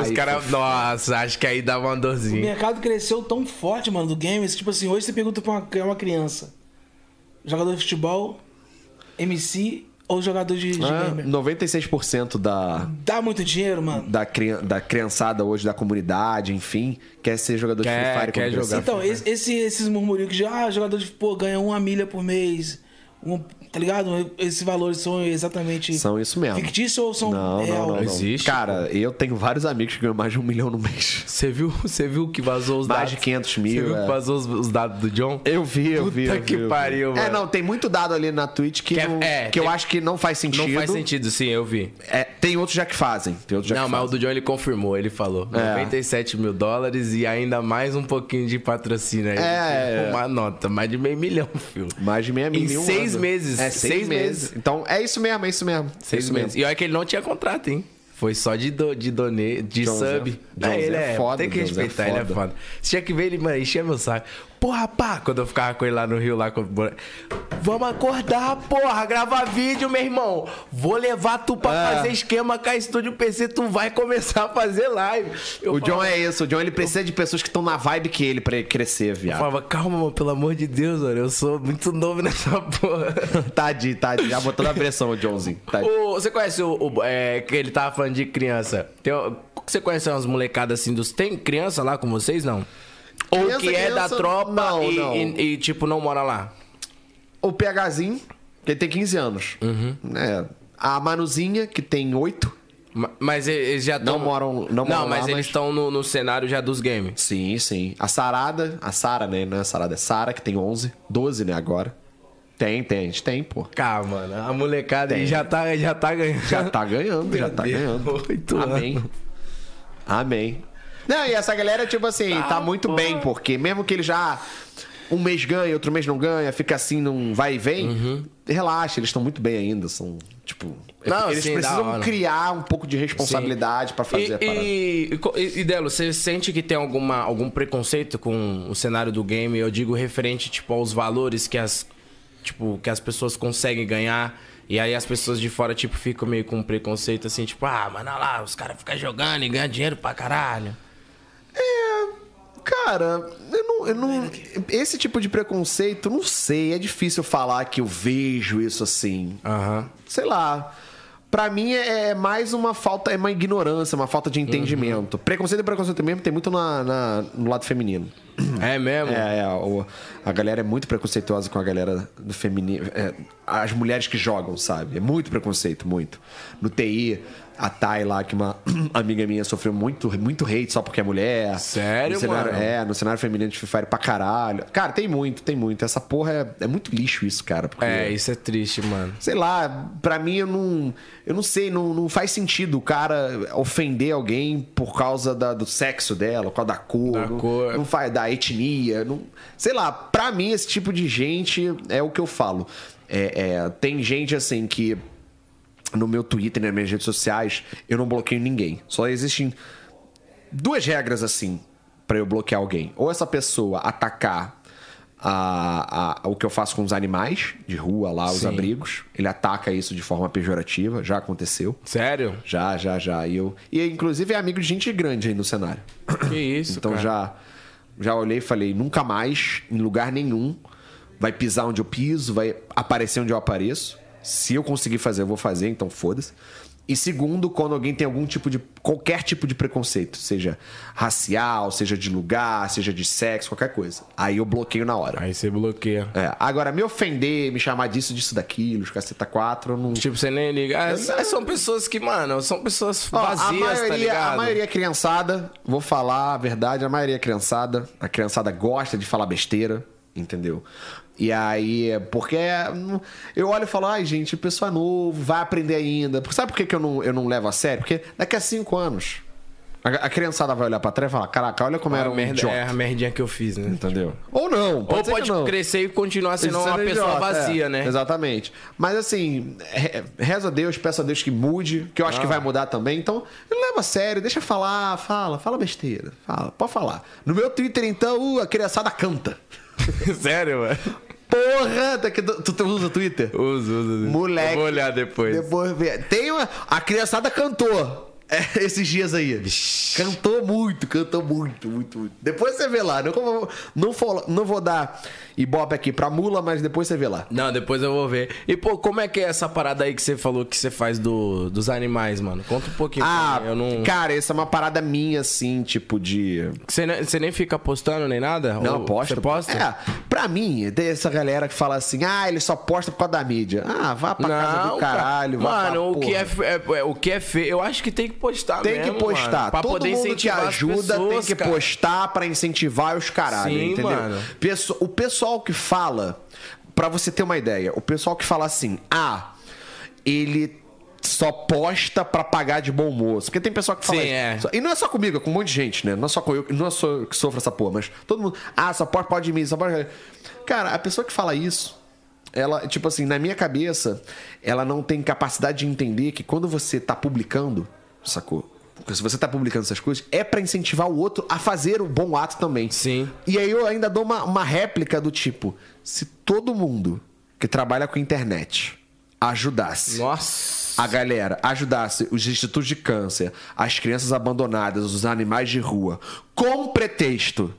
os Aí caras. Nossa, acho que aí dava uma O dorzinha. mercado cresceu tão forte, mano, do games. Tipo assim, hoje você pergunta pra uma, uma criança: jogador de futebol, MC ou jogador de, de Ah, gamer? 96% da, Dá muito dinheiro, mano. da, crian- da criançada hoje, da comunidade, enfim, quer ser jogador de Quer- Free Fire quer quando crescer. jogar. Então, esse, esse- esses murmurinhos que já, ah, jogador de pô, ganha uma milha por mês. um- tá ligado? Esses valores são exatamente. São isso mesmo. Fictícios ou são Não, real? não, não, não. Existe, Cara, eu tenho vários amigos que ganham mais de um milhão no mês. Você viu, [LAUGHS] você viu que vazou os Mais dados? de 500 mil, Você viu é. que vazou os, os dados do John? Eu vi, eu Puta vi. eu que vi, eu vi. pariu, É, mano. não, tem muito dado ali na Twitch que, Que é- não- é, que eu tem- acho que não faz sentido. Não faz sentido, sim, eu vi. É, tem outros já que fazem. Tem outros já não, que mas o fazem. do John ele confirmou, ele falou. É. 97 mil dólares e ainda mais um pouquinho de patrocínio aí. É, é. Uma nota, mais de meio milhão, filho. Mais de meia Em milhão. seis meses, É, seis, seis meses. meses. Então, é isso mesmo, é isso mesmo. é Seis isso meses. E olha que ele não tinha contrato, hein? Foi só de, do, de, done, de John Zé- sub. John Ah, Zé ele é é foda, Tem que John Zé é respeitar, ele é foda. foda. Você tinha que ver ele, mano, enchia meu saco. Porra, pá, quando eu ficava com ele lá no Rio, lá com... Vamos acordar, porra, gravar vídeo, meu irmão. Vou levar tu pra É. fazer esquema com a Estúdio PC, tu vai começar a fazer live. Eu O John falava, é isso. O John ele precisa de pessoas que estão na vibe que ele pra ele crescer, Eu viado. falava, calma, mano, pelo amor de Deus, mano, eu sou muito novo nessa [LAUGHS] porra. Tadinho, tadinho. tá Já botando a pressão, o Johnzinho. tá Tadinho. O- você conhece o, o- é, que ele tava falando de criança? Tem, o- você conhece umas molecadas assim dos. Tem criança lá com vocês, não? Ou Criança, que é da criança, tropa não, e, não. e- e, tipo, não mora lá. O PHzinho, que tem 15 anos. É. A Manuzinha, que tem 8. Ma- Mas e- eles já Não tão- moram- não moram lá, mas eles mas- estão no, no cenário já dos games. Sim, sim. A Sarada, a Sara, né? Não é a Sarada, é Sara, que tem 11. 12, né, agora. Tem, tem, a gente tem, pô. Cara, mano, a molecada Tem. já tá, já tá ganhando. Já tá ganhando, já tá Deus, ganhando. oito Amém. anos. tá Amém. Não, e essa galera, tipo assim, tá muito bem, porque mesmo que ele já. um mês ganha, outro mês não ganha, fica assim, não vai e vem. Relaxa, eles estão muito bem ainda, são, tipo. Não, eles sim, da precisam hora. criar um pouco de responsabilidade pra fazer a E, parada. e, e co- e, e, Delo, você sente que tem alguma, algum preconceito com o cenário do game? Eu digo referente, tipo, aos valores que as, tipo, que as pessoas conseguem ganhar. E aí as pessoas de fora, tipo, ficam meio com preconceito, assim, tipo, ah, mano, olha lá, os caras ficam jogando e ganham dinheiro pra caralho. É, Cara, eu não, eu não. Esse tipo de preconceito, não sei. É difícil falar que eu vejo isso assim. Aham. sei lá. Pra mim é mais uma falta, é uma ignorância, uma falta de entendimento. Preconceito e preconceito mesmo tem muito na, na- no lado feminino. É mesmo? É, é o- a galera é muito preconceituosa com a galera do feminino. é, as mulheres que jogam, sabe? É muito preconceito, muito. No TI, a Thay lá, que uma [CLEARS THROAT] amiga minha sofreu muito, muito hate só porque é mulher. Sério, No cenário- mano? É, no cenário feminino de Free Fire pra caralho. Cara, tem muito, tem muito. Essa porra é, é muito lixo isso, cara. porque- É, isso é triste, mano. sei lá, pra mim eu não, eu não sei, não, não faz sentido o cara ofender alguém por causa da- do sexo dela, por causa da cor, Da não, cor. não faz da etnia, não, sei lá, pra mim esse tipo de gente é o que eu falo. É, é, tem gente assim que no meu Twitter, nas minhas redes sociais, eu não bloqueio ninguém. Só existem duas regras assim pra eu bloquear alguém. Ou essa pessoa atacar a- a- o que eu faço com os animais de rua lá, os Sim. abrigos. Ele ataca isso de forma pejorativa, já aconteceu. [COUGHS] Sério? Já, já, já. E eu e inclusive é amigo de gente grande aí no cenário. Que isso, então cara. já já olhei e falei, nunca mais em lugar nenhum vai pisar onde eu piso, vai aparecer onde eu apareço. Se eu conseguir fazer, eu vou fazer, então foda-se. E segundo, quando alguém tem algum tipo de qualquer tipo de preconceito, seja racial, seja de lugar, seja de sexo, qualquer coisa. Aí eu bloqueio na hora. Aí você bloqueia. É, agora me ofender, me chamar disso, disso, daquilo, os caceta 4, eu não Tipo, você nem liga. Ah, s- são pessoas que, mano, são pessoas Ó, vazias, a maioria, tá ligado? A maioria é criançada, vou falar a verdade, a maioria é criançada. A criançada gosta de falar besteira, entendeu? E aí, é porque hum, eu olho e falo, ai gente, o pessoal é novo, vai aprender ainda. Porque sabe por que, que eu, não, eu não levo a sério? Porque daqui a cinco anos, a, a criançada vai olhar pra trás e falar, caraca, olha como era a um merda, idiota. é a merdinha que eu fiz, né? Entendeu? Ou não, pode Ou ser que pode não. crescer e continuar sendo é uma Sendo pessoa idiota, vazia, é. né? Exatamente. Mas assim, re- reza a Deus, peço a Deus que mude, que eu Ah. acho que vai mudar também. Então, leva a sério, deixa falar, fala, fala besteira, fala, pode falar. No meu Twitter, então, uh, a criançada canta. [LAUGHS] Sério, mano? Porra, tá que- tu, tu usa Twitter? Usa, usa. usa. Moleque. Eu vou olhar depois. Depois vê. Tem uma. A criançada cantou. é, esses dias aí. Cantou muito, cantou muito, muito, muito. Depois você vê lá. Não, como- não, fo- não vou dar ibope aqui pra mula, mas depois você vê lá. Não, depois eu vou ver. E, pô, como é que é essa parada aí que você falou que você faz do, dos animais, mano? Conta um pouquinho. pra Ah, mim, eu não. cara, essa é uma parada minha, assim, tipo de. Você, ne- você nem fica postando nem nada? Não, Ou posta. Você posta? É, pra mim, tem essa galera que fala assim, ah, ele só posta por causa da mídia. Ah, vá pra casa do cara. caralho, vá pra Mano, o que porra. é, fe- é- é- o que é feio, eu acho que tem que postar Tem mesmo, que postar. mano, pra Todo poder mundo que incentivar as ajuda pessoas, tem que cara. postar pra incentivar os caralho, Sim, entendeu? mano. Pesso- O pessoal que fala, pra você ter uma ideia, o pessoal que fala assim, ah, ele só posta pra pagar de bom moço. Porque tem pessoal que fala Sim, é. isso. E não é só comigo, é com um monte de gente, né? Não é só com eu, não é só eu que sofro essa porra, mas todo mundo, ah, só pode pode de mim, só pode. Cara, a pessoa que fala isso, ela, tipo assim, na minha cabeça, ela não tem capacidade de entender que quando você tá publicando, sacou? Porque se você tá publicando essas coisas, é pra incentivar o outro a fazer o bom ato também. Sim. E aí eu ainda dou uma, uma réplica do tipo: se todo mundo que trabalha com internet ajudasse Nossa. a galera ajudasse os institutos de câncer, as crianças abandonadas, os animais de rua, com pretexto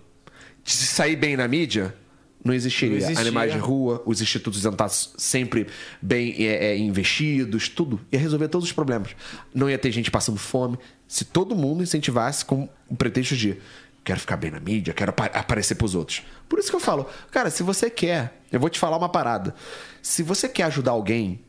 de se sair bem na mídia, não existiria. Não existia. Animais de rua, os institutos iam estar sempre bem é, é, investidos, tudo. Ia resolver todos os problemas. Não ia ter gente passando fome. Se todo mundo incentivasse com o pretexto de quero ficar bem na mídia, quero apa- aparecer pros outros. Por isso que eu falo, cara, se você quer, eu vou te falar uma parada. Se você quer ajudar alguém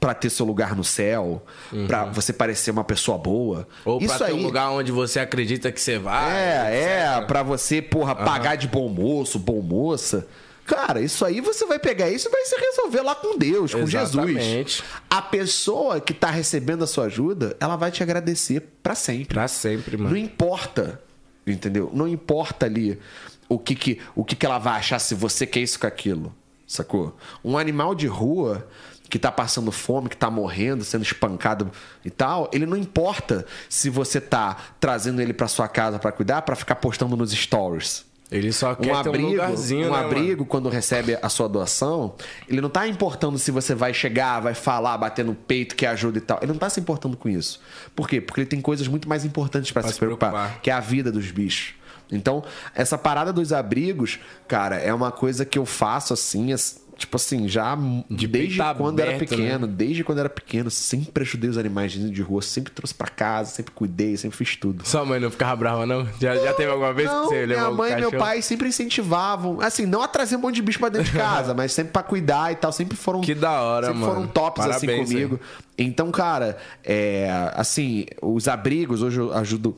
pra ter seu lugar no céu, pra você parecer uma pessoa boa, Uhum. Ou isso pra ter aí um lugar onde você acredita que você vai. é, é, pra você, porra, pagar de bom moço, bom moça. Cara, isso aí você vai pegar isso e vai se resolver lá com Deus, com Exatamente. Jesus. A pessoa que tá recebendo a sua ajuda, ela vai te agradecer pra sempre. Pra sempre, Não mano. importa, entendeu? Não importa ali o que que, o que que ela vai achar se você quer isso com aquilo, sacou? Um animal de rua que tá passando fome, que tá morrendo, sendo espancado e tal, ele não importa se você tá trazendo ele pra sua casa pra cuidar, pra ficar postando nos stories. Ele só quer Um ter abrigo, um lugarzinho, um né, mano? abrigo quando recebe a sua doação, ele não tá importando se você vai chegar, vai falar, bater no peito, que ajuda e tal. Ele não tá se importando com isso. Por quê? Porque ele tem coisas muito mais importantes pra Pra se, se preocupar, preocupar. que é a vida dos bichos. Então, essa parada dos abrigos, cara, é uma coisa que eu faço assim, as- tipo assim, já desde peito quando era aberto, né? pequeno, desde quando era pequeno, sempre ajudei os animais de rua, sempre trouxe pra casa, sempre cuidei, sempre fiz tudo. Sua mãe não ficava brava, não? Já, já teve alguma vez que Não, você levou minha um mãe e meu cachorro? pai sempre incentivavam. Assim, não a trazer um monte de bicho pra dentro de [LAUGHS] casa, mas sempre pra cuidar e tal. Sempre foram. Que da hora, sempre mano. foram tops assim Parabéns, comigo. Então, cara, é, assim, os abrigos, hoje eu ajudo.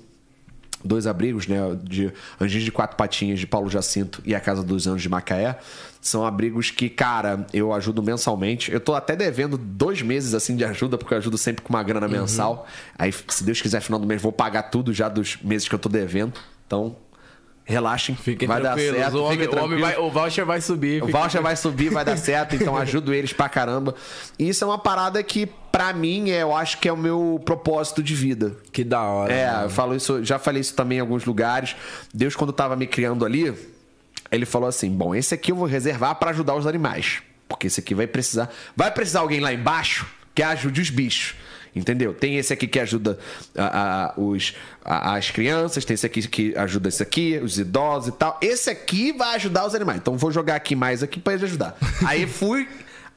Dois abrigos, né? De Anjinhos de Quatro Patinhas, de Paulo Jacinto e a Casa dos Anos de Macaé. São abrigos que, cara, eu ajudo mensalmente. Eu tô até devendo dois meses, assim, de ajuda, porque eu ajudo sempre com uma grana Uhum. mensal. Aí, se Deus quiser, final do mês, vou pagar tudo já dos meses que eu tô devendo. Então, relaxem. Fiquem vai dar tranquilos. certo. o, homem, fiquem o, homem tranquilos. vai, o voucher vai subir. O fica- voucher vai subir, vai dar [LAUGHS] certo, então ajudo eles pra caramba. E isso é uma parada que, pra mim, é, eu acho que é o meu propósito de vida. Que da hora. É, eu falo isso, já falei isso também em alguns lugares. Deus, quando tava me criando ali, ele falou assim: bom, esse aqui eu vou reservar pra ajudar os animais. Porque esse aqui vai precisar. Vai precisar alguém lá embaixo que ajude os bichos. Entendeu? Tem esse aqui que ajuda a- a- os, a- as crianças, tem esse aqui que ajuda esse aqui, os idosos e tal. Esse aqui vai ajudar os animais. Então vou jogar aqui mais aqui pra eles ajudar. Aí fui,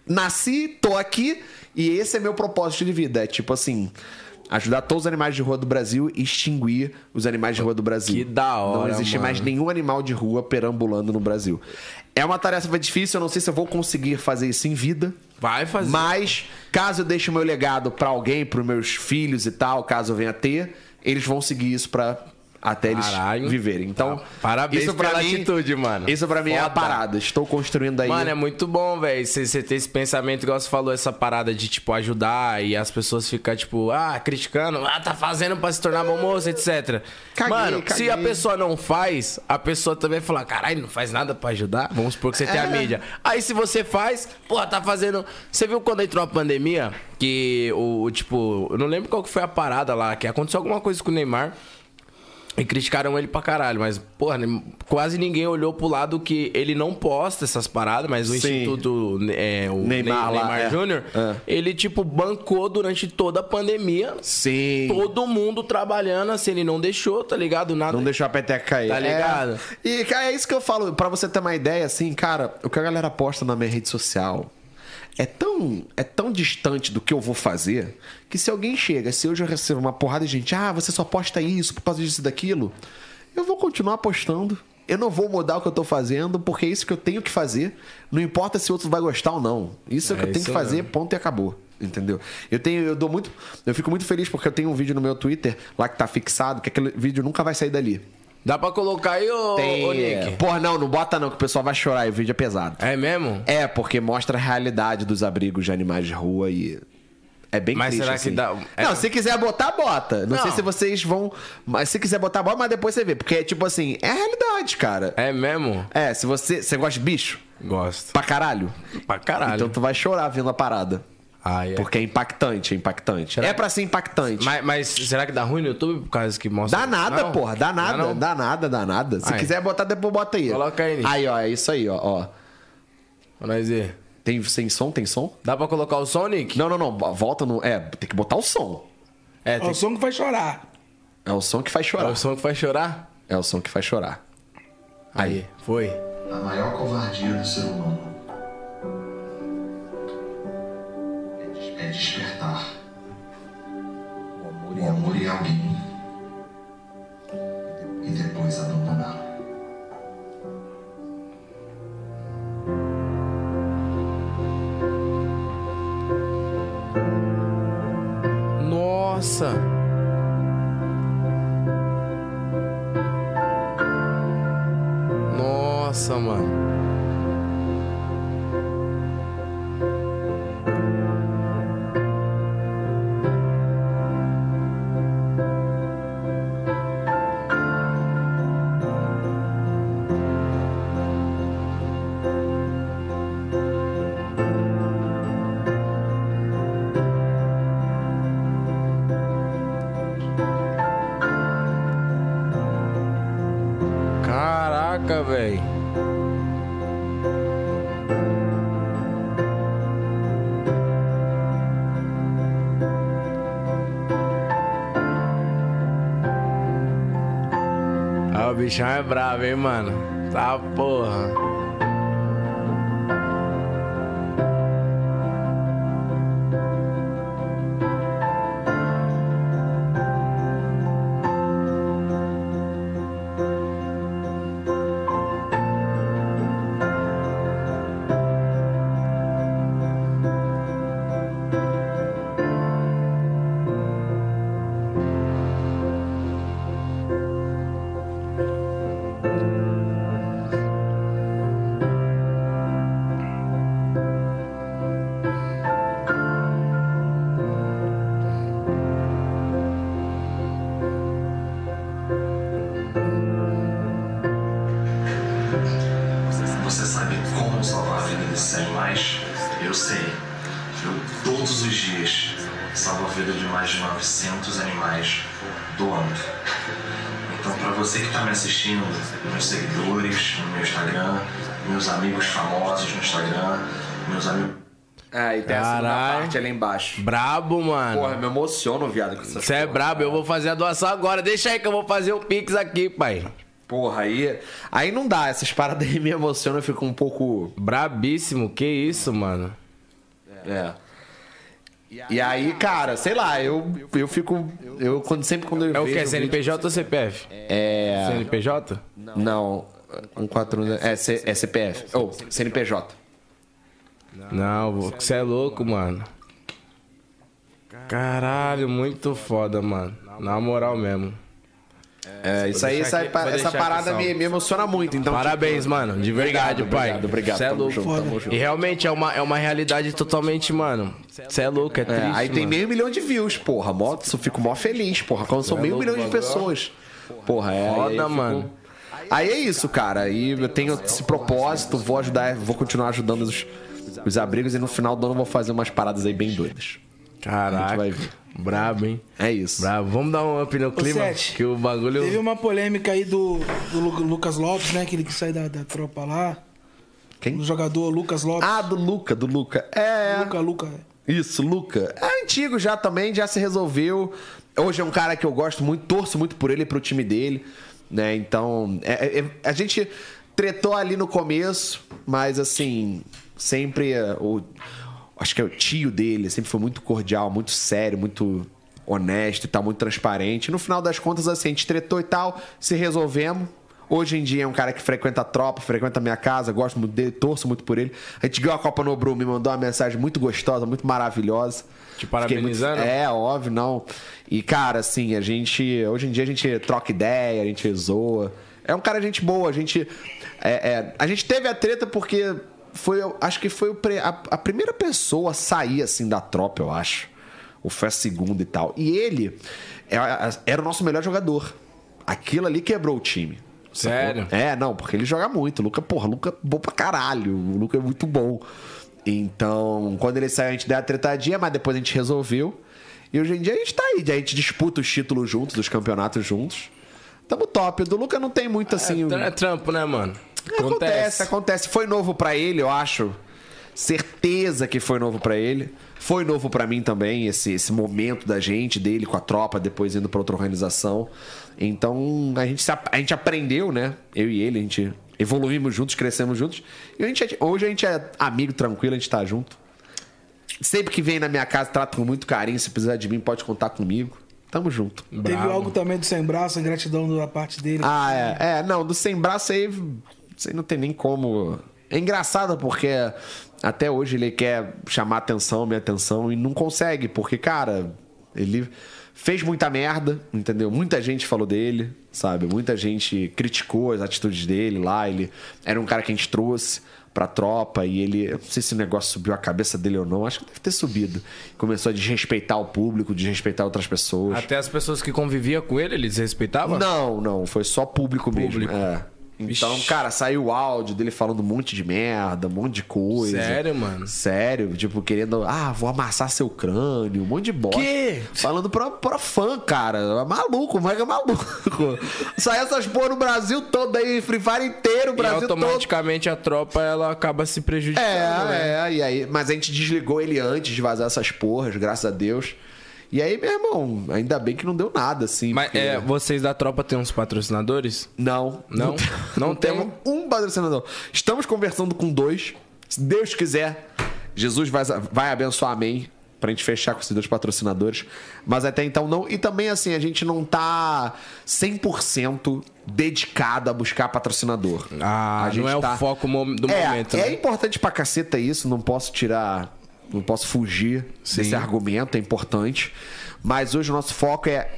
nasci, tô aqui e esse é meu propósito de vida. É tipo assim, ajudar todos os animais de rua do Brasil e extinguir os animais de rua do Brasil. Que da hora, Não existe mano. mais nenhum animal de rua perambulando no Brasil. É uma tarefa difícil, eu não sei se eu vou conseguir fazer isso em vida. Vai fazer. Mas, caso eu deixe o meu legado pra alguém, pros meus filhos e tal, caso eu venha a ter, eles vão seguir isso pra até eles Caralho. Tá. viverem. Então, Parabéns isso pra pela atitude, mano. Isso pra mim é a Foda. parada. Estou construindo aí. Mano, é muito bom, velho. Você você ter esse pensamento, igual você falou, essa parada de, tipo, ajudar e as pessoas ficam, tipo, ah, criticando, ah, tá fazendo pra se tornar bom moço, etc. Caguei, Mano, se caguei. a pessoa não faz, a pessoa também fala, caralho, não faz nada pra ajudar. Vamos supor que você tem É. a mídia. Aí se você faz, porra, tá fazendo. Você viu quando entrou a pandemia? Que o, o, tipo, eu não lembro qual que foi a parada lá, que aconteceu alguma coisa com o Neymar. E criticaram ele pra caralho, mas, porra, nem- quase ninguém olhou pro lado que ele não posta essas paradas, mas o Sim. Instituto é, o Neymar Neymar, lá, Neymar é. Júnior, É. ele, tipo, bancou durante toda a pandemia, Sim. todo mundo trabalhando, assim, ele não deixou, tá ligado? Nada. Não deixou a peteca cair. Tá ligado? É. E, cara, é isso que eu falo. Pra você ter uma ideia, assim, cara, o que a galera posta na minha rede social é tão, é tão distante do que eu vou fazer que se alguém chega, se hoje eu recebo uma porrada de gente, ah, você só posta isso por causa disso e daquilo, eu vou continuar postando. Eu não vou mudar o que eu tô fazendo, porque é isso que eu tenho que fazer. Não importa se o outro vai gostar ou não. Isso é o que É eu tenho isso que fazer, mesmo. ponto e acabou. Entendeu? Eu tenho, eu dou muito. Eu fico muito feliz porque eu tenho um vídeo no meu Twitter lá que tá fixado, que aquele vídeo nunca vai sair dali. Dá pra colocar aí, ô, Tem. é. ô Nick? Porra, não, não bota não, que o pessoal vai chorar e o vídeo é pesado. É mesmo? É, porque mostra a realidade dos abrigos de animais de rua e. É bem Mas triste, será que assim. dá- é- Não, se quiser botar, bota. Não, Não. sei se vocês vão. Mas se quiser botar, bota, mas depois você vê. Porque é tipo assim, é a realidade, cara. É mesmo? É, se você. Você gosta de bicho? Gosto. Pra caralho? Pra caralho. Então tu vai chorar vendo a parada. Ah, é. Porque é impactante, é impactante. Será- É pra ser impactante. Mas, mas será que dá ruim no YouTube por causa que mostra? Dá nada, Não? porra. Dá nada, não? dá nada, dá nada. Se Aí. quiser botar, depois bota aí. Coloca aí, Nick. Aí, ó, é isso aí, ó. ó. Pra nós ver. Tem, tem som? Tem som? Dá pra colocar o som, Nick? Não, não, não. bo- Volta no. É, tem que botar o som. É, É tem o som que vai chorar. É o som que faz É chorar. o som que faz chorar? É o som que faz chorar. Aí, foi. a maior covardia do ser humano é des- é despertar o amor em alguém e depois abandonar. Nossa! Nossa, mano. bichão é brabo, hein, mano? Tá porra. Você sabe como salvar a vida desses animais? Eu sei. Eu, todos os dias, salvo a vida de mais de 900 animais doando. Então, para você que está me assistindo, meus seguidores no meu Instagram, meus amigos famosos no Instagram, meus amigos. Ah, e tem a segunda Caralho. parte ali embaixo. Brabo, mano. Porra, eu me emociono, viado, com essas Você é brabo, eu vou fazer a doação agora. Deixa aí que eu vou fazer o Pix aqui, pai. Porra, aí. Aí não dá, essas paradas aí me emocionam, eu fico um pouco. Brabíssimo, que isso, mano. É. E aí, cara, sei lá, eu, eu fico. Eu quando, sempre quando eu É o vejo. que? um CNPJ ou CPF? É. CNPJ? Não. Um 4 é, C- é CPF. Ou CNPJ. Não, vô, que você é louco, mano. Caralho, muito foda, mano. Na moral mesmo. É, isso aí, deixar essa, aqui- vou essa deixar aqui parada salvo. me, me emociona muito. Então, Parabéns, mano. De verdade, Obrigado, pai. obrigado, obrigado. Cê é Tamo louco. junto, né? tamo junto. E realmente é uma, é uma realidade totalmente, mano. Você é louco, é É, triste. aí tem mano. meio milhão de views, porra. Mó, eu fico mó feliz, porra. Quando são meio milhão de pessoas. Porra, é. É Foda, aí eu fico- mano. Aí é isso, cara. Aí eu tenho esse propósito, vou ajudar, vou continuar ajudando os, os abrigos e no final do ano eu vou fazer umas paradas aí bem doidas. A gente Caraca. vai ver. Brabo, hein? É isso. Brabo. Vamos dar um up no clima? Sete, que o bagulho. Teve uma polêmica aí do, do Lu- Lucas Lopes, né? Aquele que sai da, da tropa lá. Quem? O jogador Lucas Lopes. Ah, do Luca, do Luca. É. Luca, Luca. Isso, Luca. É antigo já também, já se resolveu. Hoje é um cara que eu gosto muito, torço muito por ele e pro time dele, né? Então, é- é- é- a gente tretou ali no começo, mas assim, sempre é, o acho que é o tio dele, sempre foi muito cordial, muito sério, muito honesto e tal, muito transparente. No final das contas, assim, a gente tretou e tal, se resolvemos. Hoje em dia é um cara que frequenta a tropa, frequenta a minha casa, gosto muito dele, torço muito por ele. A gente ganhou a Copa no Bru, me mandou uma mensagem muito gostosa, muito maravilhosa. Te Fiquei muito- parabenizando? É, óbvio, não. E, cara, assim, a gente. Hoje em dia a gente troca ideia, a gente zoa. É um cara gente boa, a gente. é, é, a gente teve a treta porque foi. eu Acho que foi o pre- a, a primeira pessoa a sair, assim, da tropa, eu acho. Ou foi a segunda e tal. E ele é- era o nosso melhor jogador. Aquilo ali quebrou o time. Sério? É, não, porque ele joga muito. O Luca, porra, o Luca é bom pra caralho. O Luca é muito bom. Então, quando ele saiu, a gente deu a tretadinha, mas depois a gente resolveu. E hoje em dia a gente tá aí, a gente disputa os títulos juntos, os campeonatos juntos. Tamo top. O do Luca não tem muito assim. Tra- É trampo, né, mano? Acontece, acontece. Foi novo pra ele, eu acho. Certeza que foi novo pra ele. Foi novo pra mim também esse, esse momento da gente, dele com a tropa, depois indo pra outra organização. Então, a gente, se ap- a gente aprendeu, né? Eu e ele, a gente evoluímos juntos, crescemos juntos. E a gente, é- hoje a gente é amigo tranquilo, a gente tá junto. Sempre que vem na minha casa, trata com muito carinho. Se precisar de mim, pode contar comigo. Tamo junto. Teve algo também do Sem Braço, a gratidão da parte dele. Ah, é. É, não, do sem braço aí, você não tem nem como. É engraçado porque até hoje ele quer chamar atenção, minha atenção, e não consegue, porque, cara, ele fez muita merda, entendeu? Muita gente falou dele, sabe? Muita gente criticou as atitudes dele lá. Ele era um cara que a gente trouxe pra tropa e ele. Eu não sei se o negócio subiu a cabeça dele ou não, acho que deve ter subido. Começou a desrespeitar o público, desrespeitar outras pessoas. Até as pessoas que conviviam com ele, eles respeitavam? Não, não, foi só público, mesmo. Público. é. Então, Vixe. cara, saiu o áudio dele falando um monte de merda, um monte de coisa. Sério, mano? Sério, tipo, querendo, ah, vou amassar seu crânio, um monte de bosta. Quê? Falando pra, pra fã, cara. Maluco, mega maluco. [LAUGHS] Saiu essas porra no Brasil todo aí, Free Fire inteiro, o E Brasil todo. automaticamente a tropa ela acaba se prejudicando, né? É, é, e aí. Mas a gente desligou ele antes de vazar essas porras, graças a Deus. E aí, meu irmão, ainda bem que não deu nada, assim. Mas porque- é, vocês da tropa têm uns patrocinadores? Não. Não? tem- Não tem? temos um patrocinador. Estamos conversando com dois. Se Deus quiser, Jesus vai, vai abençoar, amém. Pra gente fechar com esses dois patrocinadores. Mas até então não. E também, assim, a gente não tá 100% dedicado a buscar patrocinador. Ah, a tá não é o foco mo- do é, momento, É né? importante pra caceta isso, não posso tirar. Não posso fugir desse argumento, é importante. Mas hoje o nosso foco é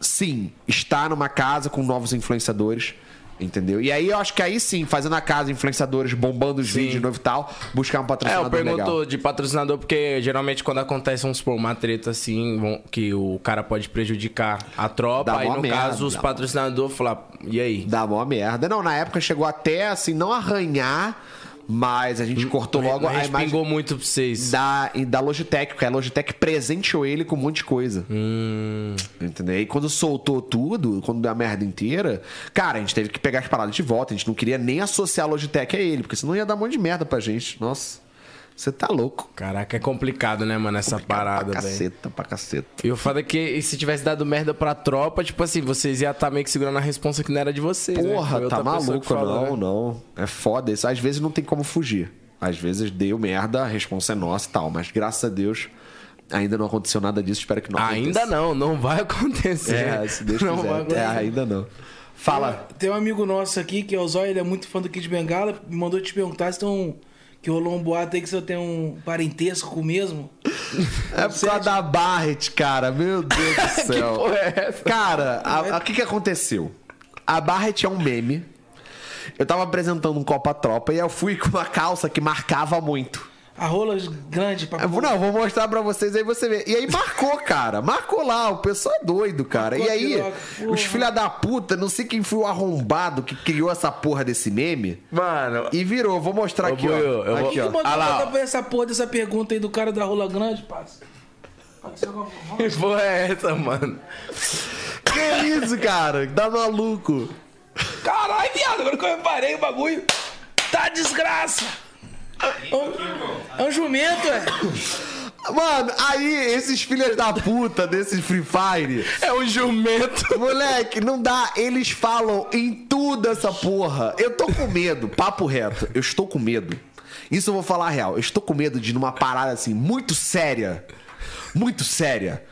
sim, estar numa casa com novos influenciadores. Entendeu? E aí eu acho que aí sim, fazendo a casa, influenciadores bombando os vídeos de novo e tal, buscar um É, eu patrocinador pergunto legal. de patrocinador porque geralmente quando acontece uns supor, uma treta assim, vão- que o cara pode prejudicar a tropa, Dá aí mó no merda, caso os dá mó- patrocinadores falar, e aí? Dá mó merda. Não, na época chegou até assim, não arranhar, mas a gente cortou logo Não a imagem Hum, respingou muito pra vocês. da, e da Logitech, porque a Logitech presenteou ele com um monte de coisa. Hum. Entendeu? E quando soltou tudo, quando deu a merda inteira, cara, a gente teve que pegar as paradas de volta. A gente não queria nem associar a Logitech a ele, porque senão ia dar um monte de merda pra gente. Nossa, você tá louco. Caraca, é complicado, né, mano, essa parada, pra velho. caceta, pra caceta. E o fato é que e se tivesse dado merda pra tropa, tipo assim, vocês iam estar meio que segurando a responsa que não era de vocês. né? Porra, Foi outra tá pessoa que maluco, falou, não, né? não. É foda isso. Às vezes não tem como fugir. Às vezes deu merda, a responsa é nossa e tal. Mas graças a Deus, ainda não aconteceu nada disso. Espero que não Ainda aconteça. não, não vai [LAUGHS] acontecer. É, se [LAUGHS] Deus não vai quiser. acontecer. É, ainda não. Fala. Tem um amigo nosso aqui, que é o Zóio, ele é muito fã do Kid Bengala, me mandou te perguntar se tem um... Que rolou um boato aí que você tem um parentesco com o mesmo. É por causa da Barrett, cara. Meu Deus do céu. porra é essa? Cara, a- a- o que, que aconteceu? A Barrett é um meme. Eu tava apresentando um Copa Tropa e eu fui com uma calça que marcava muito. A rola grande pra... Eu vou- Não, eu vou mostrar pra vocês aí você vê. E aí marcou, cara. Marcou lá. O pessoal é doido, cara. Marcou e aí, a piroca, porra. os filha da puta, não sei quem foi o arrombado que criou essa porra desse meme. Mano, E virou. Vou mostrar Ô, aqui, ó. Buiu, eu vou- aqui, Quem que ó. mandou Ah lá, mandar ó. pra essa porra dessa pergunta aí do cara da rola grande, parça? Aconteceu alguma coisa? que porra é essa, mano? Que isso, cara? Tá maluco. Caralho, viado, agora que eu reparei o bagulho. Tá desgraça! É um, é um jumento, é. Mano, aí esses filhos da puta desse Free Fire. É um jumento. [LAUGHS] Moleque, não dá. Eles falam em tudo essa porra. Eu tô com medo, papo reto. Eu estou com medo. Isso eu vou falar a real. Eu estou com medo de numa parada assim, muito séria. Muito séria.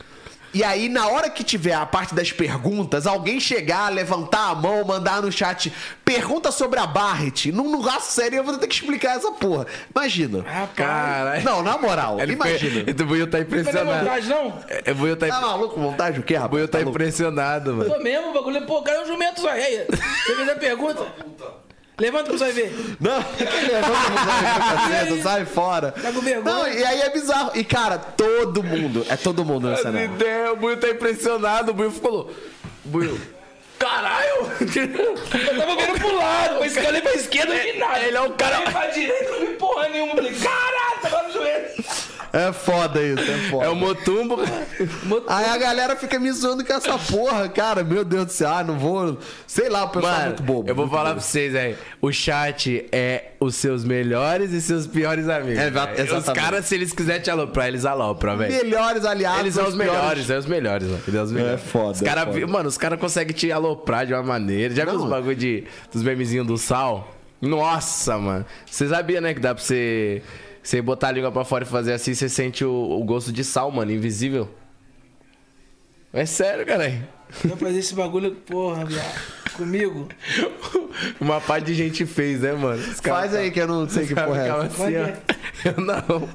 E aí, na hora que tiver a parte das perguntas, alguém chegar, levantar a mão, mandar no chat, pergunta sobre a Barrett. Num lugar sério, eu vou ter que explicar essa porra. Imagina. Ah, Caralho. Não, na moral, Ele foi- imagina. [LAUGHS] O Buiu tá Não é impressionado. vontade, não? É, O Buiu tá, Tá maluco, vontade o quê, o Buiu rapaz? tá Tá louco. impressionado, mano. Tô mesmo, o bagulho. Pô, o cara é um jumento, Zóia. E aí? Você fez a pergunta? Levanta pra você ver. Não, [LAUGHS] sai fora. Tá com vergonha? Não, e aí é bizarro. E cara, todo mundo, é todo mundo nessa As não. ideias, o Buiu tá impressionado. O Buiu ficou. Buiu. Caralho! Eu tava vendo pro lado, mas esse cara ali pra esquerda, eu não vi nada. Ele é um cara- Ele pra direita, eu não vi porra nenhuma. Eu Falei, caralho, tá tava no joelho. É foda isso, é foda. então- É o Motumbo. Aí a galera fica me zoando com essa porra, cara. Meu Deus do céu, ah, não vou. Sei lá, o pessoal é Mano, muito bobo. eu vou muito falar bobo. pra vocês aí. O chat é os seus melhores e seus piores amigos. É, va- velho. os exatamente. caras, se eles quiserem te aloprar, eles alopram, velho. Melhores aliados. Eles são os piores. melhores, é os melhores, mano. Eles são os melhores. É foda, Os é cara, foda. Mano, os caras conseguem te aloprar de uma maneira. Já viu Não. os bagulho de, dos memezinhos do sal? Nossa, mano. Você sabia, né, que dá pra você, você botar a língua pra fora e fazer assim, você sente o, o gosto de sal, mano, invisível. É sério, caralho. Vai fazer esse bagulho, porra, viado. Comigo? Uma parte de gente fez, né, mano? Os cara- Faz aí que eu não sei que cara porra é ficava essa. assim, ó. Eu não.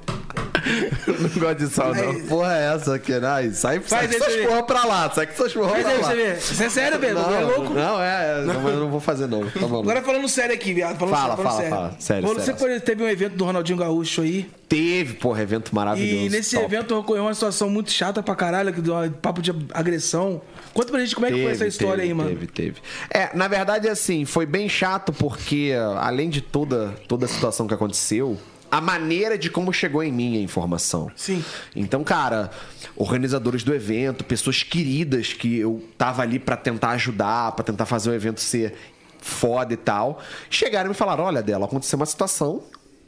Eu não gosto de sal, não. Que Porra é essa aqui, né? Ai, Sai, Faz sai com aí pra suas ver. porra pra lá, sai com suas porra Mas pra aí, lá. você vê. Isso é sério, velho? Não, É louco? não, é, é, não, eu não vou fazer não, tá maluco. Agora falando sério aqui, viado. Falando Fala, sério, falando fala, sério. fala. Sério, Quando sério. Você foi- teve um evento do Ronaldinho Gaúcho aí. Teve, porra, evento maravilhoso. E nesse top. evento ocorreu uma situação muito chata pra caralho, que deu um papo de agressão. Conta pra gente como é que foi essa história aí, mano. Teve, teve. É, na verdade, assim, foi bem chato porque, além de toda, toda a situação que aconteceu, a maneira de como chegou em mim a informação. Sim. Então, cara, organizadores do evento, pessoas queridas que eu tava ali pra tentar ajudar, pra tentar fazer o evento ser foda e tal, chegaram e me falaram: olha, dela, aconteceu uma situação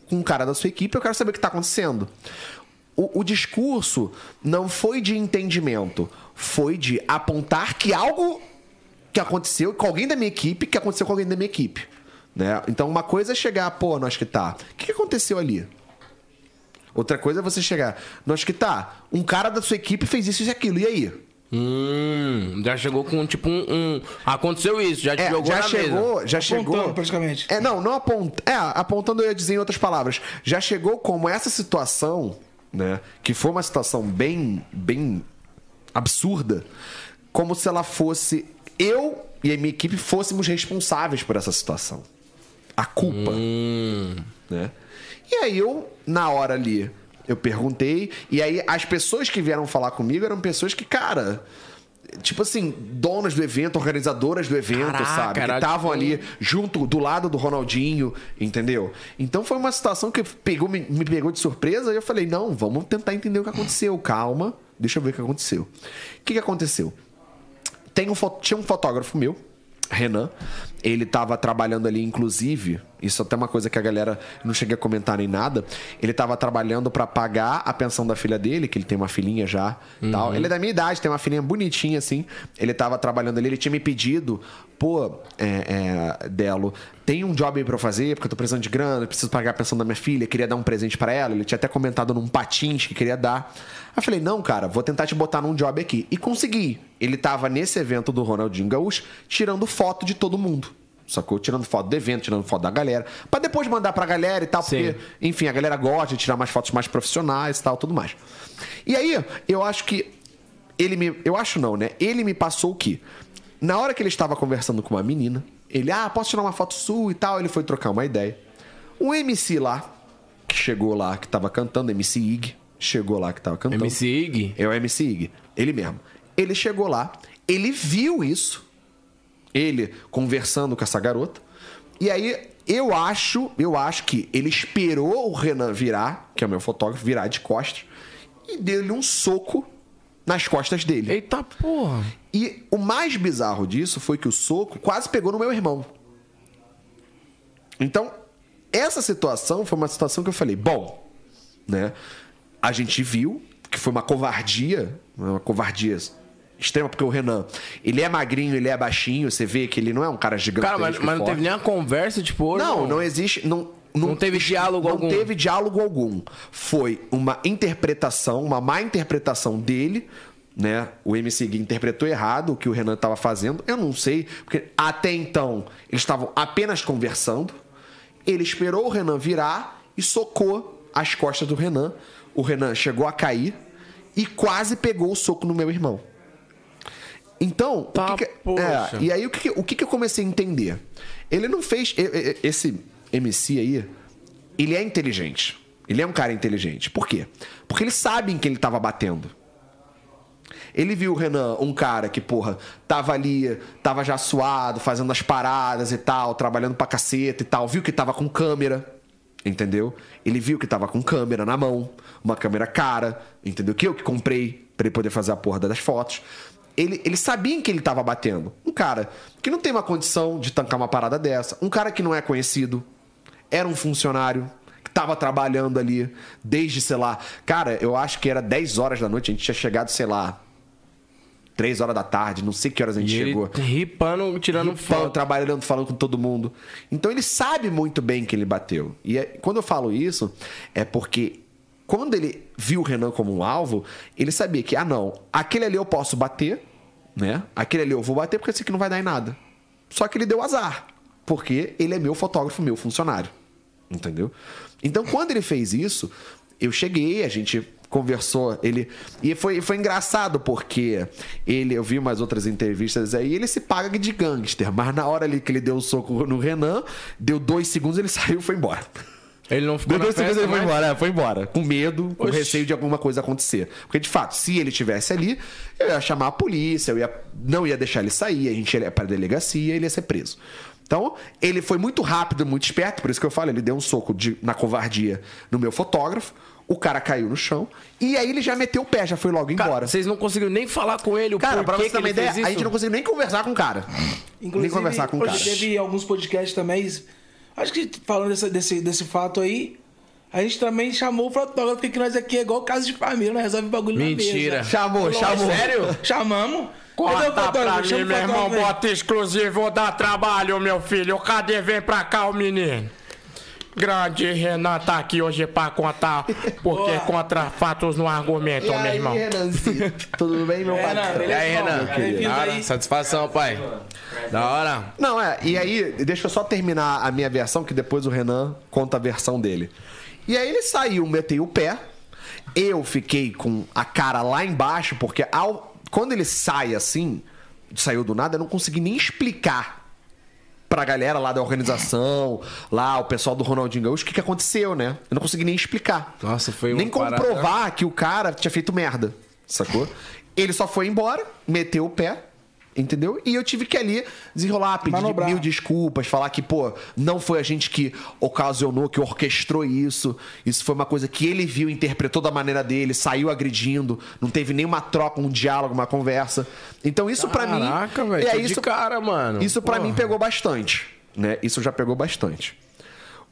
com um cara da sua equipe, eu quero saber o que tá acontecendo. o, o discurso não foi de entendimento, foi de apontar que algo que aconteceu com alguém da minha equipe, que aconteceu com alguém da minha equipe. Né? Então, uma coisa é chegar, pô, nós que tá. O que que aconteceu ali? Outra coisa é você chegar, nós que tá. Um cara da sua equipe fez isso e aquilo, e aí? Hum, já chegou com tipo um. um- Aconteceu isso, já te É, jogou já na mesa. chegou, já Apontando, chegou. praticamente. É, não, não apontando. É, apontando eu ia dizer em outras palavras. Já chegou como essa situação, né? Que foi uma situação bem, bem absurda, como se ela fosse. Eu e a minha equipe fôssemos responsáveis por essa situação. A culpa. Né? E aí eu, na hora ali, eu perguntei, e aí as pessoas que vieram falar comigo eram pessoas que, cara. Tipo assim, donas do evento, organizadoras do evento, Caraca, sabe? Que era estavam tipo ali junto, do lado do Ronaldinho, entendeu? Então foi uma situação que pegou, me, me pegou de surpresa e eu falei: não, vamos tentar entender o que aconteceu, calma, deixa eu ver o que aconteceu. O que, que aconteceu? Tem um fo- tinha um fotógrafo meu, Renan. Ele tava trabalhando ali, inclusive. Isso até é uma coisa que a galera não chega a comentar nem nada. Ele tava trabalhando pra pagar a pensão da filha dele, que ele tem uma filhinha já e tal. Ele é da minha idade, tem uma filhinha bonitinha, assim. Ele tava trabalhando ali, ele tinha me pedido, pô, é, é, Delo, tem um job aí pra eu fazer, porque eu tô precisando de grana, preciso pagar a pensão da minha filha, queria dar um presente pra ela. Ele tinha até comentado num patins que queria dar. Aí eu falei, não, cara, vou tentar te botar num job aqui. E consegui. Ele tava nesse evento do Ronaldinho Gaúcho, tirando foto de todo mundo. Sacou? Tirando foto do evento, tirando foto da galera. Pra depois mandar pra galera e tal, Sim. porque, enfim, a galera gosta de tirar mais fotos mais profissionais e tal, tudo mais. E aí, eu acho que. Ele me. Eu acho não, né? Ele me passou o quê? Na hora que ele estava conversando com uma menina, ele, ah, posso tirar uma foto sua e tal. Ele foi trocar uma ideia. Um MC lá, que chegou lá, que tava cantando, MC Ig, chegou lá que tava cantando. MC Ig? É o MC Ig, ele mesmo. Ele chegou lá, ele viu isso, ele conversando com essa garota, e aí eu acho, eu acho que ele esperou o Renan virar, que é o meu fotógrafo, virar de costas, e deu-lhe um soco nas costas dele. Eita porra. E o mais bizarro disso foi que o soco quase pegou no meu irmão. Então, essa situação foi uma situação que eu falei, bom, né? A gente viu que foi uma covardia, né, uma covardia extrema, porque o Renan, ele é magrinho, ele é baixinho, você vê que ele não é um cara gigante. Cara, mas, mas não teve nenhuma conversa, tipo, ô, Não, irmão, não existe. Não, Não teve diálogo não algum. teve diálogo algum. Foi uma interpretação, uma má interpretação dele, né? O MC Gui interpretou errado o que o Renan estava fazendo. Eu não sei, porque até então eles estavam apenas conversando. Ele esperou o Renan virar e socou as costas do Renan. O Renan chegou a cair e quase pegou o soco no meu irmão. Então, Tá, o que que- poxa. é, e aí o que, que- o que, que eu comecei a entender? Ele não fez. e- e- Esse MC aí, ele é inteligente. Ele é um cara inteligente. Por quê? Porque ele sabe em que ele tava batendo. Ele viu o Renan, um cara que, porra, tava ali, tava já suado, fazendo as paradas e tal, trabalhando pra caceta e tal. Viu que tava com câmera, entendeu? Ele viu que tava com câmera na mão, uma câmera cara, entendeu? Que eu que comprei pra ele poder fazer a porra das fotos. Ele, ele sabia em que ele tava batendo. Um cara que não tem uma condição de tancar uma parada dessa, um cara que não é conhecido, era um funcionário, que tava trabalhando ali desde, sei lá. Cara, eu acho que era 10 horas da noite, a gente tinha chegado, sei lá, 3 horas da tarde, não sei que horas a gente E ele chegou. ripando, tirando Falando, foto. trabalhando, falando com todo mundo. Então ele sabe muito bem que ele bateu. E é- quando eu falo isso, é porque quando ele viu o Renan como um alvo, ele sabia que, ah, não, aquele ali eu posso bater, né? Aquele ali eu vou bater porque eu sei que não vai dar em nada. Só que ele deu azar, porque ele é meu fotógrafo, meu funcionário. Entendeu? Então quando ele fez isso, eu cheguei, a gente conversou, ele e foi, foi engraçado porque ele, eu vi umas outras entrevistas aí, ele se paga de gangster, mas na hora ali que ele deu o soco no Renan, deu dois segundos, ele [LAUGHS] saiu e foi embora. Ele não ficou Deu na dois segundos, festa, ele foi mas- embora, é, foi embora. Com medo, com Oxi. receio de alguma coisa acontecer. Porque, de fato, se ele estivesse ali, eu ia chamar a polícia, eu ia, não ia deixar ele sair, a gente ia pra delegacia ele ia ser preso. Então, ele foi muito rápido, muito esperto, por isso que eu falo, ele deu um soco de- na covardia no meu fotógrafo, o cara caiu no chão, e aí ele já meteu o pé, já foi logo Cara, embora. vocês não conseguiram nem falar com ele o Cara, pra porquê você ter que uma ele ideia, fez isso? a gente não conseguiu nem conversar com o cara. nem conversar com o hoje cara. teve alguns podcasts também. Acho que falando dessa- desse, desse fato aí, A gente também chamou o fotógrafo, porque nós aqui é igual caso de família, nós resolve o bagulho Mentira. na mesa. Chamou, chamou. Sério? Chamamos. Cadê o Corta fotógrafo? pra Chama mim, o meu irmão, fotógrafo aí. bota exclusivo, vou dar trabalho, meu filho. Cadê? Vem pra cá, o menino. Grande Renan tá aqui hoje pra contar, porque contra fatos não E argumentam, Então, meu aí, irmão. É, Renanzinho? Tudo bem, meu Renan, patrão? E aí, Renan? Bem-vindo Da hora? aí. Satisfação, pai. Da hora. Não, é, e aí, deixa eu só terminar a minha versão, que depois o Renan conta a versão dele. E aí ele saiu, metei o pé. Eu fiquei com a cara lá embaixo, porque ao, quando ele sai assim, saiu do nada, eu não consegui nem explicar pra galera lá da organização, lá o pessoal do Ronaldinho Gaúcho, o que, que aconteceu, né? Eu não consegui nem explicar. Nossa, foi uma Nem parada- comprovar que o cara tinha feito merda, sacou? Ele só foi embora, meteu o pé, entendeu? E eu tive que ali desenrolar, pedir Manobrar. mil desculpas, falar que, pô, não foi a gente que ocasionou, que orquestrou isso. Isso foi uma coisa que ele viu, interpretou da maneira dele, saiu agredindo, não teve nenhuma troca, um diálogo, uma conversa. Então isso pra mim. Caraca, velho, é, tô de cara, mano. [LAUGHS] Isso pra Ah, Porra. mim pegou bastante, né? Isso já pegou bastante.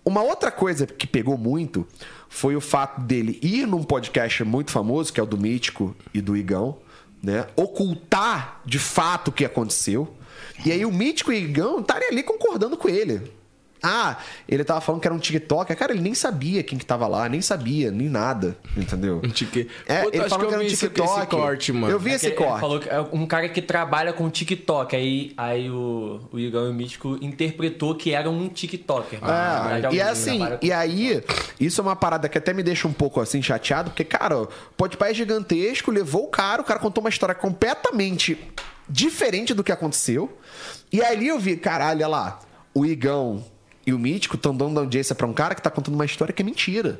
Uma outra coisa que pegou muito foi o fato dele ir num podcast muito famoso, que é o do Mítico e do Igão, né? Ocultar de fato o que aconteceu. E aí o Mítico e o Igão estarem ali concordando com ele. Ah, ele tava falando que era um TikTok. Cara, ele nem sabia quem que tava lá, nem sabia, nem nada, [LAUGHS] entendeu? Um tique- É, Puta, ele acho falou que que eu era um vi esse- esse TikTok. corte, mano. Eu vi É que esse ele- Ele corte. falou que é um cara que trabalha com TikTok. Aí, aí o, o Igão e o Mítico interpretou que era um TikToker. É, Na verdade, e é alguém assim, né? trabalha com- e aí, isso é uma parada que até me deixa um pouco assim chateado, porque, cara, o Podpah é gigantesco, levou o cara, o cara contou uma história completamente diferente do que aconteceu. E ali eu vi, caralho, olha lá, o Igão e o Mítico estão dando audiência pra um cara que tá contando uma história que é mentira.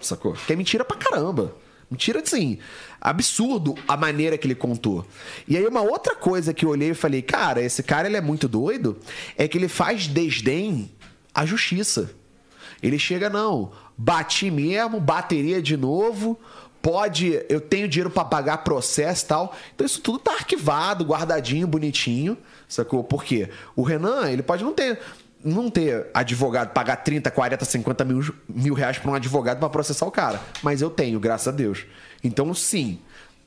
Sacou? Que é mentira pra caramba. Mentira, assim, absurdo a maneira que ele contou. E aí, uma outra coisa que eu olhei e falei, cara, esse cara ele é muito doido, é que ele faz desdém à justiça. Ele chega, não, bati mesmo, bateria de novo, pode, eu tenho dinheiro pra pagar processo e tal. Então isso tudo tá arquivado, guardadinho, bonitinho, sacou? Por quê? O Renan, ele pode não ter não ter advogado, pagar 30, 40, 50 mil, mil reais pra um advogado pra processar o cara. Mas eu tenho, graças a Deus. Então, sim,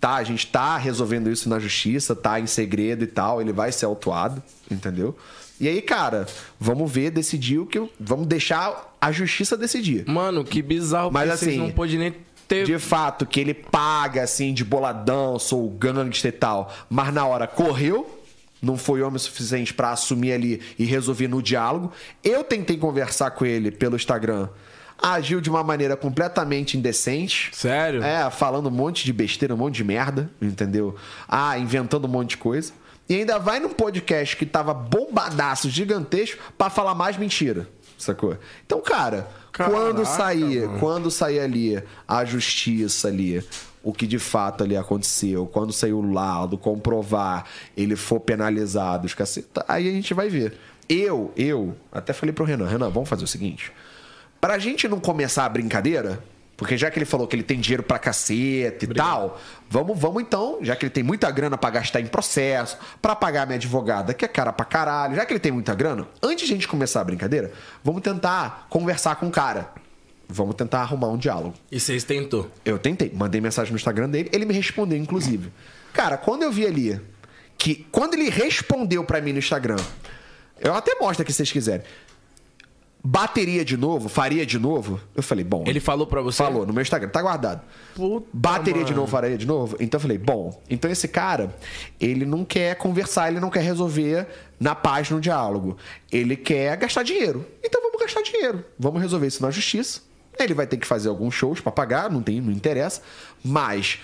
tá? A gente tá resolvendo isso na justiça, tá em segredo e tal. Ele vai ser autuado, entendeu? E aí, cara, vamos ver, decidir o que. eu- Vamos deixar a justiça decidir. Mano, que bizarro, Mas porque vocês assim, não pôde nem ter... De fato, que ele paga assim, de boladão, sou gangster e tal. Mas na hora correu, não foi homem o suficiente pra assumir ali e resolver no diálogo. Eu tentei conversar com ele pelo Instagram. Agiu de uma maneira completamente indecente. Sério? É, falando um monte de besteira, um monte de merda, entendeu? Ah, inventando um monte de coisa. E ainda vai num podcast que tava bombadaço, gigantesco, pra falar mais mentira. Sacou? Então, cara, quando sair, quando sair ali a justiça ali, o que de fato ali aconteceu, quando sair o laudo, comprovar, ele for penalizado, os caceta, aí a gente vai ver. Eu, eu, até falei pro Renan, Renan, vamos fazer o seguinte. Pra gente não começar a brincadeira, porque já que ele falou que ele tem dinheiro pra caceta e tal, vamos, vamos então, já que ele tem muita grana pra gastar em processo, pra pagar minha advogada, que é cara pra caralho, já que ele tem muita grana, antes de a gente começar a brincadeira, vamos tentar conversar com o cara. Vamos tentar arrumar um diálogo. E vocês tentou. Eu tentei, mandei mensagem no Instagram dele, ele me respondeu, inclusive. Cara, quando eu vi ali que. Quando ele respondeu pra mim no Instagram, eu até mostro aqui se vocês quiserem. Bateria de novo, faria de novo. Eu falei, bom. Ele falou pra você? Falou no meu Instagram, tá guardado. Bateria de novo, faria de novo. Então eu falei, bom, então esse cara, ele não quer conversar, ele não quer resolver na paz, no diálogo. Ele quer gastar dinheiro. Então vamos gastar dinheiro. Vamos resolver isso na justiça. Ele vai ter que fazer alguns shows pra pagar, não tem, não interessa. Mas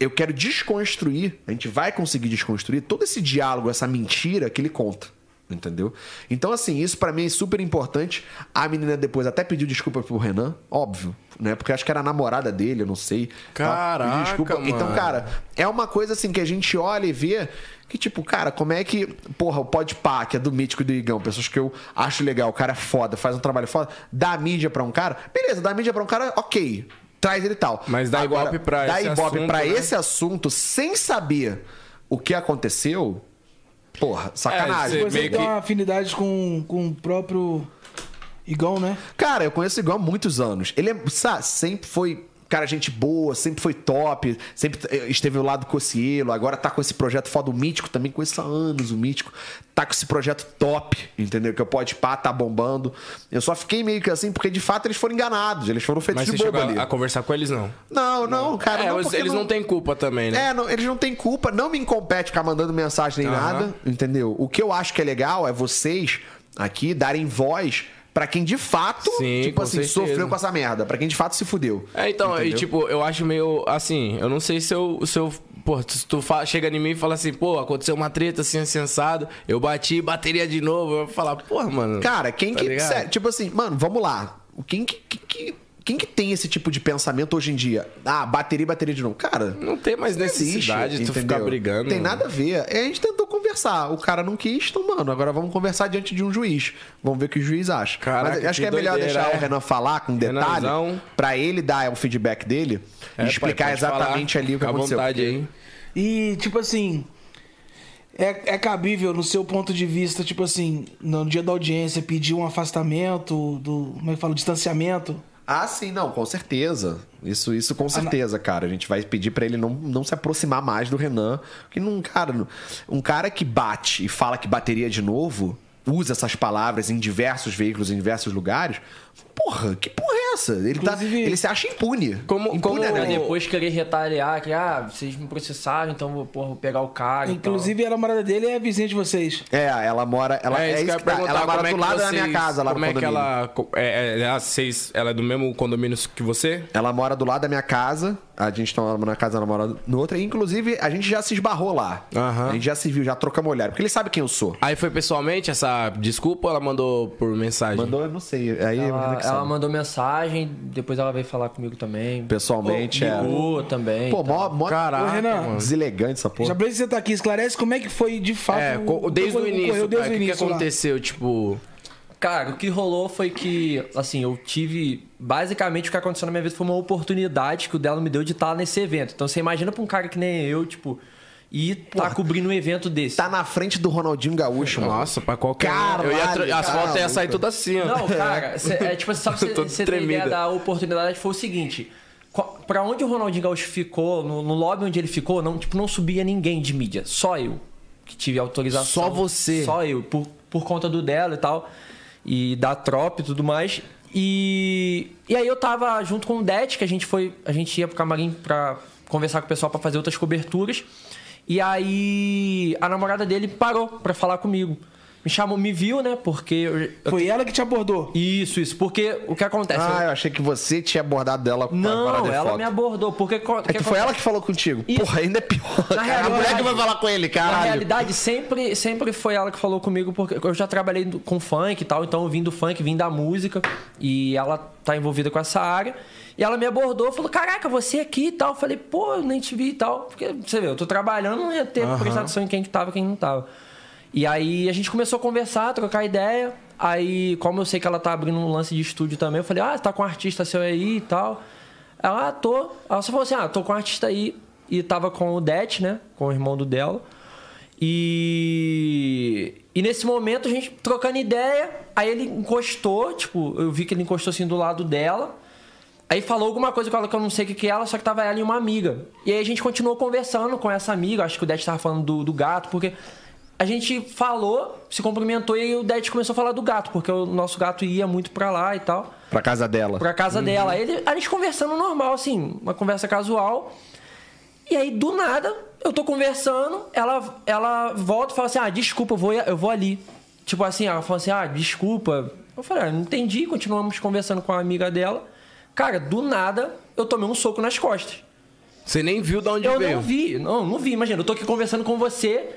eu quero desconstruir, a gente vai conseguir desconstruir todo esse diálogo, essa mentira que ele conta. Entendeu? Então, assim, isso pra mim é super importante. A menina depois até pediu desculpa pro Renan, óbvio, né? Porque acho que era a namorada dele, eu não sei. Ela pediu Caraca, Então, mano. cara, é uma coisa assim que a gente olha e vê que, tipo, cara, como é que. Porra, o Podpah, que é do Mítico e do Igão, pessoas que eu acho legal, o cara é foda, faz um trabalho foda, dá mídia pra um cara. Beleza, dá mídia pra um cara, ok. Traz ele e tal. Mas dá Agora, ibope pra dá esse ibope assunto, pra né? esse assunto sem saber o que aconteceu. Porra, sacanagem. É, Você meio tem que- uma afinidade com, com o próprio Igão, né? Cara, eu conheço o Igão há muitos anos. Ele é, sa- sempre foi, cara, gente boa, sempre foi top, sempre t- eh, esteve ao lado do Cocielo, agora tá com esse projeto foda, o Mítico também conheço há anos, o Mítico. Tá com esse projeto top, entendeu? Que eu pode pá, tá bombando. Eu só fiquei meio que assim, porque de fato eles foram enganados, eles foram feitos Mas de você bobo chegou ali. a, a conversar com eles, não. Não, não, cara, é, não, os- porque eles não... têm culpa também, né? é, não- eles não têm culpa, não me incompete ficar mandando mensagem nem nada, entendeu? O que eu acho que é legal é vocês aqui darem voz pra quem de fato, Sim, tipo com assim, certeza. sofreu com essa merda, Pra quem de fato se fudeu. É, então, e Entendeu? tipo, eu acho meio assim, eu não sei se eu. Se eu pô, se tu fa- chega em mim e fala assim, pô, aconteceu uma treta assim, sensado, eu bati, bateria de novo, eu vou falar, porra, mano. Cara, quem tá que. ligado? sé- tipo assim, mano, vamos lá. Quem que, que- que- quem que tem esse tipo de pensamento hoje em dia? Ah, bateria, bateria de novo. Cara. Não tem mais necessidade de tu entendeu? ficar brigando. Tem nada a ver. É, a gente tentou conversar. O cara não quis, então, mano, agora vamos conversar diante de um juiz. Vamos ver o que o juiz acha. Caraca, Mas acho que, que é melhor doideira, deixar é. o Renan falar com detalhe Renanzão. pra ele dar o feedback dele É, e pai, explicar pode exatamente falar. ali o que Fica à aconteceu. vontade aí. E, tipo assim. É, é cabível, no seu ponto de vista, tipo assim, no dia da audiência, pedir um afastamento, do. Como é que fala? Distanciamento. Ah, sim, não, com certeza. Isso, isso Ah, com certeza, cara. A gente vai pedir pra ele não, não se aproximar mais do Renan. Porque não, cara, não- um cara que bate e fala que bateria de novo, usa essas palavras em diversos veículos, em diversos lugares. Porra, que porra é essa? Ele, tá, Inclusive- ele se acha impune. Como- impune como- Pra né? depois querer retaliar, que, ah, vocês me processaram, então vou, porra, vou pegar o cara. e tal. Inclusive, a namorada dele é vizinha de vocês. É, ela mora. Ela, é, isso que eu ia isso que tá, perguntar, ela como mora é do que lado da minha vocês- casa, lá no Como é que condomínio. ela. É, é, é, ah, vocês- ela é do mesmo condomínio que você? Ela mora do lado da minha casa. A gente tá na casa, ela mora no outro. E, Inclusive, a gente já se esbarrou lá. Aham. A gente já se viu, já trocamos olhar. Porque ele sabe quem eu sou. Aí foi pessoalmente essa desculpa ou ela mandou por mensagem? Mandou, eu não sei. Aí é eu Ela, que ela sabe. mandou mensagem, depois ela veio falar comigo também. Pessoalmente, é. Ligou também. Pô, mó, mó Caraca, Ô, Renan, mano. deselegante essa Já porra. precisa estar aqui, esclarece como é que foi de fato. É, co- o- desde o ocorreu início, desde cara, o o né? que, que início lá. aconteceu? Tipo, Cara, o que rolou foi que, assim, eu tive. Basicamente, o que aconteceu na minha vida foi uma oportunidade que o dela me deu de estar nesse evento. Então, você imagina pra um cara que nem eu, tipo, e tá cobrindo um evento desse. Tá na frente do Ronaldinho Gaúcho, mano. nossa, pra qualquer. um. Caralho, eu ia tra- As cara, fotos ia sair maluco. todas assim, ó. Não, cara, cê- é tipo, [LAUGHS] só pra você, Todo você ter tremida. ideia da oportunidade foi o seguinte. qual- Pra onde o Ronaldinho Gaúcho ficou, no, no lobby onde ele ficou, não, tipo, não subia ninguém de mídia. Só eu que tive autorização. Só você? Só eu, por, por conta do dela e tal. E da tropa e tudo mais. E, e aí eu tava junto com o Det, que a gente foi. A gente ia pro camarim pra conversar com o pessoal pra fazer outras coberturas. E aí a namorada dele parou pra falar comigo. Me chamou, me viu, né? Porque eu- eu Foi ela que te abordou. isso, isso. Porque o que acontece? Ah, eu achei que você tinha abordado dela com a parada é- não, de ela foto. me abordou. Porque co- É que que foi acontece? ela que falou contigo. Isso. Porra, ainda é pior. cara. A realidade- mulher que vai falar com ele, Na caralho. realidade, sempre, sempre foi ela que falou comigo, porque eu já trabalhei do- com funk e tal, então eu vim do funk, vim da música, e ela tá envolvida com essa área. E ela me abordou, falou: Caraca, você aqui e tal. Eu falei: Pô, eu nem te vi e tal. Porque você vê, eu tô trabalhando, não ia ter prestação em quem que tava e quem não tava. E aí a gente começou a conversar, a trocar ideia. Aí, como eu sei que ela tá abrindo um lance de estúdio também, eu falei: Ah, tá com um artista seu aí e tal. Ela, ah, tô. Ela só falou assim: Ah, tô com um artista aí. E tava com o Det, né? Com o irmão do dela. E. E nesse momento a gente trocando ideia, aí ele encostou, tipo, eu vi que ele encostou assim do lado dela. Aí falou alguma coisa com ela que eu não sei o que que é ela, só que tava ela e uma amiga. E aí a gente continuou conversando com essa amiga, acho que o Det tava falando do, do gato, porque a gente falou, se cumprimentou e aí o Det começou a falar do gato, porque o nosso gato ia muito pra lá e tal Pra casa dela. pra Uhum. casa dela. Aí Ele, a gente conversando normal, assim, uma conversa casual. E aí, do nada, eu tô conversando, ela, ela volta e fala assim: ah, desculpa, eu vou, eu vou ali. Tipo assim, ela fala assim: ah, desculpa. Eu falei: ah, não entendi. Continuamos conversando com a amiga dela. Cara, do nada, eu tomei um soco nas costas. Você nem viu de onde Eu veio. não vi, não, não vi. Imagina, eu tô aqui conversando com você.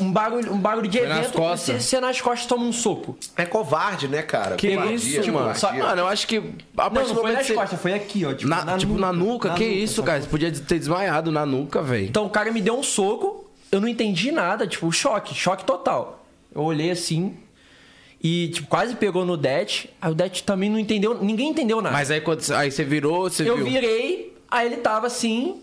Um barulho, um barulho de Foi nas evento, costas. você, você nas costas toma um soco. É covarde, né, cara? Que Covardia, isso, mano. covardia. Só- mano, eu acho que. A Não, partir não do foi momento nas que você- costas, foi aqui, ó. Tipo, na, tipo, na nuca, que isso, sacou? cara? Você podia ter desmaiado na nuca, velho. Então o cara me deu um soco, eu não entendi nada, tipo, choque, choque total. Eu olhei assim e, tipo, quase pegou no Det. Aí o Det também não entendeu, ninguém entendeu nada. Mas aí quando você- aí você virou, você tá. eu viu. virei, aí ele tava assim,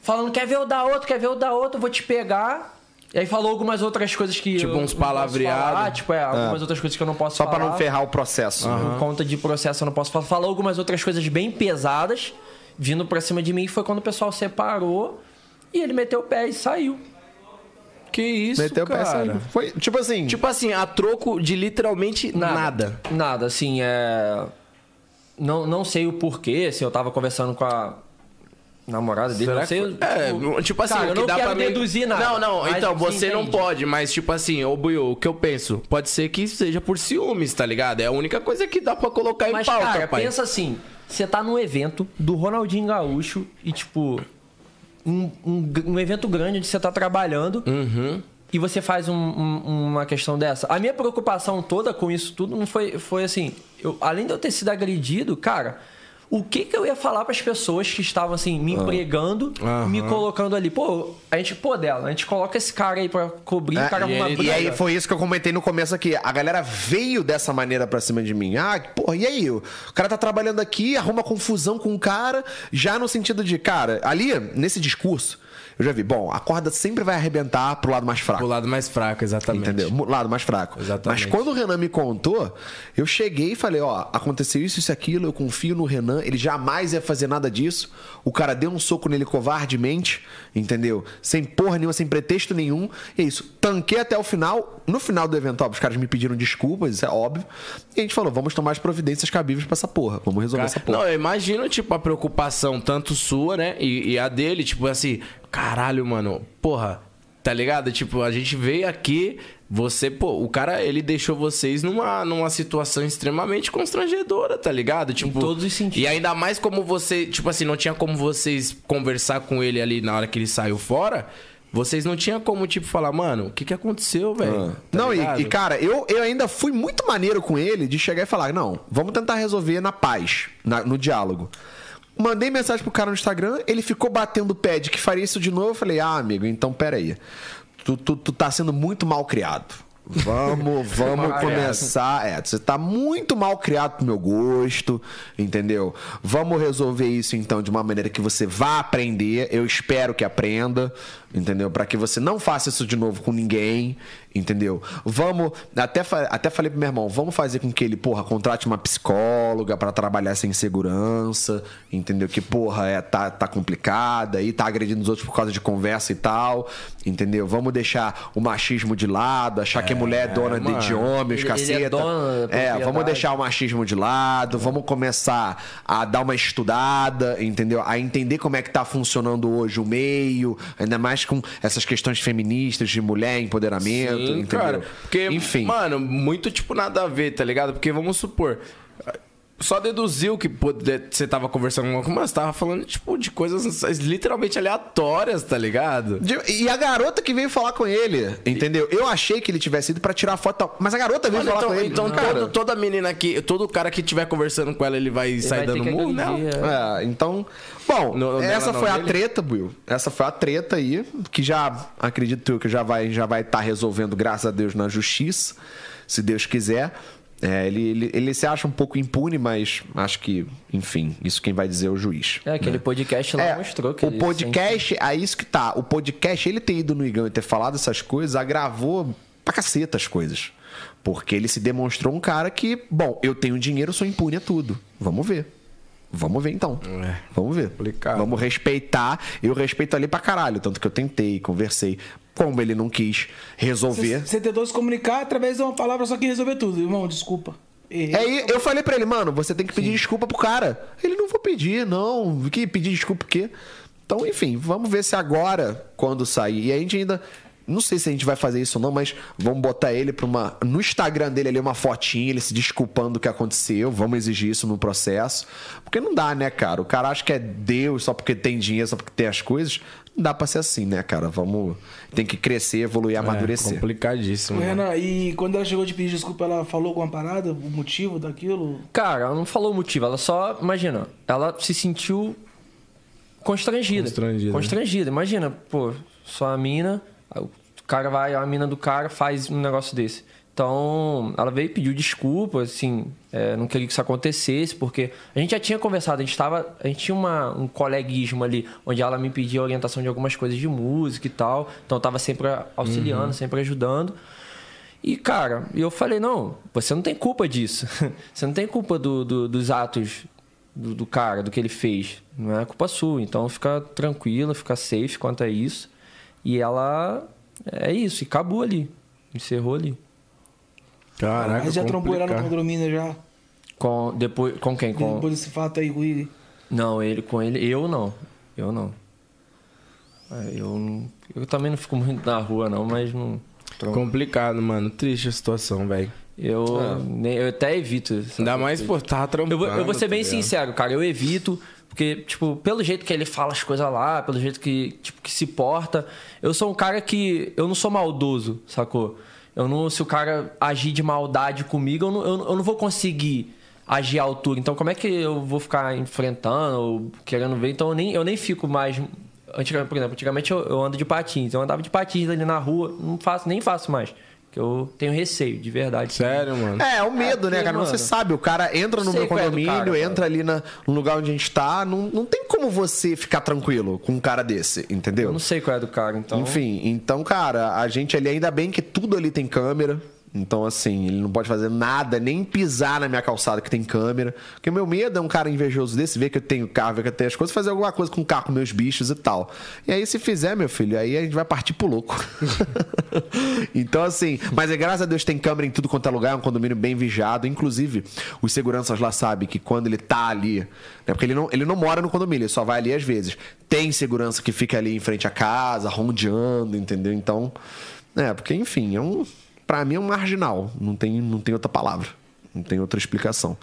falando: quer ver eu dar outro, quer ver eu dar outro, eu vou te pegar. E aí falou algumas outras coisas que. Tipo uns Ah. eu não posso palavreado. falar, tipo, é, algumas outras coisas que eu não posso Só falar. pra não ferrar o processo. né? Por conta de processo eu não posso falar. Falou algumas outras coisas bem pesadas vindo pra cima de mim. Foi quando o pessoal separou e ele meteu o pé e saiu. Que isso, Meteu o pé, cara. saiu. Foi, tipo assim, Tipo assim, a troco de literalmente nada. Nada, assim, é. Não, não sei o porquê, assim, eu tava conversando com a namorada dele, não Será sei. que foi? É, tipo assim, Cara, o eu que não dá quero pra mim- deduzir nada, Não, não, mas então você você não entende. pode, mas tipo assim, ô Buiu, o que eu penso? Pode ser que seja por ciúmes, tá ligado? É a única coisa que dá pra colocar Mas, em pauta, cara, pai. pensa assim: você tá num evento do Ronaldinho Gaúcho e, tipo, um, um, um evento grande onde você tá trabalhando Uhum. e você faz um- um- uma questão dessa. A minha preocupação toda com isso tudo não foi, foi assim: eu- além de eu ter sido agredido, cara. O que, que eu ia falar pras pessoas que estavam assim, Ah. me empregando, me colocando ali? Pô, a gente, pô, dela, a gente coloca esse cara aí pra cobrir, o um É, cara e, arruma aí- e briga. aí foi isso que eu comentei no começo aqui. A galera veio dessa maneira pra cima de mim. Ah, porra, e aí? O cara tá trabalhando aqui, arruma confusão com o cara, já no sentido de, cara, ali, nesse discurso, eu já vi, bom, a corda sempre vai arrebentar pro lado mais fraco. O lado mais fraco, exatamente. Entendeu? Mu- Lado mais fraco. Exatamente. Mas quando o Renan me contou, eu cheguei e falei, ó, aconteceu isso, isso, aquilo, eu confio no Renan, ele jamais ia fazer nada disso. O cara deu um soco nele covardemente, entendeu? Sem porra nenhuma, sem pretexto nenhum. E é isso. Tanquei até o final. No final do evento, ó, os caras me pediram desculpas, isso é óbvio. E a gente falou, vamos tomar as providências cabíveis pra essa porra. Vamos resolver essa porra. Não, eu imagino, tipo, a preocupação tanto sua, né? E, e a dele, tipo assim, caralho, mano, porra, tá ligado? Tipo, a gente veio aqui, você, pô, o cara, ele deixou vocês numa, numa situação extremamente constrangedora, tá ligado? Tipo, todos os sentidos. E ainda mais como você, tipo assim, não tinha como vocês conversar com ele ali na hora que ele saiu fora. Vocês não tinham como, tipo, falar, mano, o que que aconteceu, velho? Tá não, ligado? e, e, cara, eu, eu ainda fui muito maneiro com ele de chegar e falar: não, vamos tentar resolver na paz, na- no diálogo. Mandei mensagem pro cara no Instagram, ele ficou batendo o pé de que faria isso de novo. Eu falei: ah, amigo, então peraí. Tu, tu, tu tá sendo muito mal criado. [LAUGHS] Vamos, vamos começar. É, você tá muito mal criado pro meu gosto, entendeu? Vamos resolver isso então de uma maneira que você vá aprender. Eu espero que aprenda, entendeu? Pra que você não faça isso de novo com ninguém, entendeu? Vamos, até, fa- até falei pro meu irmão, vamos fazer com que ele, porra, contrate uma psicóloga pra trabalhar essa insegurança, entendeu? Que, porra, é, tá, tá complicada e tá agredindo os outros por causa de conversa e tal, entendeu? Vamos deixar o machismo de lado, achar que a mulher é dona de, de homem, os Ele- ele caceta. é dono da é, vamos propriedade. deixar deixar o machismo de lado, vamos começar a dar uma estudada, entendeu? A entender como é que tá funcionando hoje o meio, ainda mais com essas questões feministas de mulher, empoderamento, Sim, entendeu? cara. Porque, Enfim. mano, muito tipo nada a ver, tá ligado? Porque vamos supor. Só deduziu que pode- você tava conversando com uma, mas tava falando, tipo, de coisas literalmente aleatórias, tá ligado? De- E a garota que veio falar com ele, entendeu? Eu achei que ele tivesse ido pra tirar foto, e tal, mas a garota veio Mano, falar então, com ele. então cara. todo- toda menina que. Todo cara que tiver conversando com ela, ele vai sair vai ter dando que murro, né? agredir, é. É, então. Bom, No- essa dela não, foi a dele? treta, Will. Essa foi a treta aí, que já, acredito eu, que já vai já vai estar resolvendo, graças a Deus, na justiça, se Deus quiser. É, ele, ele, ele se acha um pouco impune, mas acho que, enfim, isso quem vai dizer é o juiz. É, aquele podcast lá É, mostrou que o ele assim, podcast, é isso que tá. O podcast, ele ter ido no Igão e ter falado essas coisas, agravou pra caceta as coisas. Porque ele se demonstrou um cara que, bom, eu tenho dinheiro, sou impune a tudo. Vamos ver. Vamos ver então. É. Vamos ver. complicado. Vamos respeitar. Eu respeito ali pra caralho. Tanto que eu tentei, conversei. Como ele não quis resolver. Você tentou se comunicar através de uma palavra só que resolver tudo. Irmão, desculpa. Errei. É, e eu falei pra ele, mano, você tem que pedir desculpa pro cara. Ele não vou pedir, não. Que pedir desculpa o quê? Então, enfim, vamos ver se agora, quando sair. E a gente ainda. Não sei se a gente vai fazer isso ou não, mas vamos botar ele pra uma. No Instagram dele ali, uma fotinha, ele se desculpando do que aconteceu. Vamos exigir isso no processo. Porque não dá, né, cara? O cara acha que é Deus só porque tem dinheiro, só porque tem as coisas. Não dá pra ser assim, né, cara? Vamos. Tem que crescer, evoluir, amadurecer. Complicadíssimo. Ô, É, mano. Renan, e quando ela chegou de pedir desculpa, ela falou alguma parada, o motivo daquilo? Cara, ela não falou o motivo, ela só. Imagina, ela se sentiu constrangida. Constrangida, né? Constrangida. Imagina, pô, só a mina, o cara vai, a mina do cara faz um negócio desse. Então, ela veio e pediu desculpa, assim, é, não queria que isso acontecesse, porque a gente já tinha conversado, a gente tava, a gente tinha uma- um coleguismo ali, onde ela me pedia orientação de algumas coisas de música e tal, então eu tava sempre Uhum. auxiliando, sempre ajudando. E, cara, eu falei, não, você não tem culpa disso. [LAUGHS] Você não tem culpa do- do- dos atos do, do cara, do que ele fez. Não é culpa sua. Então fica tranquila, fica safe quanto a isso. E ela. É isso, e acabou ali. Encerrou ali. Caraca, Mas já trombou ela no complicado. condomínio já. Com, depois, com quem? Com, Depois desse fato aí com ele. Não, ele com ele. Eu não. Eu não. É, Eu, não- eu também não fico muito na rua, não, mas não. Complicado, mano. Triste a situação, velho. Eu, nem- eu até evito. Tá sabe? Ainda mais por estar trampando. Eu vou, eu vou ser tá bem ligado? sincero, cara. Eu evito, porque, tipo, pelo jeito que ele fala as coisas lá, pelo jeito que, tipo, que se porta, eu sou um cara que. Eu não sou maldoso, sacou? Eu não. Se o cara agir de maldade comigo, eu não, eu, não- eu não vou conseguir agir à altura. Então, como é que eu vou ficar enfrentando ou querendo ver? Então, eu nem, eu nem fico mais. Antigamente, por exemplo, antigamente eu, eu ando de patins. Eu andava de patins ali na rua, não faço, nem faço mais. Porque eu tenho receio, de verdade. Sério, mano. É, é o medo, É, né, porque, cara? Você mano, sabe, o cara entra no sei meu qual é do condomínio, cara, entra ali na- no lugar onde a gente tá. Não, não tem como você ficar tranquilo com um cara desse, entendeu? Eu não sei qual é do cara, então. Enfim, então, cara, a gente ali, ainda bem que tudo ali tem câmera. Então, assim, ele não pode fazer nada, nem pisar na minha calçada que tem câmera. Porque o meu medo é um cara invejoso desse, ver que eu tenho carro, ver que eu tenho as coisas, fazer alguma coisa com o carro, com meus bichos e tal. E aí, se fizer, meu filho, aí a gente vai partir pro louco. [LAUGHS] então, assim, mas é graças a Deus tem câmera em tudo quanto é lugar, é um condomínio bem vigiado. Inclusive, os seguranças lá sabem que quando ele tá ali, né, porque ele não, ele não mora no condomínio, ele só vai ali às vezes. Tem segurança que fica ali em frente à casa, rondeando, entendeu? Então, é, porque enfim, é um para mim é um marginal, não tem não tem outra palavra, não tem outra explicação.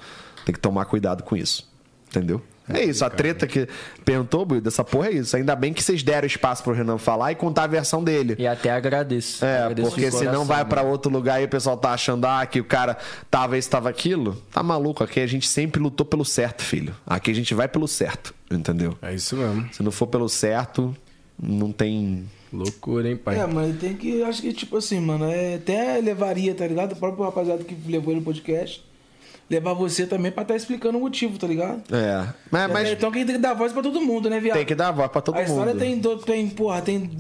Tem que tomar cuidado com isso. Entendeu? É isso, a treta que perguntou, Buiu, dessa porra é isso. Ainda bem que vocês deram espaço pro Renan falar e contar a versão dele. E até agradeço. É, Agradeço de porque senão coração, vai mano. pra outro lugar e o pessoal tá achando ah, que o cara tava isso, tava aquilo. Tá maluco, aqui a gente sempre lutou pelo certo, filho. Aqui a gente vai pelo certo, entendeu? É isso mesmo. Se não for pelo certo, não tem. Loucura, hein, pai? É, mas tem que. Acho que, tipo assim, mano, é, até levaria, tá ligado? O próprio rapaziada que levou ele no podcast. Levar você também pra estar explicando o motivo, tá ligado? É. Mas, mas Então quem tem que dar voz pra todo mundo, né, viado? tem que dar voz pra todo a mundo. história tem, do- tem, porra, tem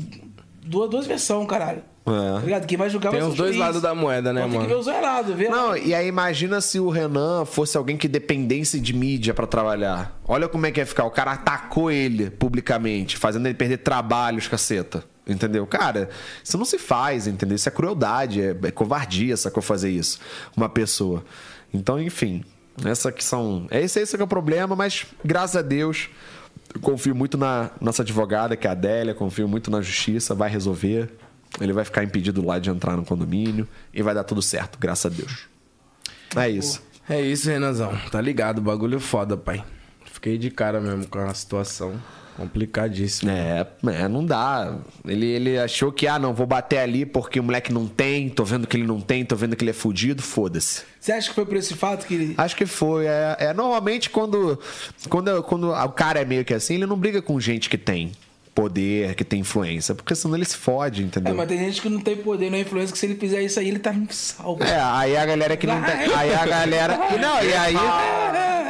duas, duas versões, caralho. É. Tá ligado? Quem vai julgar Tem vai ser os o dois juiz. lados da moeda, né, Então Tem que ver mano? os dois lados, vê? Não, e aí imagina se o Renan fosse alguém que dependesse de mídia pra trabalhar. Olha como é que ia ficar. O cara atacou ele publicamente, fazendo ele perder trabalhos, caceta. Entendeu? Cara, isso não se faz, entendeu? Isso é crueldade, é, é covardia, sacou fazer isso. Uma pessoa. Então, enfim. Essa que são. É esse, esse que é o problema, mas graças a Deus. eu confio muito na nossa advogada, que é a Adélia, confio muito na justiça, vai resolver. Ele vai ficar impedido lá de entrar no condomínio e vai dar tudo certo, graças a Deus. É isso. É isso, Renanzão. Tá ligado, o bagulho é foda, pai. Fiquei de cara mesmo com a situação. Complicadíssima. É, é, não dá. Ele, ele achou que, ah, não, vou bater ali porque o moleque não tem, tô vendo que ele não tem, tô vendo que ele é fudido, foda-se. Você acha que foi por esse fato que ele. Acho que foi. É, é, normalmente quando, quando, quando o cara é meio que assim, ele não briga com gente que tem poder, que tem influência, porque senão ele se fode, É, entendeu? mas tem gente que não tem poder, não é influência, que se ele fizer isso aí, ele tá no salvo. É, aí a galera que não tem. Aí a galera. que Não, e aí.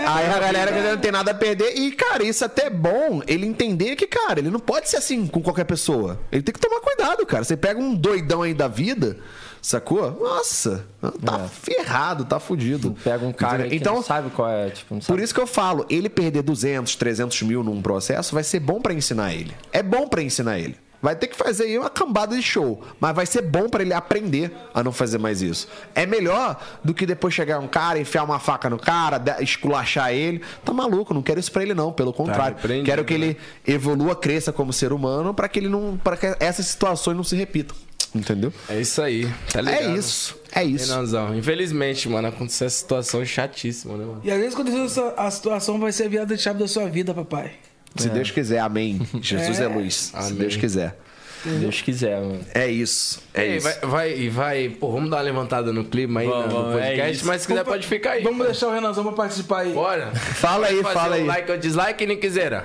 Aí a galera que não tem nada a perder. E, cara, isso até é bom ele entender que, cara, ele não pode ser assim com qualquer pessoa. Ele tem que tomar cuidado, cara. Você pega um doidão aí da vida, sacou? Nossa, tá ferrado, tá fudido. É. Pega um cara aí que Então, não sabe qual é, tipo, não sabe. por isso que eu falo, ele perder 200, 300 mil num processo vai ser bom pra ensinar ele. É bom pra ensinar ele. Vai ter que fazer aí uma cambada de show, mas vai ser bom pra ele aprender a não fazer mais isso. É melhor do que depois chegar um cara, enfiar uma faca no cara, dar- esculachar ele. Tá maluco, não quero isso pra ele não, pelo contrário. Tá repreendido, quero que né? ele evolua, cresça como ser humano pra que ele não, para que essas situações não se repitam, entendeu? É isso aí, tá ligado? É isso, é isso. Renanzão, infelizmente, mano, aconteceu essa situação chatíssima, né, mano? E às vezes quando essa- a situação vai ser a virada de chave da sua vida, papai. Se Deus quiser, amém. Jesus é, luz. Se Deus quiser. Se Deus quiser, mano. É isso. É Ei, isso. vai, vai, e vai, pô, vamos dar uma levantada no clima aí Vamos, né, no vamos, é podcast, isso. mas se quiser pode ficar aí. Vamos deixar o Renanzão pra participar aí. Bora. Fala aí, Fazer fala o aí. like ou dislike, nem quiser.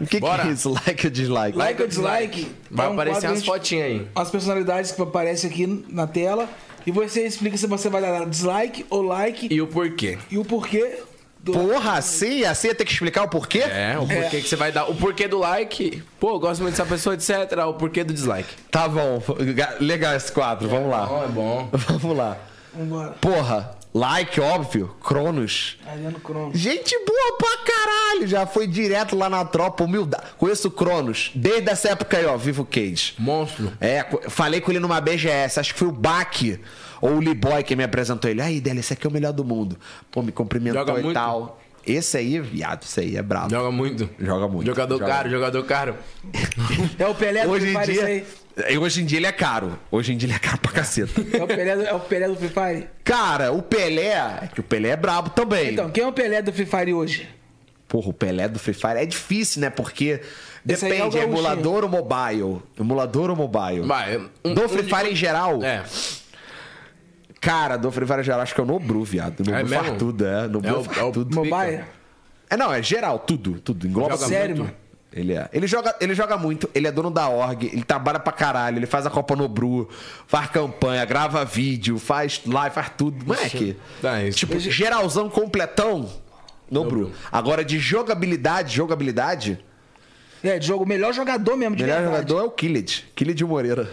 O que, que Bora. é isso? Like ou dislike? Like ou dislike? Vai É um aparecer quadro umas onde fotinhas aí. As personalidades que aparecem aqui na tela. E você explica se você vai dar dislike ou like e, E o porquê. o porquê do. Porra, assim? Assim ia ter que explicar o porquê? É, o porquê que você vai dar. O porquê do like. Pô, eu gosto muito dessa pessoa, etc. O porquê do dislike. Tá bom. Legal esse quadro, vamos lá. é bom. Vamos lá. Vambora. Porra, like, óbvio. Cronos. Ariano Crono. Gente boa pra caralho! Já foi direto lá na tropa, humildade. Conheço o Cronos. Desde essa época aí, ó, vivo o Cage. Monstro. É, co- falei com ele numa BGS, acho que foi o Baque ou o Liboy que me apresentou ele. Aí, Délio, esse aqui é o melhor do mundo. Pô, me cumprimentou Joga e muito? tal. Esse aí, viado, esse aí é brabo. Joga muito. Joga muito. Jogador Joga. caro, jogador caro. É o Pelé do Hoje Free em Fire isso aí? dia. eh, Hoje em dia ele é caro. Hoje em dia ele é caro [LAUGHS] pra caceta. É o Pelé do, é o Pelé do Free Fire? Cara, o Pelé. É que o Pelé é brabo também. Então, quem é o Pelé do Free Fire hoje? Porra, o Pelé do Free Fire é difícil, né? Porque Esse aí é o depende, é gaúchinho. emulador ou mobile? Emulador ou mobile? Vai. um- do um Free de- Fire em geral? É. Cara, do Free Fire em geral, acho que é o Nobru, viado. Nobru É é mesmo? fartudo, é. Nobru É o- é o- fartudo. Pica. Mobile? É, não, é geral, tudo, tudo. Engloba Joga tudo. Sério, muito. mano? Ele é. Ele joga, ele joga muito, ele é dono da org, ele trabalha pra caralho, ele faz a Copa Nobru, faz campanha, grava vídeo, faz live, faz tudo. Moleque. Tá, isso. Tipo, geralzão completão. Nobru. Agora, de jogabilidade, jogabilidade, É, de jogo, o melhor jogador mesmo, de melhor verdade. jogador é o Killed. Killed Moreira.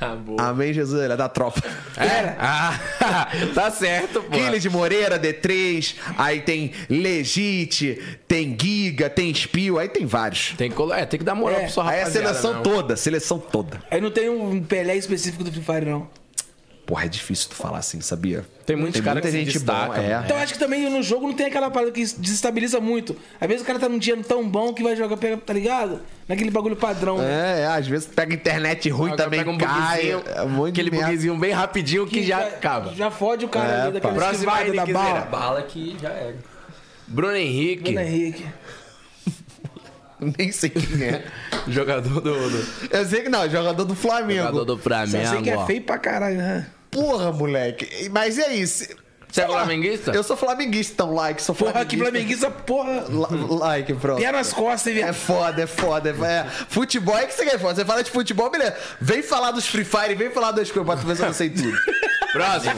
Ah, boa. Amém, Jesus, ele é da tropa. É? Ah, [LAUGHS] tá certo, pô. Killed Moreira, D3, aí tem Legit, tem Giga, tem Spio, aí tem vários. Tem que, colo- é, tem que dar moral É, pro sua Aí é a rapaziada. seleção não. toda, seleção toda. Aí não tem um Pelé específico do Free Fire, não. Porra, é difícil tu falar assim, sabia? Tem muitos caras que se destacam, boa, é. Então acho que também no jogo não tem aquela parada que desestabiliza muito. Às vezes o cara tá num dia tão bom que vai jogar, pega, tá ligado? Naquele bagulho padrão. né? É, é, às vezes pega internet ruim Agora também pega um cai. bugzinho, É muito aquele de merda. bugzinho bem rapidinho que, já, acaba. Já fode o cara É, ali daquela pá. Próxima esquivada aí, da Niquezeira. bala. Bala que já era. Bruno Henrique, Bruno né, Henrique. Nem sei quem [LAUGHS] é. jogador do, do- Eu sei que não, é jogador do Flamengo. jogador do Só Flamengo. sei que é ó. feio pra caralho, né? Porra, moleque. Mas é isso. Você é flamenguista? Eu sou flamenguista, então like, sou Porra, flamenguista. que flamenguista, porra. La- like, pronto. Pé nas costas, hein, É viado? foda, é foda. É. Futebol é que você quer foda. Você fala de futebol, beleza. Vem falar dos Free Fire, vem falar das coisas pra tu ver se eu não [LAUGHS] sei tudo. Próximo.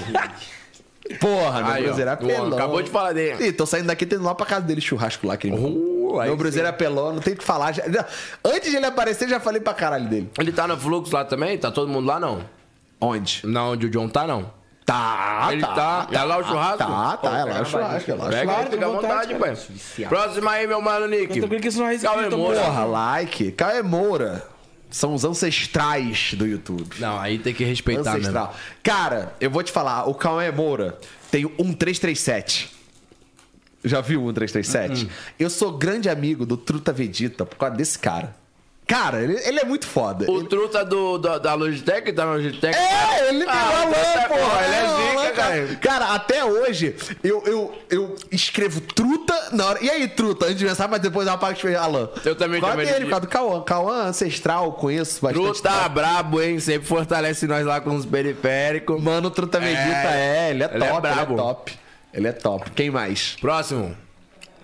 Porra, meu Aí, ó, Cruzeiro é o- apelão. acabou de falar dele. Ih, tô saindo daqui tendo lá pra casa dele churrasco lá, querido. Uh, aí meu Cruzeiro é apelão, não tem o que falar. Já- já- antes de ele aparecer, já falei pra caralho dele. Ele tá no fluxo lá também? Tá todo mundo lá, não? Onde? Não, onde o John tá, não. Tá, Ele tá- é lá o churrasco? Tá, tá, é lá o churrasco, é lá o Pega aí, Claro, churrasco. fica à com vontade, vontade, pai. Próximo aí, meu mano, Nick. Fica tranquilo que isso não é restrito, Calma aí, então, Moura. Porra, like. Cauê Moura são os ancestrais do YouTube. Não, aí tem que respeitar Ancestral. Cara, eu vou te falar, o Cauê Moura tem um 337. Já viu um Hum, 337? Eu sou grande amigo do Truta Vegeta por causa desse cara. Cara, ele, ele é muito foda. mesmo. O Ele- truta do, do- da Logitech, tá na Logitech? É, ele pegou Ah, a lã, é, porra. porra, ele é a zica, lã, cara. Cara, até hoje, eu, eu, eu escrevo truta na hora. E aí, truta? Antes de pensar, mas depois eu apago de escrever a lã. Eu também Por causa também dele, não por causa do Cauã. Cauã ancestral, conheço bastante. Truta brabo, hein? Sempre fortalece nós lá com os periféricos. Mano, o Truta Medita é, ele é ele é top, ele é brabo. top. Ele é top. Quem mais? Próximo.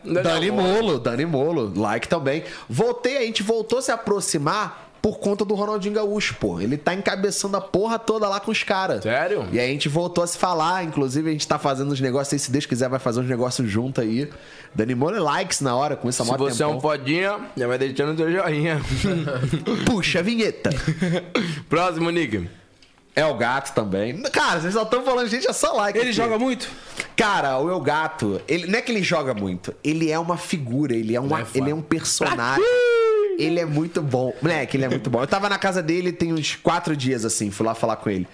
Dani Molo, Dani Molo, like também. Voltei, a gente voltou a se aproximar por conta do Ronaldinho Gaúcho, pô. Ele tá encabeçando a porra toda lá com os caras. Sério? E aí a gente voltou a se falar, inclusive a gente tá fazendo uns negócios aí, se Deus quiser vai fazer uns negócios junto aí. Dani Molo é likes na hora, com essa Se moto você é um podinha, já vai deixando o teu joinha. [LAUGHS] Puxa, a vinheta. Próximo, Nick. [LAUGHS] é o gato também. Cara, vocês só estão falando, gente, é só like. Ele aqui. joga muito? Cara, o El Gato, ele, não é que ele joga muito, ele é uma figura, ele é, uma, ele é um personagem. Ele é muito bom. Moleque, ele é muito bom. Eu tava na casa dele tem uns quatro dias, assim, fui lá falar com ele.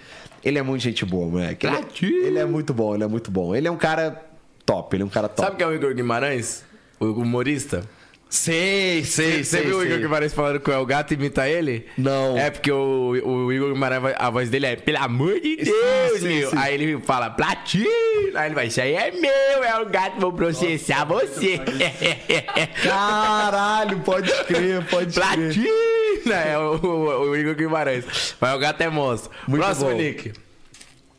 Ele é muito gente boa, moleque. Ele, é- ele é muito bom, ele é muito bom. Ele é um cara top, ele é um cara top. Sabe quem é o Igor Guimarães? O humorista? Sei, sei, Você viu o Igor Guimarães falando que é o gato imita ele? Não. É porque o, o Igor Guimarães, a voz dele é, pelo amor de Deus, sim, meu. sim. Aí ele fala, platino. Aí ele vai, isso aí é meu, é o gato, vou processar você. [LAUGHS] Caralho, pode crer, pode crer. Platina! É o, o- o Igor Guimarães. Mas o gato é monstro. Muito Próximo, bom. Nick.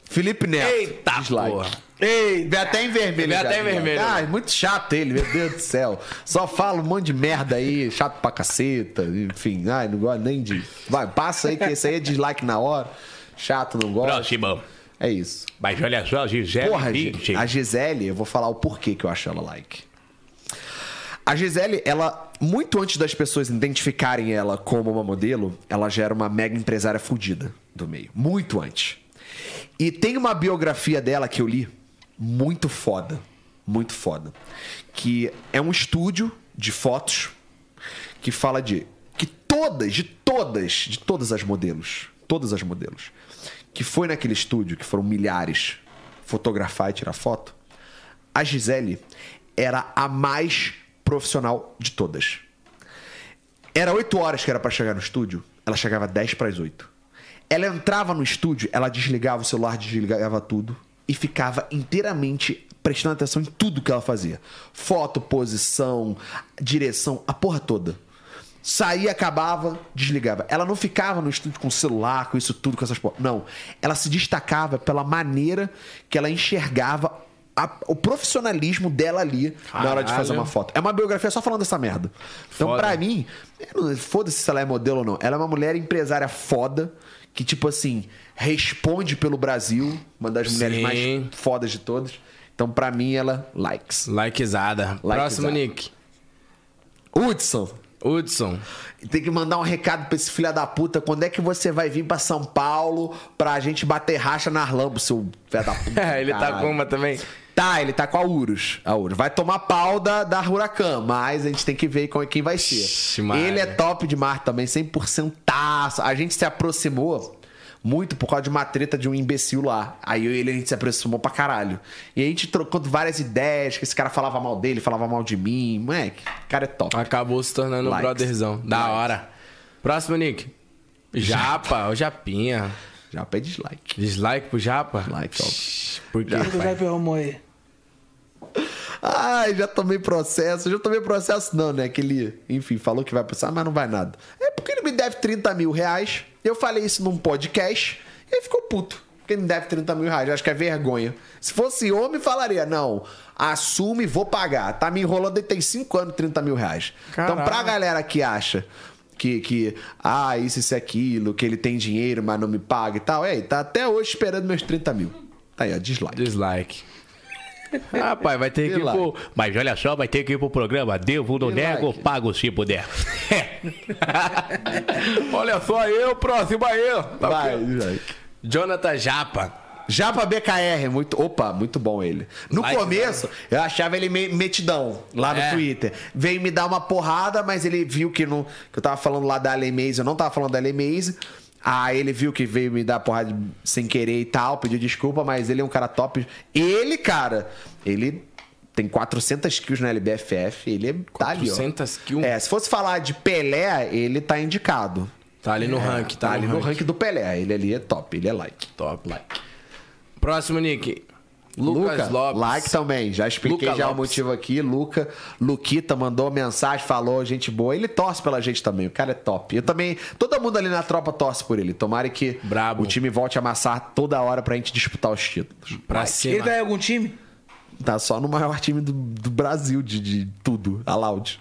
Felipe Neto. Eita, dislike. porra. Ei, Vê até em vermelho. Vê já, é até em já. vermelho. Ai, muito chato ele, meu Deus do céu. Só fala um monte de merda aí, chato pra caceta. Enfim, ai, não gosto nem de. Vai, passa aí, que esse aí é dislike na hora. Chato, não gosto. Próximo. É isso. Mas olha só, Gisele Porra, Bündchen. a Gisele, eu vou falar o porquê que eu acho ela like. A Gisele, ela, muito antes das pessoas identificarem ela como uma modelo, ela já era uma mega empresária fudida do meio. Muito antes. E tem uma biografia dela que eu li, muito foda. Muito foda. Que é um estúdio de fotos que fala de. Que todas, de todas, de todas as modelos. Todas as modelos. Que foi naquele estúdio, que foram milhares, fotografar e tirar foto. A Gisele era a mais profissional de todas. Era 8 horas que era pra chegar no estúdio, ela chegava 10 para as 8. Ela entrava no estúdio, ela desligava o celular, desligava tudo e ficava inteiramente prestando atenção em tudo que ela fazia. Foto, posição, direção, a porra toda. Saía, acabava, desligava. Ela não ficava no estúdio com o celular, com isso tudo, com essas porra. Não. Ela se destacava pela maneira que ela enxergava a- o profissionalismo dela ali na hora de fazer uma foto. É uma biografia só falando dessa merda. Então, Foda. pra pra mim, eu não- foda-se se ela é modelo ou não. Ela é uma mulher empresária foda, que, tipo assim, responde pelo Brasil, uma das mulheres Sim. mais fodas de todas. Então, pra mim, ela likes. Likezada. Próximo, Likezada. Nick. Hudson, [LAUGHS] Hudson. tem que mandar um recado pra esse filho da puta. Quando é que você vai vir pra São Paulo pra gente bater racha na Arlambo, seu filho da puta? [LAUGHS] É, ele tá caralho? com uma também. Tá, ele tá com a Urus. A Urus. Vai tomar pau da, da Huracan, mas a gente tem que ver com quem vai ser. Ixi, Maria. ele é top de mar também, 100%. A gente se aproximou muito por causa de uma treta de um imbecil lá. Aí eu e ele a gente se aproximou pra caralho. E a gente trocou várias ideias, que esse cara falava mal dele, falava mal de mim. Moleque, o cara é top. Acabou se tornando um Likes. brotherzão. Da hora. Próximo, Nick. [LAUGHS] Japa, o Japinha. Já pede dislike. Dislike pro Japa? Like, top. Porque o que o Zap arrumou aí? Ai, já tomei processo. Já tomei processo, não, né? Aquele, enfim, falou que vai processar, mas não vai nada. É porque ele me deve 30 mil reais. Eu falei isso num podcast e ele ficou puto. Porque ele me deve 30 mil reais. Acho que é vergonha. Se fosse homem, falaria: não, assume e vou pagar. Tá me enrolando e tem 5 anos 30 mil reais. Então, pra galera que acha. Que, que, ah, isso, isso, e aquilo, que ele tem dinheiro, mas não me paga e tal. Ei, tá até hoje esperando meus 30 mil. Tá aí, ó, dislike. dislike. Rapaz, vai ter que ir Dislike. pro... Mas olha só, vai ter que ir pro programa. Devo, não nego, like. pago se puder. [LAUGHS] [LAUGHS] Olha só eu, próximo aí. Tá Vai, ok? dislike. Jonathan Japa. Japa BKR, é muito. Opa, muito bom ele. No Like, começo, eu achava ele meio metidão lá no É. Twitter. Veio me dar uma porrada, mas ele viu que, não, que eu tava falando lá da Ale Maze, eu não tava falando da Ale Maze. Aí ele viu que veio me dar porrada de- sem querer e tal, pediu desculpa, mas ele é um cara top. Ele, cara, ele tem 400 kills na LBFF, ele tá ali, ó. 400 kills? É, se fosse falar de Pelé, ele tá indicado. Tá ali no rank, tá, Tá ali no rank do Pelé, ele ali é top, ele é like. Top. Like. Próximo, Nick. Lucas Luca, Lopes. Like também, já expliquei Luca já o Lopes. motivo aqui. Luca, Luquita mandou mensagem, falou, gente boa. Ele torce pela gente também, o cara é top. Eu também, todo mundo ali na tropa torce por ele. Tomara que Brabo. o time volte a amassar toda hora pra gente disputar os títulos. Pra Ele cima. tá em algum time? Tá só no maior time do, do Brasil de, de tudo, a Loud.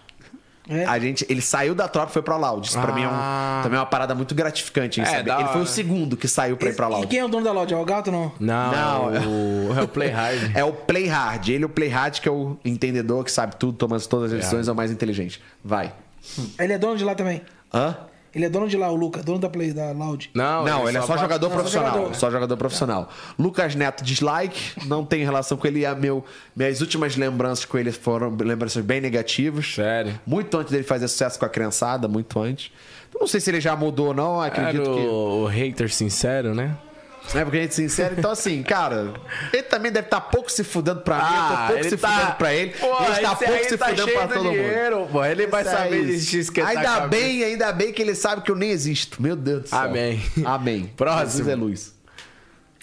É. A gente, ele saiu da tropa e foi pra Loud. Isso pra mim é um, também é uma parada muito gratificante, hein, Ah. É, saber? da Ele foi o hora. segundo que saiu pra ir pra E Loud. quem é o dono da loja? É o Gato ou não? Não, Não. O... é o Play Hard. [LAUGHS] É o Play Hard. Ele é o Play Hard que é o entendedor, que sabe tudo, toma todas as decisões, é o mais inteligente. Vai. Ele é dono de lá também. Hã? Ele é dono de lá, o Luca, dono da Play, da Loud. Não, Não, ele é só pa- jogador Não, só profissional. jogador. Só jogador profissional. Lucas Neto, dislike. Não tem relação com ele. A meu, minhas últimas lembranças com ele foram lembranças bem negativas. Sério? Muito antes dele fazer sucesso com a criançada, muito antes. Eu Não sei se ele já mudou ou não, Era acredito que. o... o hater sincero, né? É porque a gente é sincero. Então, assim, cara, ele também deve estar pouco se fudando pra mim. eu Ah, tô pouco se tá fudando pra Ah, ele. tá- ele tá pouco se fudando pra todo mundo. Pô, ele vai Isso saber é de isso. se esquentar a Ainda cabeça. bem, ainda bem que ele sabe que eu nem existo. Meu Deus do céu. Amém. Amém. [LAUGHS] Próximo. Jesus é luz.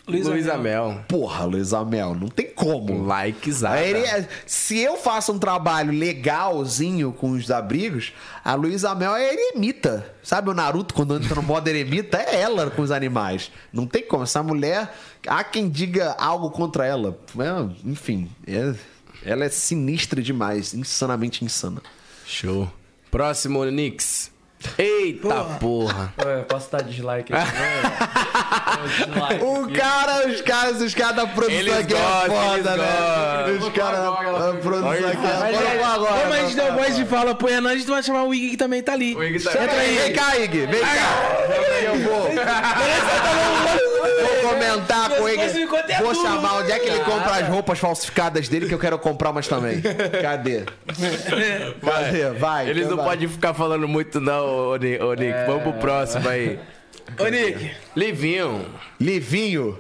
Luiz, Amel. Um Porra, Luiz Amel, não tem como. Likezada. Aí ele é- se eu faço um trabalho legalzinho com os abrigos, a Luísa Mel é eremita. Sabe o Naruto quando entra no modo eremita? É ela com os animais. Não tem como. Essa mulher, há quem diga algo contra ela. É, enfim, é- ela é sinistra demais, insanamente insana. Show. Próximo, Nix. Eita porra. Eu posso dar dislike aqui, né? O cara, os caras, os caras da produção Eles aqui é gostam, eles foda, né? gostam. Os caras da produção aqui é foda. Pô, mas deu voz de fala pro Hernandes, tu vai chamar o Iggy que também tá ali. Iggy tá- Entra aí. Vem cá, Ig, vem cá. Eu vou. Vou comentar com ele. Mas enquanto é Vou tudo, chamar onde é que ele compra as roupas falsificadas dele que eu quero comprar umas também. Cadê? Cadê? Vai. Eles então não vai. podem ficar falando muito, não, ô Ni- ô, Nick. Vamos pro próximo aí. Ô, Nick. Livinho. Livinho.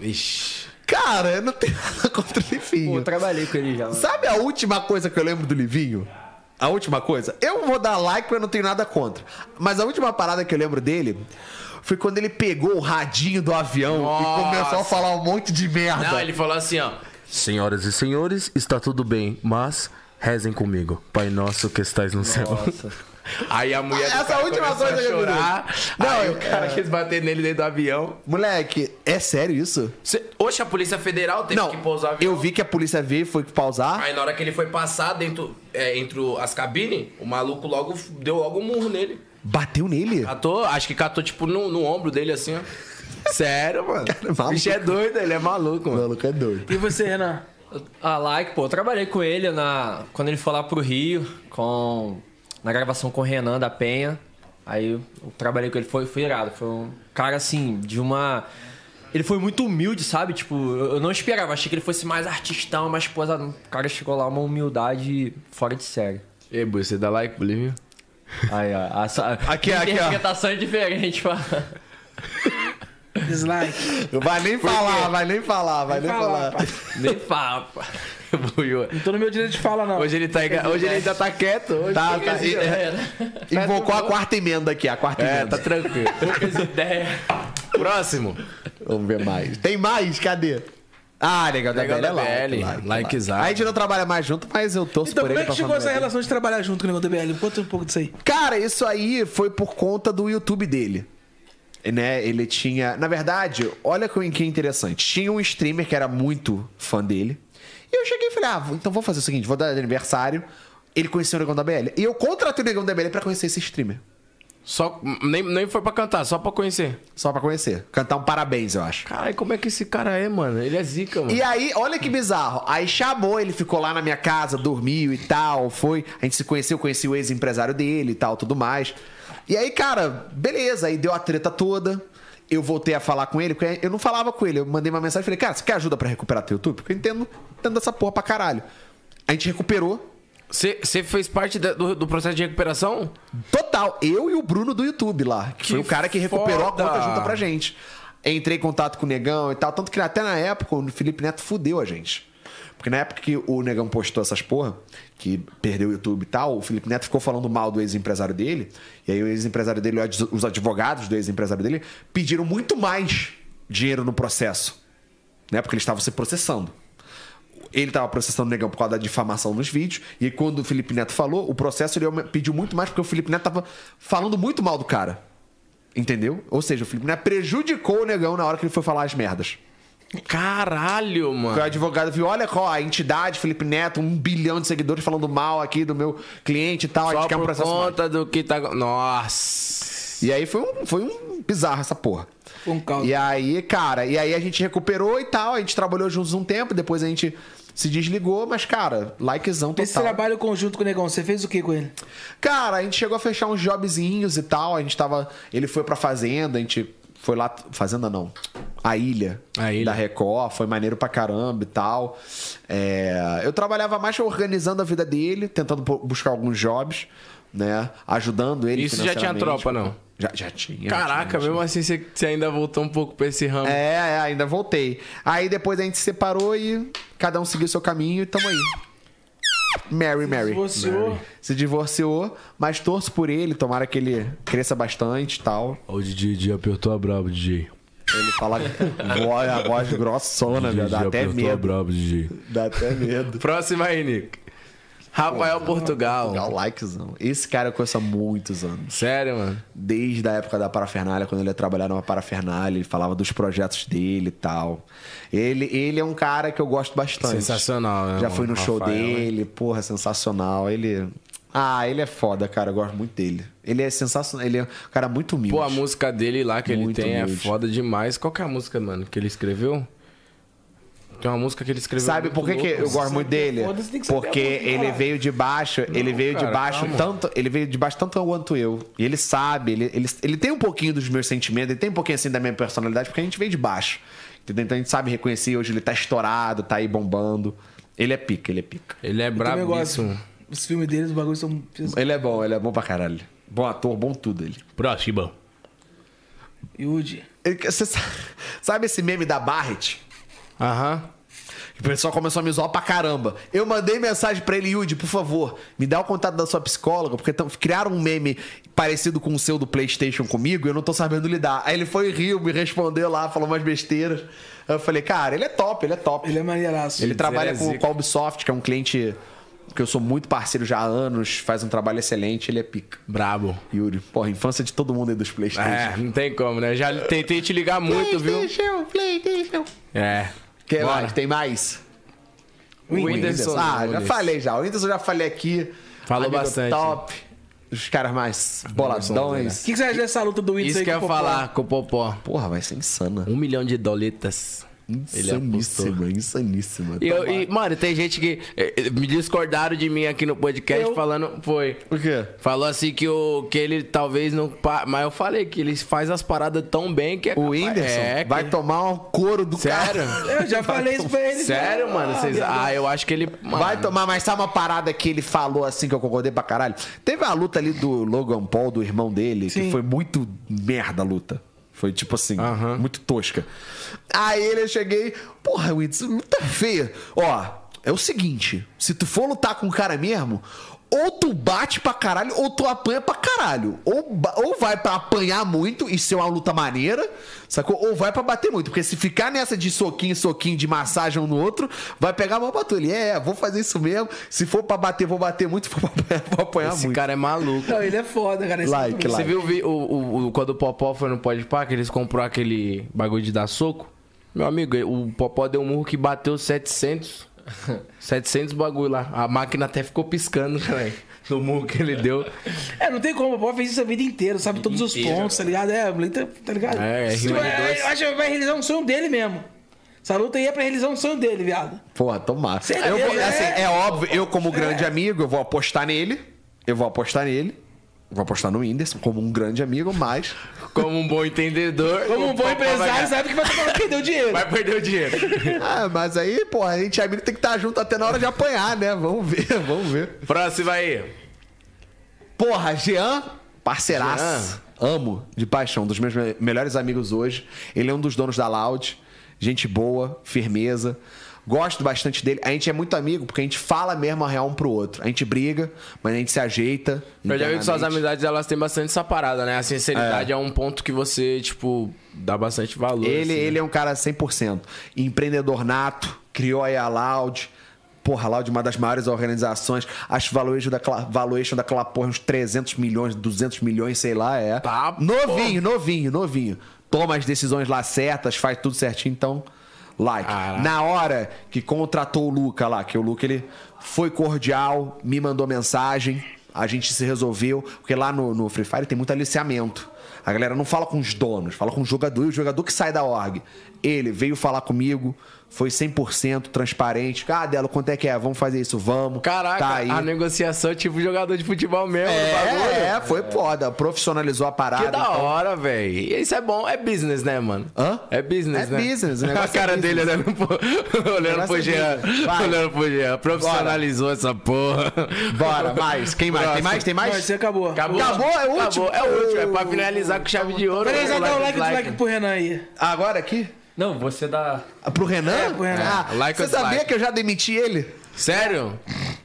Ixi. Cara, eu não tenho nada contra o Livinho. Pô, [LAUGHS] eu trabalhei com ele já. mano. Sabe a última coisa que eu lembro do Livinho? A última coisa? Eu vou dar like porque eu não tenho nada contra. Mas a última parada que eu lembro dele foi quando ele pegou o radinho do avião e Nossa. começou a falar um monte de merda. Não, ele falou assim, ó. Senhoras e senhores, está tudo bem, mas rezem comigo. Pai nosso que estás no céu. Aí a mulher. do Essa cara última começou a coisa que eu chorar. lembro. Aí Não, é. o cara quis bater nele dentro do avião. Moleque, é sério isso? Cê- Oxe, a Polícia Federal teve não, que pousar o avião. eu vi que a polícia veio e foi pausar. Aí na hora que ele foi passar dentro, é, entre o- as cabines, o maluco logo f- deu logo um murro nele. Bateu nele. Catou, acho que catou tipo no, no ombro dele assim, ó. Sério, mano. é maluco. O bicho é doido, ele é maluco, O mano. maluco é doido. E você, Renan? Ah, like, pô, eu trabalhei com ele na quando ele foi lá pro Rio, com na gravação com o Renan da Penha. Aí eu trabalhei com ele, foi, foi irado. Foi um cara assim, de uma. Ele foi muito humilde, sabe? Tipo, eu eu não esperava, achei que ele fosse mais artistão, mais posado. O cara chegou lá, uma humildade fora de série. Ei, Bui, você dá like pro Livinho? [LAUGHS] Aí, ó. Essa, Aqui, aqui, ó. interpretação é diferente, pô. Dislike. Vai nem falar, vai nem falar, vai nem falar. [LAUGHS] Nem fala, pô. Buiu. Não tô no meu direito de fala, não. Hoje ele, tá, enga- hoje ele ainda tá quieto. Hoje Tá, poucas tá. ideias. Invocou a quarta emenda aqui, a quarta É, tá emenda. tranquilo. Poucas ideias. Próximo. Vamos ver mais. Tem mais? Cadê? Ah, legal, da Legal BL é da like, BL, like, likezado. like. A gente não trabalha mais junto, mas eu torço Então, por como ele é que pra chegou essa família dele. relação de trabalhar junto com o negócio do BL? Conta um pouco disso aí. Cara, isso aí foi por conta do YouTube dele. Né? Ele tinha. Na verdade, olha que que interessante. Tinha um streamer que era muito fã dele. E eu cheguei e falei: ah, então vou fazer o seguinte, vou dar de aniversário. Ele conheceu o Negão da BL. E eu contratei o Negão da BL pra conhecer esse streamer. Só, nem, nem foi pra cantar, só pra conhecer. Só pra conhecer. Cantar um parabéns, eu acho. Caralho, como é que esse cara é, mano? Ele é zica, mano. E aí, olha que bizarro. Aí chamou, ele ficou lá na minha casa, dormiu e tal, foi. A gente se conheceu, conheci o ex-empresário dele e tal, tudo mais. E aí, cara, beleza, aí deu a treta toda. Eu voltei a falar com ele, porque eu não falava com ele. Eu mandei uma mensagem e falei, cara, você quer ajuda pra recuperar teu YouTube? Porque eu entendo, entendo dessa porra pra caralho. A gente recuperou Você fez parte da- do, do processo de recuperação? Total, eu e o Bruno do YouTube lá. Que Que foi o cara que recuperou foda. a conta junto pra gente. Entrei em contato com o Negão e tal. Tanto que até na época o Felipe Neto fudeu a gente. Porque na época que o Negão postou essas porra, que perdeu o YouTube e tal, o Felipe Neto ficou falando mal do ex-empresário dele. E aí o ex-empresário dele, os advogados do ex-empresário dele, pediram muito mais dinheiro no processo. Né? Porque eles estavam se processando. Ele tava processando o Negão por causa da difamação nos vídeos. E aí, quando o Felipe Neto falou, o processo ele aume- pediu muito mais porque o Felipe Neto tava falando muito mal do cara. Entendeu? Ou seja, o Felipe Neto prejudicou o Negão na hora que ele foi falar as merdas. Caralho, Porque mano. o advogado viu, olha qual a entidade, Felipe Neto, um bilhão de seguidores falando mal aqui do meu cliente e tal. a Só gente quer um por processo mais. conta do que tá... Nossa. E aí foi um, foi um bizarro essa porra. Foi um Ah. caos. E aí, cara, e aí a gente recuperou e tal, a gente trabalhou juntos um tempo, depois a gente se desligou, mas, cara, likezão é total. Esse trabalho conjunto com o Negão, você fez o que com ele? Cara, a gente chegou a fechar uns jobzinhos e tal. A gente tava. Ele foi pra fazenda, a gente foi lá. Fazenda não. A ilha, A ilha. da Record, foi maneiro pra caramba e tal. É, eu trabalhava mais organizando a vida dele, tentando po- buscar alguns jobs, né? Ajudando ele. Isso já tinha financeiramente. tropa, não? Já, já tinha. Caraca, já tinha. mesmo assim você ainda voltou um pouco pra esse ramo. É, é, ainda voltei. Aí depois a gente se separou e cada um seguiu seu caminho e tamo aí. Mary, Mary. Divorciou. Se divorciou, mas torço por ele, tomara que ele cresça bastante e tal. Ó, o DJ, DJ apertou a braba, DJ. Ele fala [LAUGHS] voz, a voz grossona, velho. Dá até medo. Dá até medo. Próxima aí, Nico. Rafael Portugal. Dá É o likezão. Esse cara eu conheço há muitos anos. Sério, mano? Desde a época da parafernália, quando ele ia trabalhar numa parafernália, ele falava dos projetos dele e tal. Ele, ele é um cara que eu gosto bastante. Sensacional, né, Já fui no mano? show Rafael, dele, porra, sensacional. Ele. Ah, ele é foda, cara. Eu gosto muito dele. Ele é sensacional. Ele é um cara muito humilde. Pô, a música dele lá que Muito ele tem humilde. é foda demais. Qual que é a música, mano, que ele escreveu? Tem uma música que ele escreveu. Sabe é muito por que, que louca. eu gosto muito dele? foda-se, tem que saber Porque a música, ele caralho. veio de baixo, ele veio de cara, baixo tanto, ele veio de baixo tanto quanto eu. E ele sabe, ele, ele, ele tem um pouquinho dos meus sentimentos, ele tem um pouquinho assim da minha personalidade, porque a gente veio de baixo. Entendeu? Então a gente sabe reconhecer, hoje ele tá estourado, tá aí bombando. Ele é pica, ele é pica. Ele é Também gosto. brabíssimo. Os filmes deles, os bagulhos são. Ele é bom, ele é bom pra caralho. Bom ator, bom tudo ele. Próximo. Yudi. Ele- Você sa- [LAUGHS] sabe esse meme da Barrett? Aham. O pessoal começou a me zoar pra caramba. Eu mandei mensagem pra ele, Yudi, por favor, me dá o contato da sua psicóloga, porque tão, criaram um meme parecido com o seu do PlayStation comigo e eu não tô sabendo lidar. Aí ele foi e riu, me respondeu lá, falou umas besteiras. Aí eu falei, cara, ele é top, ele é top. Ele é maneiraço. Ele trabalha é com, zica. com a Ubisoft, que é um cliente que eu sou muito parceiro já há anos, faz um trabalho excelente, ele é pica. Brabo. Yuri, porra, infância de todo mundo aí dos PlayStation. É, não tem como, né? Já tentei te ligar muito, viu? PlayStation, PlayStation. É. Quem Bora. mais? Tem mais? O Whindersson Ah, Nunes. já falei já. O Whindersson eu já falei aqui. Falou bastante. Top. Os caras mais O boladões. que, que você acha dessa luta do Whindersson Isso aí que eu com ia o Popó? falar com o Popó. Porra, vai ser insana. Um milhão de doletas. Ele apostou. Insaníssima, insaníssima. E, eu- e, mano, tem gente que eh, eh, me discordaram de mim aqui no podcast falando. Foi. Por quê? Falou assim que, o, que ele talvez não. pa- Mas eu falei que ele faz as paradas tão bem que é. O capaz- Whindersson É, vai que- é? tomar um couro do Sério? cara. Eu já falei isso pra ele. né? Sério, mano? Vocês... Ah, eu acho que ele. Mano, Vai tomar, mas sabe uma parada que ele falou assim que eu concordei pra caralho? Teve a luta ali do Logan Paul, do irmão dele, que foi muito merda a luta. Foi tipo assim, muito tosca. Aí ele eu cheguei, porra, Whindersson, luta feia. Ó, é o seguinte: se tu for lutar com o cara mesmo, ou tu bate pra caralho, ou tu apanha pra caralho. Ou, ba- ou vai pra apanhar muito e ser uma luta maneira, sacou? Ou vai pra bater muito. Porque se ficar nessa de soquinho, soquinho, de massagem um no outro, vai pegar mal pra tu. Ele, é, é, vou fazer isso mesmo. Se for pra bater, vou bater muito. [LAUGHS] Se for pra apanhar, vou apanhar Esse muito. cara é maluco. Não, ele é foda, cara. Esse Like, Você like. viu o vi- o, o- o- quando o Popó foi no Podpah, que eles comprou aquele bagulho de dar soco? Meu amigo, o Popó deu um murro que bateu 700. 700 bagulho lá. A máquina até ficou piscando, velho. No murro que ele deu. É, não tem como. O Popó fez isso a vida inteira, sabe? Todos os pontos, tá ligado? É, moleque, tá- tá ligado? É, Tipo, R1 é, Eu acho que vai realizar um sonho dele mesmo. Essa luta aí é pra realizar um sonho dele, viado. Porra, tomar. Sei lá, Eu vou- é- assim, é óbvio, eu como É. grande amigo, eu vou apostar nele. Eu vou apostar nele. Vou apostar no Whindersson como um grande amigo, [LAUGHS] mas... Como um bom entendedor. Como um o bom Popó vai empresário, ganhar. sabe que vai falar que deu [LAUGHS] dinheiro. Vai perder o dinheiro. Ah, mas aí, pô, a gente é amigo tem que estar junto até na hora de apanhar, né? Vamos ver, [LAUGHS] vamos ver. Próximo aí. Porra, Jean, parceiraço. Amo de paixão, um dos meus me- melhores amigos hoje. Ele é um dos donos da Loud. Gente boa, firmeza. Gosto bastante dele. A gente é muito amigo porque a gente fala mesmo a real um pro outro. A gente briga, mas a gente se ajeita. Eu já vi que suas internamente. amizades, elas têm bastante essa parada, né? A sinceridade é, um ponto que você, tipo, dá bastante valor. Ele, assim, ele é um cara 100%. Empreendedor nato, criou aí a Loud. Porra, a Loud é uma das maiores organizações. Acho valuation daquela, valuation daquela porra uns 300 milhões, 200 milhões, sei lá, é. Tá, novinho, novinho, novinho. Toma as decisões lá certas, faz tudo certinho, então... Like. Na hora que contratou o Luca lá, que o Luca ele foi cordial, me mandou mensagem, a gente se resolveu, porque lá no, no Free Fire tem muito aliciamento. A galera não fala com os donos, fala com o jogador e o jogador que sai da org. Ele veio falar comigo, foi 100% transparente. Ah, Delo, quanto é que é? Vamos fazer isso, vamos. Caraca, tá aí. a negociação, tipo, jogador de futebol mesmo. do bagulho. É, é, foi foda. Profissionalizou a parada. Que da hora, velho. Isso é bom. É business, né, mano? então. Hã? É business, É né? business, [LAUGHS] o A negócio é cara business. dele olhando pro, [LAUGHS] olhando negócio pro é Jean. business. Vai. Olhando pro Jean. Profissionalizou essa porra. Bora, mais. Quem mais? Tem mais? Tem Não, mais? isso aí acabou. Acabou. Acabou? É o último? então. É o último. É pra finalizar com chave de ouro. né? Peraí, já dá o um like e dislike. dislike pro Renan aí. Agora aqui? Não, você dá. Ah, Pro Renan? É, pro Renan. Ah, Like você ou sabia dislike? que eu já demiti ele? Sério?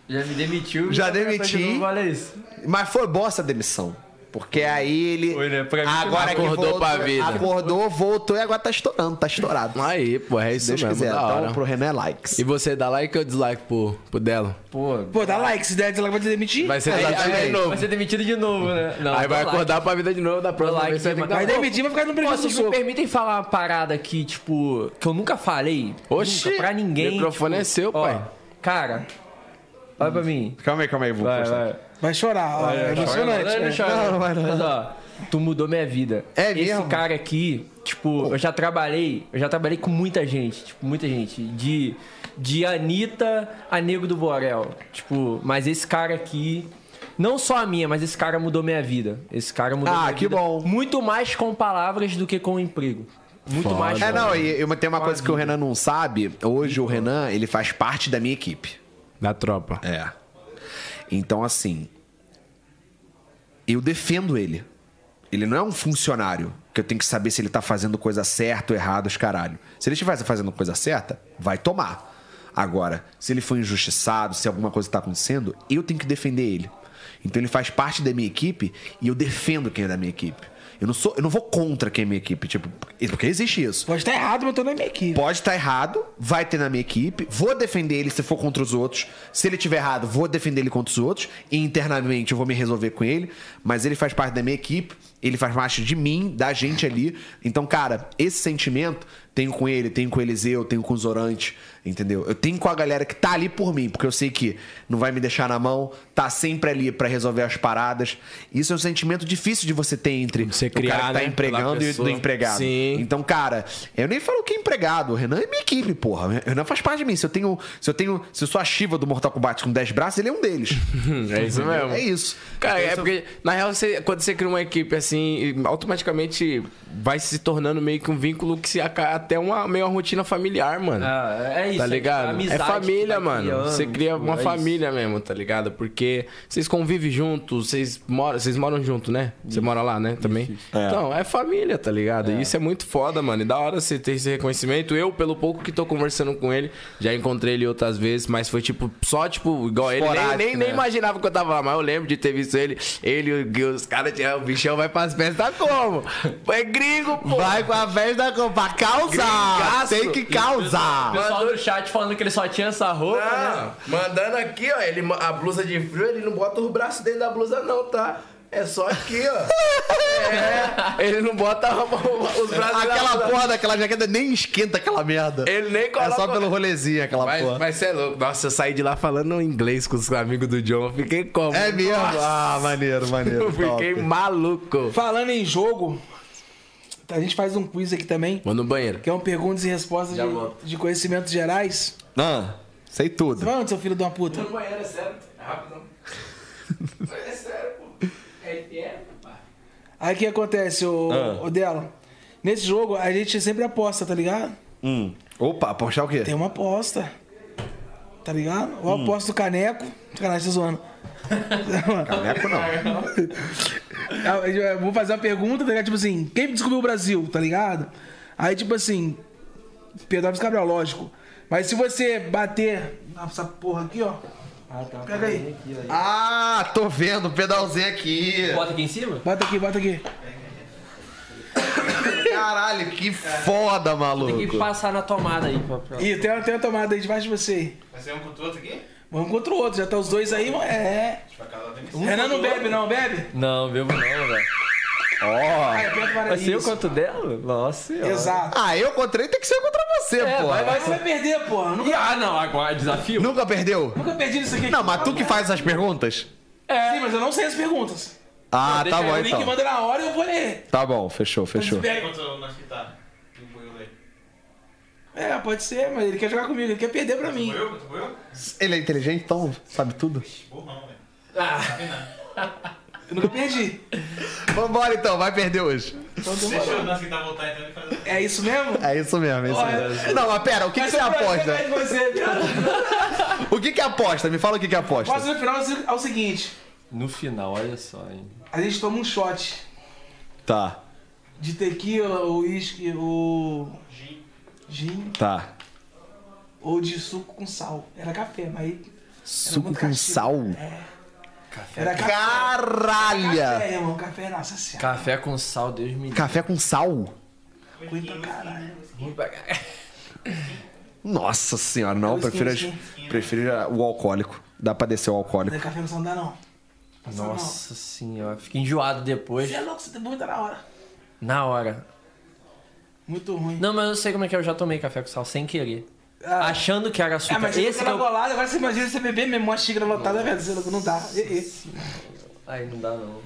Já me demitiu. Já Tá demiti. de novo, Olha isso. Mas foi bosta a demissão. Porque aí ele. Foi, né? Pra mim, agora que Acordou voltou, pra vida. Acordou, voltou e agora tá estourando, tá estourado. Aí, pô, é isso Se Deus mesmo, quiser. da Então, hora. pro Renan é likes. E você dá like ou dislike pro, pro dela? Pô, dá like, se der dislike vai te demitir. Vai ser É, demitido exatamente. de novo. Vai ser demitido de novo, né? Não, Aí vai dá acordar pra vida de novo da próxima like, vez. Você sim, vai ter Vai que dar demitir, vai ficar no Pô, prejuízo do vocês me soco. permitem falar uma parada aqui, tipo, que eu nunca falei Oxi, nunca, pra ninguém. o microfone tipo, é seu, ó, pai. Cara, olha pra mim. Calma aí, calma aí, vou postar. Vai chorar, ó, é emocionante. Não, não, né? chora. Mas, ó, tu mudou minha vida. É Esse mesmo? cara aqui, tipo, eu já trabalhei, eu já trabalhei com muita gente, tipo, muita gente. De, de Anitta a Nego do Borel. Tipo, mas esse cara aqui. Não só a minha, mas esse cara mudou minha vida. Esse cara mudou Ah, minha que vida. bom. Muito mais com palavras do que com emprego. Muito mais É, com- não, e e tem uma coisa que o Renan não sabe. Hoje o Renan, ele faz parte da minha equipe. Da tropa. É. Então, assim. Eu defendo ele. Ele não é um funcionário que eu tenho que saber se ele tá fazendo coisa certa ou errada, os caralho. Se ele estiver fazendo coisa certa, vai tomar. Agora, se ele for injustiçado, se alguma coisa tá acontecendo, eu tenho que defender ele. Então ele faz parte da minha equipe e eu defendo quem é da minha equipe. Eu não sou, eu não vou contra quem é minha equipe, tipo, porque existe isso. Pode estar errado, mas eu tô na minha equipe. Pode estar errado, vai ter na minha equipe. Vou defender ele se for contra os outros. Se ele tiver errado, vou defender ele contra os outros. E internamente eu vou me resolver com ele. Mas ele faz parte da minha equipe, ele faz parte de mim, da gente ali. Então, cara, esse sentimento tenho com ele, tenho com o Eliseu, tenho com os orantes, entendeu? Eu tenho com a galera que tá ali por mim, porque eu sei que não vai me deixar na mão, tá sempre ali pra resolver as paradas. Isso é um sentimento difícil de você ter entre Você o cara criar, que tá né, empregando pela e o do pessoa. empregado. Sim. Então, cara, eu nem falo que é empregado. O Renan é minha equipe, porra. O Renan faz parte de mim. Se eu tenho. Se eu tenho. Se eu sou a Shiva do Mortal Kombat com 10 braços, ele é um [LAUGHS] deles. É isso mesmo. é isso. Cara, Então, é se eu- porque, na real, você- quando você cria uma equipe assim, automaticamente vai se tornando meio que um vínculo que se aca- até uma meio uma rotina familiar, mano. Ah, é isso, Tá é a ligado? É amizade que família, vai mano. criando, você cria tipo, uma é isso. família mesmo, tá ligado? Porque vocês convivem juntos, vocês moram, vocês moram junto, né? Você mora lá, né? Também. Então, é família, tá ligado? E Isso é muito foda, mano. E da hora você ter esse reconhecimento. Eu, pelo pouco que tô conversando com ele, já encontrei ele outras vezes, mas foi tipo, só tipo, igual ele. Nem, Esporádico, nem, né? nem imaginava que eu tava lá, mas eu lembro de ter visto ele. Ele, e os caras, tinha- o bichão vai pras festas como? É gringo, pô. Vai com a vez da pra causar! Gringaço. Tem que O causar! pessoal do chat falando que ele só tinha essa roupa, né? Ah, mandando aqui, ó. Ele, ma- a blusa de frio, ele não bota os braços dentro da blusa, não, tá? É só aqui, ó. É, ele não bota [LAUGHS] a- os braços dentro da Aquela blusa. porra daquela jaqueta nem esquenta aquela merda. Ele nem É coloca. só pelo rolezinho aquela mas, porra. mas cê é louco. Nossa, eu saí de lá falando inglês com os amigos do John. Eu fiquei como? É mesmo? Nossa, Ah, [LAUGHS] maneiro, maneiro. eu fiquei top. maluco. Falando em jogo, a gente faz um quiz aqui também, Manda no banheiro. que é um perguntas e respostas de, de conhecimentos gerais. Ah, sei tudo. Vai onde, seu filho de uma puta? banheiro, é sério. É rápido, não. É sério, pô. É, Aí o que acontece, o, dela? Nesse jogo, a gente sempre aposta, tá ligado? Hum. Opa, puxar o quê? Tem uma aposta. Tá ligado? Eu aposto o caneco. Sacanagem, tô zoando. Caneco não. Ah, eu Vou fazer uma pergunta, tá ligado? Tipo assim, quem descobriu o Brasil, tá ligado? Aí, tipo assim, Pedro Cabral, lógico. Mas se você bater nessa porra aqui, ó. tá, Pega aí. Ah, tô vendo o pedalzinho aqui. Bota aqui em cima? Bota aqui, bota aqui. Caralho, que foda, Tem que maluco. passar na tomada aí. Pra, pra... Ih, tem, tem uma tomada aí debaixo de você. Vai ser um contra o outro aqui? Vamos contra o outro, já tá os dois aí, mano. É. Renan não bebe, não, bebe? Não, bebo não, velho. Ah, é Pedro Vai ser eu Varela. quanto dela? Nossa senhora. Exato. Ah, eu contra ele tem que ser contra você, É, pô. Mas você vai perder, porra. Nunca, Ih, É, Ah, não, agora desafio. [LAUGHS] Nunca perdeu? nunca perdi isso aqui. Não, mas tu que faz essas perguntas? Sim, mas eu não sei as perguntas. Ah, Não, tá deixa bom o link então. manda na hora e eu vou ler. Tá bom, fechou, fechou. né? É, pode ser, mas ele quer jogar comigo, ele quer perder pra mim. Ele é inteligente, então sabe tudo. né? Eu nunca perdi. Vambora então, vai perder hoje. Então demorou. então, É isso mesmo? É isso mesmo, é isso Olha, mesmo. Não, mas pera, o que, que você aposta? O que que aposta? Me fala o que que aposta. Mas no final é o seguinte: No final, olha só, hein. a gente toma um shot Tá, de tequila, ou uísque, ou. Gin. tá. Ou de suco com sal. Era café, mas. Suco muito com castigo. É. sal? Era café. Caralho! Café, irmão. Café, nossa senhora. Café com sal, Deus me livre. Café com sal? Ruim pra caralho. Nossa senhora, não. Prefiro, as- prefiro a- o alcoólico. Dá pra descer o alcoólico. Não é Café não dá, não. é Nossa senhora, fiquei enjoado depois. Você é louco, você tem muita na hora. Na hora. Muito ruim. Não, mas eu sei como é que é, eu já tomei café com sal sem querer. Ah. Achando que era É, açúcar. mas Esse esse que eu... bolado, agora você imagina você beber mesmo uma xícara lotada, velho. Você não dá. E, e. Aí não dá não.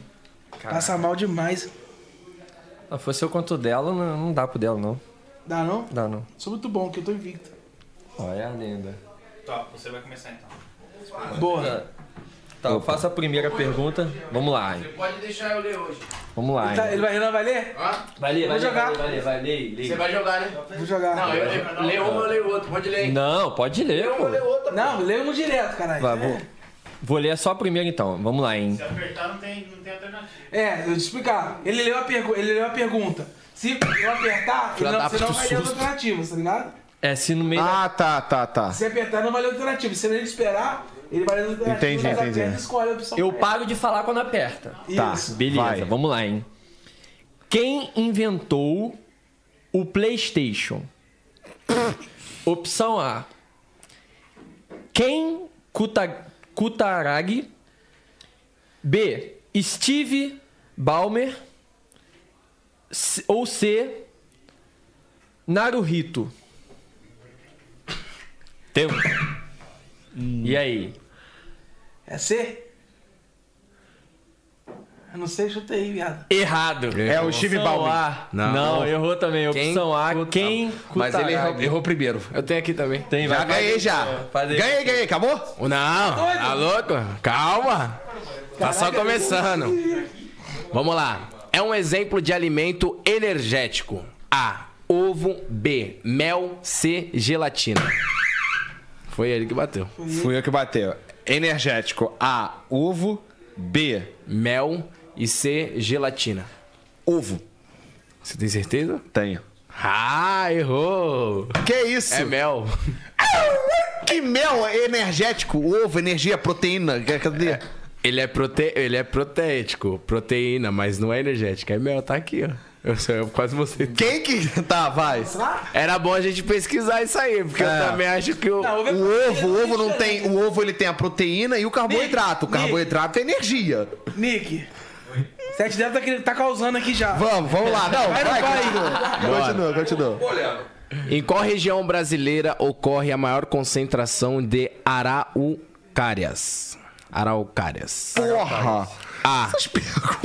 Passa mal demais. Não fosse Ah, eu quanto dela, não, não dá pro dela não. Dá não? Dá não. Sou muito bom, que eu tô invicto. Olha a lenda. Top, você vai começar então. Boa. Tá, eu faço a primeira pergunta. Vamos lá, hein. Pode deixar eu ler hoje. Vamos lá, Tá, hein. ele vai, ele não vai ler? Vai ler, Vou vai ler, jogar. vai ler, vai ler, vai ler, lê. Você vai jogar, né? Vou jogar. Não, eu, eu leio um, eu leio outro. Pode ler. hein? Não, pode ler, pô. outra. Não, lê um direto, caralho. Vai, vou. Vou ler só a primeira então. Vamos lá, hein. Se apertar, não tem, não tem alternativa. É, eu vou te explicar. Ele leu a, pergu ele leu a pergunta. Se eu apertar, Filha ele não, da você não puta, vai que ler as susto. alternativas, tá ligado? É, se no né? meio. Ah, tá, tá, tá. Se apertar, não vai ler a alternativa. Se ele esperar, ele vai ler as alternativas. Entendi, mas entendi. aperta e escolhe a opção. Eu pra paro de falar quando aperta. ele. Tá. Isso. Beleza, Vai. vamos lá, hein? Quem inventou o PlayStation? Opção A. Ken Kuta, Kutaragi. B. Steve Ballmer. C- ou C. Naruhito. Tempo. E aí? É C? Eu não sei, chuta aí, viado. Errado. É o Steve Opção Ballmer. A. Não. Não, errou também. Opção A, quem Mas ele Kutaragi. errou, errou primeiro. Eu tenho aqui também. Tem, Já vai, vai. ganhei, já. Faz aí. Ganhei, ganhei. Acabou? Não, tá louco? Calma. Tá só começando. Vamos lá. É um exemplo de alimento energético. A. Ovo. B. Mel. C. Gelatina. Foi ele que bateu. Fui eu que bateu. Energético. A. Ovo. B. Mel e C. Gelatina. Ovo. Você tem certeza? Tenho. Ah, errou. Que isso? É mel. Que mel é energético, ovo, energia, proteína. que- Cadê? Ele é, prote... ele é proteético, proteína, mas não é energética. É mel, tá aqui, ó. Eu, só- eu quase mostrei. Quem que. [LAUGHS] Tá, vai. Era bom a gente pesquisar isso aí, porque É. eu também acho que o. Não, O ovo, o ovo não tem. O ovo ele tem a proteína e o carboidrato. O carboidrato é energia. Nick. 7 dela tá, querendo- tá causando aqui já. Vamos, vamos lá. Não, vai, continua. Continua, continua. Em qual região brasileira ocorre a maior concentração de araucárias? Araucárias. Porra! A.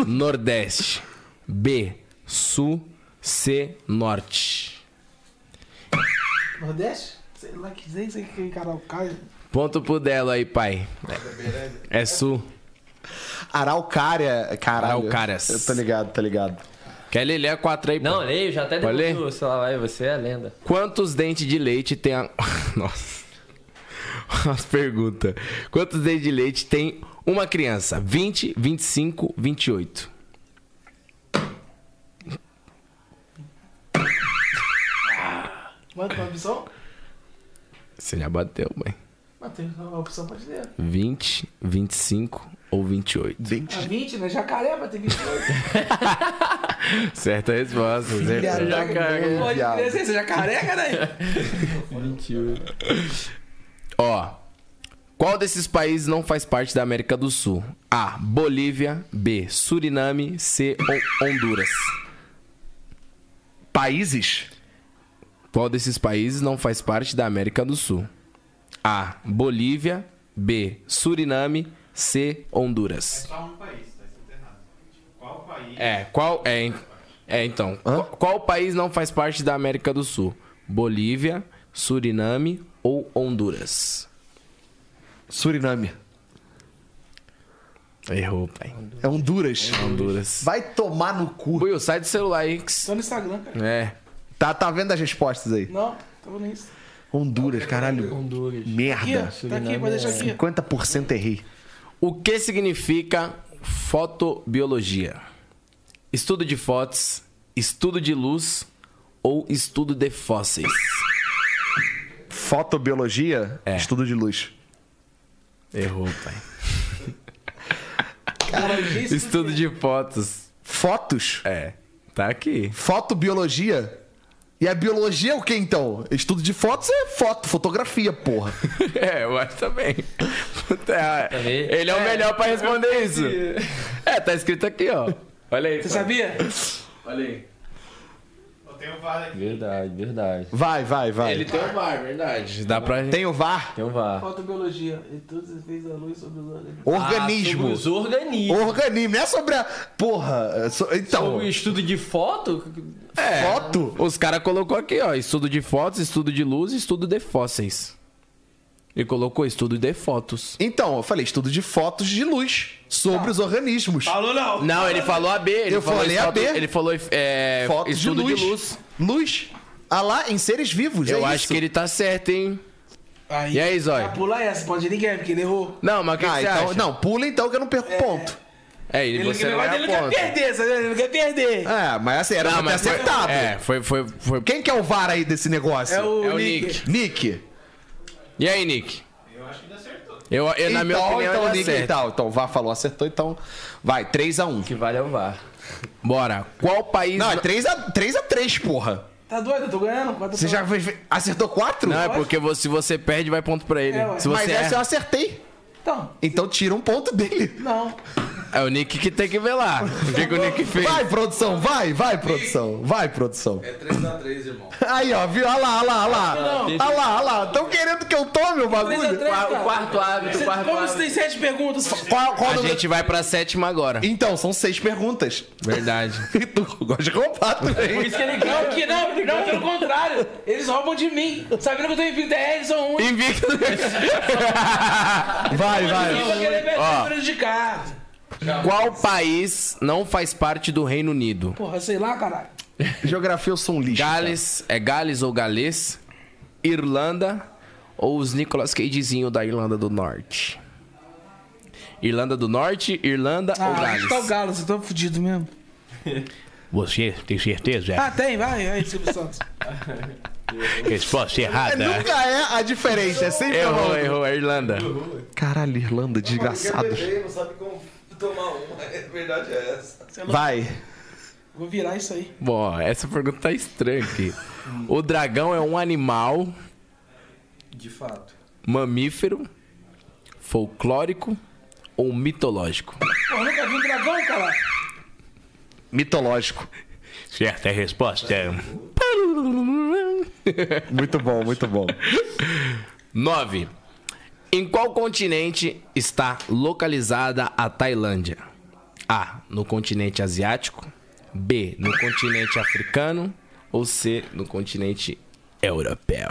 Nordeste. B. Sul. C. Norte. Nordeste? Sei lá que nem sei que é canal cai. Ponto pro Delo aí, pai. É Sul. Araucária. Caralho. Araucárias. Eu tô ligado, tá ligado. Quer ler? Lê a 4 aí, Não, pô. leio, já até Pode derrubou. Sei lá, vai, você é a lenda. Quantos dentes de leite tem a. [LAUGHS] Nossa. As perguntas. Quantos dentes de leite tem uma criança? 20, 25, 28. Manda uma opção? Você já bateu, mãe. Matheus, não, a opção pode [LAUGHS] ser. 20, 25 ou 28? A 20, né? Jacaré vai ter [LAUGHS] 28. Certa resposta. certa. Pode crer, você é jacaré, caralho. Ó. Qual desses países não faz parte da América do Sul? A. Bolívia. B. Suriname. C. Hon- Honduras. Países? Qual desses países não faz parte da América do Sul? A. Bolívia. B. Suriname. C. Honduras. Só um país, tá escrito errado. Tipo, Qual país? É, qual. É, en- é então. Qual, qual país não faz parte da América do Sul? Bolívia, Suriname ou Honduras? Suriname. Errou, pai. É Honduras. Honduras. Vai tomar no cu. Will, sai do celular aí. que s- Só no Instagram, cara. É. Tá, tá vendo as respostas aí? Não, tava nisso. Honduras, caralho. Honduras. Aqui, ó. Merda. Tá aqui, pode deixar aqui. 50% errei. O que significa fotobiologia? Estudo de fotos, estudo de luz ou estudo de fósseis? Fotobiologia, É. estudo de luz. Errou, pai. [LAUGHS] Estudo de fotos. Fotos? É. Tá aqui. Fotobiologia? E a biologia é o que então? Estudo de fotos é foto, fotografia, porra. [LAUGHS] É, eu acho também. Puta, Ele é o melhor pra responder isso. É, tá escrito aqui, ó. Olha aí. Você pai. sabia? Olha aí. Eu tenho várias aqui. Verdade, verdade. Vai, vai, vai. Ele tem o VAR, verdade. Dá pra Tem o VAR? Então vá. Fotobiologia. E todos os fez a luz sobre os Ah, organismos. Organismo. Os Ah, organismos. Organismo, não é sobre a. Porra, é so- então. é. O estudo de foto? Foto? É. Os caras colocou aqui, ó, estudo de fotos, estudo de luz, estudo de fósseis. E colocou estudo de fotos. Então, eu falei estudo de fotos de luz Tá. sobre os organismos. Falou não. Não, ele falou a B. Ele Eu falou falei foto- AB. Ele falou é, Fotos de estudo luz. de luz. Luz. Ah lá, em seres vivos. Eu é acho isso. que ele tá certo, hein? Aí, E aí, Zóia? Ah, pula essa, pode ninguém, porque ele errou. Não, mas o que, Ah, que você então, acha? não, pula então que eu não perco ponto. É, ele, você não ele é não a quer ponta. perder, sabe? Ele não quer perder. É, mas assim, era Não, pra ter mas foi, acertado. é, foi, foi, foi... Quem que é o VAR aí desse negócio? É o, É o Nick. Nick. Nick. E aí, Nick? Eu acho que ele acertou. Eu, eu, na minha opinião, é então, ele Nick, acerta. então, então, o VAR falou, acertou, então. Vai, 3x1. Que vale é o VAR. Bora. Qual país... Não, é 3x3, 3 porra. Tá doido? Eu tô ganhando? Quatro Você pra- já fez- acertou 4? Não, é porque você- se você perde, vai ponto pra ele. É, ué. se Mas você essa eu erra, acertei. Então, Então tira um ponto dele. não. é o Nick que tem que ver lá. O que, que o Nick fez? Vai, produção, vai, vai, produção. Vai, produção. É 3x3, irmão. Aí, ó, viu? Olha lá, olha lá, olha lá. Olha lá, olha lá. Tão querendo que eu tome o bagulho? 3x3, cara. Quarto hábito, Você- quarto Como hábito. você tem sete perguntas? Qual, qual A número- gente vai pra sétima agora. [LAUGHS] Então, são seis perguntas. Verdade. [LAUGHS] E tu gosta de roubar Por também. isso que ele ganha. Não, que não, não, pelo contrário. Eles roubam de mim. Sabendo que eu tô invicto, é, eles são ruins. Invicto. Vai, Eu vai. vou querer ver Ó. prejudicado. Qual país não faz parte do Reino Unido? Porra, sei lá, caralho. [LAUGHS] Geografia eu sou um lixo. Gales, é Gales ou Galês? Irlanda ou os Nicolas Cagezinho da Irlanda do Norte? Irlanda do Norte, Irlanda ou Ah, acho que tá o Gales? Galo, você tá fudido mesmo. Você tem certeza? Ah, tem, vai. Aí, Silvio Santos. Resposta É, errada. nunca é a diferença, é sempre Errou, errou. errou, é Irlanda. Caralho, Irlanda, desgraçado. não sabe como tomar uma. [LAUGHS] A verdade é essa. Vai. Vou virar isso aí. Bom, essa pergunta tá estranha aqui. O dragão é um animal, De fato. mamífero, folclórico ou mitológico? Porra, nunca vi um dragão, cara. Mitológico. Certa resposta. [LAUGHS] Muito bom, muito bom. 9. Em qual continente está localizada a Tailândia? A. No continente asiático. B. No continente africano. Ou C. No continente europeu.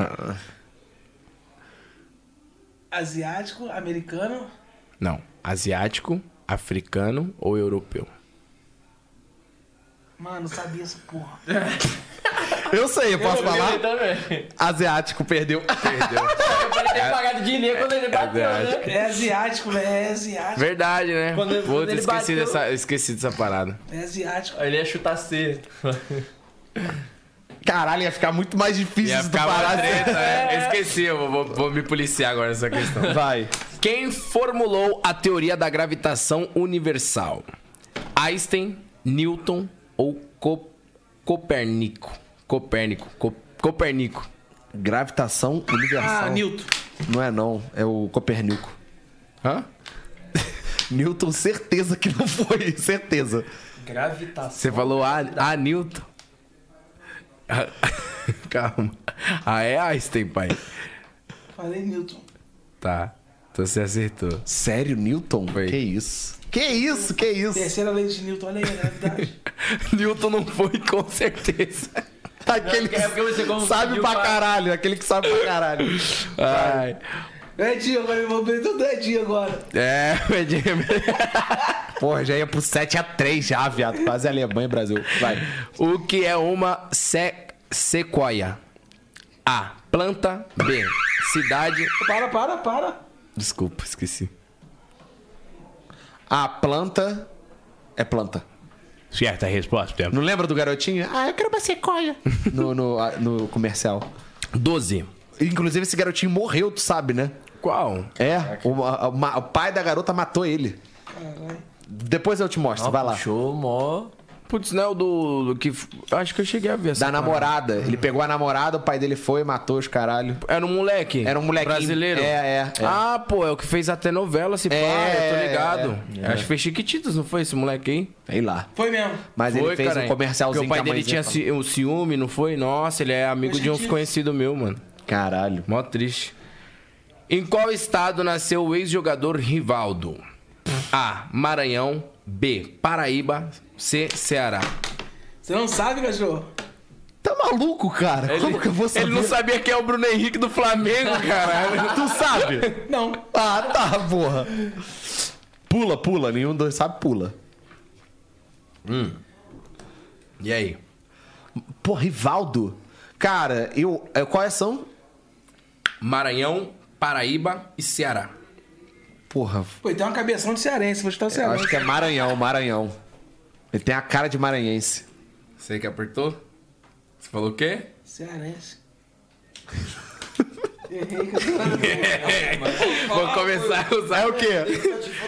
Asiático, americano. Não. Asiático, africano ou europeu? Mano, sabia essa porra. Eu sei, eu posso falar? Asiático perdeu. É. Ele tem pagado dinheiro quando ele bateu, né? É asiático, velho. É asiático. Verdade, né? Quando- Puta, quando ele esqueci, bateu- dessa, esqueci dessa [LAUGHS] parada. É asiático. Ele ia chutar C. Caralho, ia ficar muito mais difícil Ia se tu ficar uma parasse. treta, É. né? Esqueci, eu vou- vou- vou me policiar agora nessa questão. [LAUGHS] Vai. Quem formulou a teoria da gravitação universal? Einstein, Newton ou Co- Copérnico? Copérnico. Co- Copérnico. Gravitação universal. Ah, Newton. Não é não, é o Copernico. Hã? Newton, certeza que não foi, certeza. Gravitação. Você falou a, a Newton? [LAUGHS] Ah, Calma. Ah, é Einstein, pai. Falei Newton. Tá. Então você acertou. Sério, Newton? Foi. Que isso? Que isso, que isso? Terceira lei de Newton, olha aí, né? gravidade. [LAUGHS] Newton não foi, com certeza. [LAUGHS] Aquele que É porque você confundiu sabe pra com a- caralho, aquele que [LAUGHS] sabe pra caralho. Ai. [LAUGHS] É dia, agora eu vou ver tudo é dia agora. É, [LAUGHS] [LAUGHS] Porra, já ia pro 7x3 já, Ah, viado. Quase Alemanha e Brasil. Vai. O que é uma se sequoia? A. Planta. B. Cidade. Para, para, para. Desculpa, esqueci. A planta é planta. Certa resposta. Não lembra do garotinho? Ah, eu quero uma sequoia. [LAUGHS] No, no, ah, no comercial. 12. Inclusive, esse garotinho morreu, tu sabe, né? Qual? É, o, a- a- ma- o pai da garota matou ele. Caralho. Depois eu te mostro, vai lá. Show, mó. Putz, não é o do, do que. Acho que eu cheguei a ver essa. Da namorada. Ele pegou a namorada, o pai dele foi, matou os caralho. Era um moleque? Era um moleque Brasileiro? É, é, é. Ah, pô, é o que fez até novela, se pá, É, eu tô ligado. é, é. Acho que fez Chiquititas, não foi esse moleque aí? Sei lá. Foi mesmo. Mas ele fez um Porque comercialzinho o pai com a dele tinha mãezinha ci, um ciúme, não foi? Nossa, ele é amigo de uns conhecidos meu, mano. Caralho. Mó triste. Em qual estado nasceu o ex-jogador Rivaldo? A. Maranhão. B. Paraíba. C. Ceará. Você não sabe, cachorro? Tá maluco, cara? Como que eu vou saber? Ele não sabia quem é o Bruno Henrique do [LAUGHS] Flamengo, caralho. [LAUGHS] Tu sabe? Não. ah, tá, porra. Pula, pula. Nenhum dois sabe, pula. E aí? Pô, Rivaldo. Cara, eu... eu- Quais são? Maranhão, Paraíba e Ceará. Porra, Pô, e tem uma cabeção de cearense, vou chutar o eu cearense. acho que é Maranhão, Maranhão. Ele tem a cara de maranhense. Você que apertou? Você falou o quê? é. Cearense. Vou começar a É usar o quê?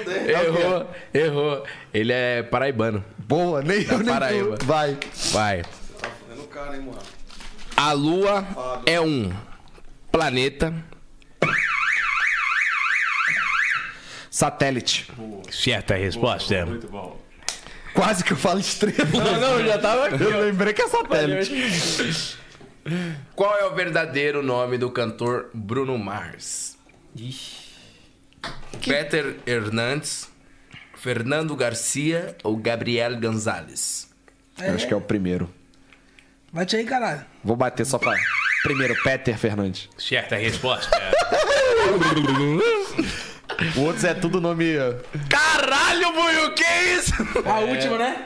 tá Errou, errou. Ele é paraibano. Boa, nem eu, nem Paraíba. tu. Vai. Vai. tá Fudendo o cara, hein, mano. A Lua é um planeta. Satélite. Certa resposta. Muito bom. Quase que eu falo estrela. Não, já tava aqui. Eu lembrei que é satélite. Qual é o verdadeiro nome do cantor Bruno Mars? Peter Hernandes, Fernando Garcia ou Gabriel Gonzalez? Eu acho que é o primeiro. Bate aí, caralho. Vou bater só pra. Primeiro, Peter Fernandes. Certa resposta. O outro é tudo nome. Caralho, Buiu, que isso? [LAUGHS] A última, né?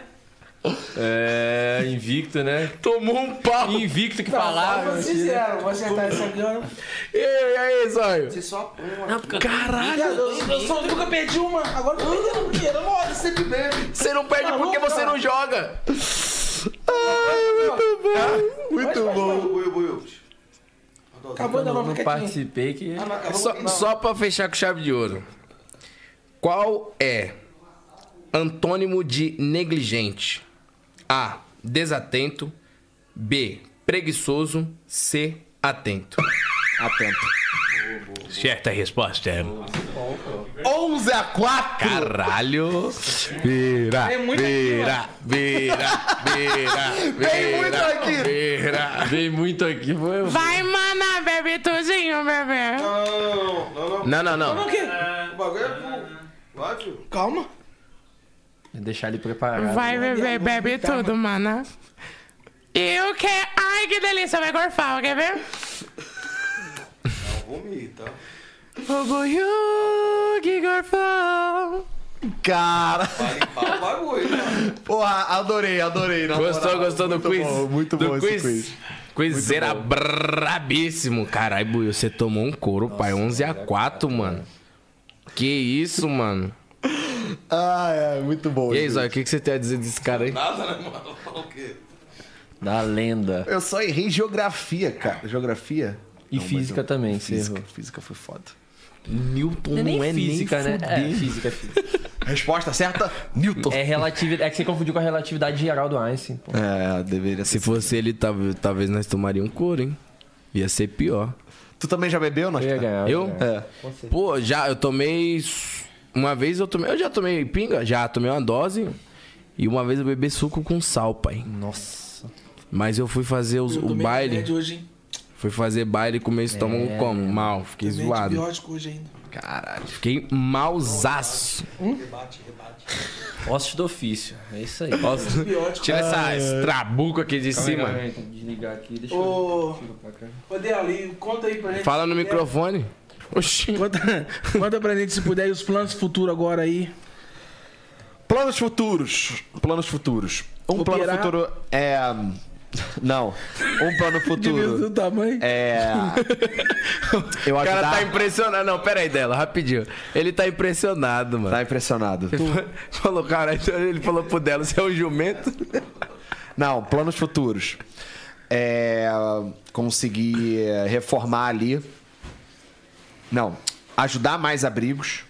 É, invicto, né? Tomou um pau. E Invicto que Não, falava. mas Sincero, vou acertar essa aqui, ó. aí, aí, Zóio? Você só apanha. Caralho, eu, eu só nunca perdi uma. Agora eu tô perdendo porque eu não olho, sempre bebe. Você não Ah, perde porque você não joga. é Tá? Muito bom. Buiu, buiu. Acabou da nova Não quietinha. participei que. Ah, não, acabou Só, com- não. só pra fechar com chave de ouro. Qual é antônimo de negligente? A. Desatento. B. Preguiçoso. C. Atento. Atento. Certa resposta. 11 a 4! Caralho. Vira, Tem muito vira, vira, vira, vira. Tem muito aqui. Vira. Vem muito aqui, foi. Vai, mana, bebituzinho, bebê. Não, não, não. Não, não, não. O quê? O bagulho é burro. Vai, filho. Calma. Vou Deixar ele preparado. Vai, bebê, bebe tudo, mana. E o que? Ai, que delícia, vai gorfar, quer ver? Vomita. O Buiu que gorfou. Cara! Vai limpar o bagulho, né? Porra, adorei, adorei. na Gostou, moral. gostou do Muito quiz? bom, muito do bom esse quiz. Quiz era brabíssimo. Caralho, Buiu, você tomou um couro, pai. 11 a 4, mano. Que isso, mano. Ah, é, muito bom. E aí, gente. Zóio, o que, que você tem a dizer desse cara aí? Nada, né, mano? Fala o quê? Da lenda. Eu só errei geografia, cara. Geografia? E física também, que você Física, errou. física foi foda. Newton Não é nem física, né? É, física, é física. Resposta certa? Newton. É relatividade. É que você confundiu com a relatividade geral do Einstein, pô. É, deveria Se ser. fosse ele, talvez, talvez nós tomaríamos um couro, hein? Ia ser pior. Tu também já bebeu, nós? Eu ia ganhar. Eu? ia ganhar. É. Pô, já, eu tomei. s- Uma vez eu tomei. Eu já tomei pinga? Já, tomei uma dose. E uma vez eu bebi suco com sal, pai. Nossa. Mas eu fui fazer os- Eu o tomei baile. remédio hoje, hein? Fui fazer baile e comer estômago como? Mal. Fiquei Tomei zoado. antibiótico hoje ainda. Caralho. Fiquei mausaço. Ossos do ofício. É isso aí. Nossa, Tira essa estrabuco aqui de cima. Desligar aqui, deixa Ô, eu. ô Del, e conta aí pra gente. Fala no microfone. Oxi. Conta, conta pra gente, se puder, e os planos futuros agora aí. Planos futuros. Planos futuros. Um plano Operar. futuro é. Não. Um plano futuro. Do tamanho. É. Eu O cara tá ajudar. impressionado. Não, pera aí, dela, rapidinho. Ele tá impressionado, mano. Tá impressionado. [LAUGHS] Falou, cara, ele falou pro dela, você é um jumento? Não, planos futuros. É. Conseguir é, reformar ali. Não. Ajudar mais abrigos.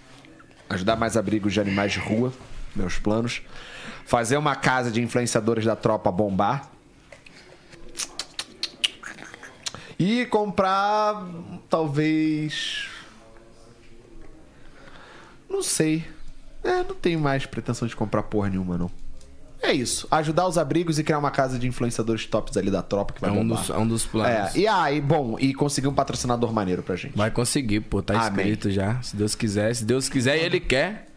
Ajudar mais abrigos de animais de rua. meus planos. Fazer uma casa de influenciadores da tropa bombar. E comprar, talvez. Não sei. É, não tenho mais pretensão de comprar porra nenhuma, não. É isso. Ajudar os abrigos e criar uma casa de influenciadores tops ali da tropa que vai É um bombar. dos- é um dos planos. É, e aí, bom, e conseguir um patrocinador maneiro pra gente. Vai conseguir, pô, tá Amém. escrito já. Se Deus quiser, se Deus quiser e ele quer.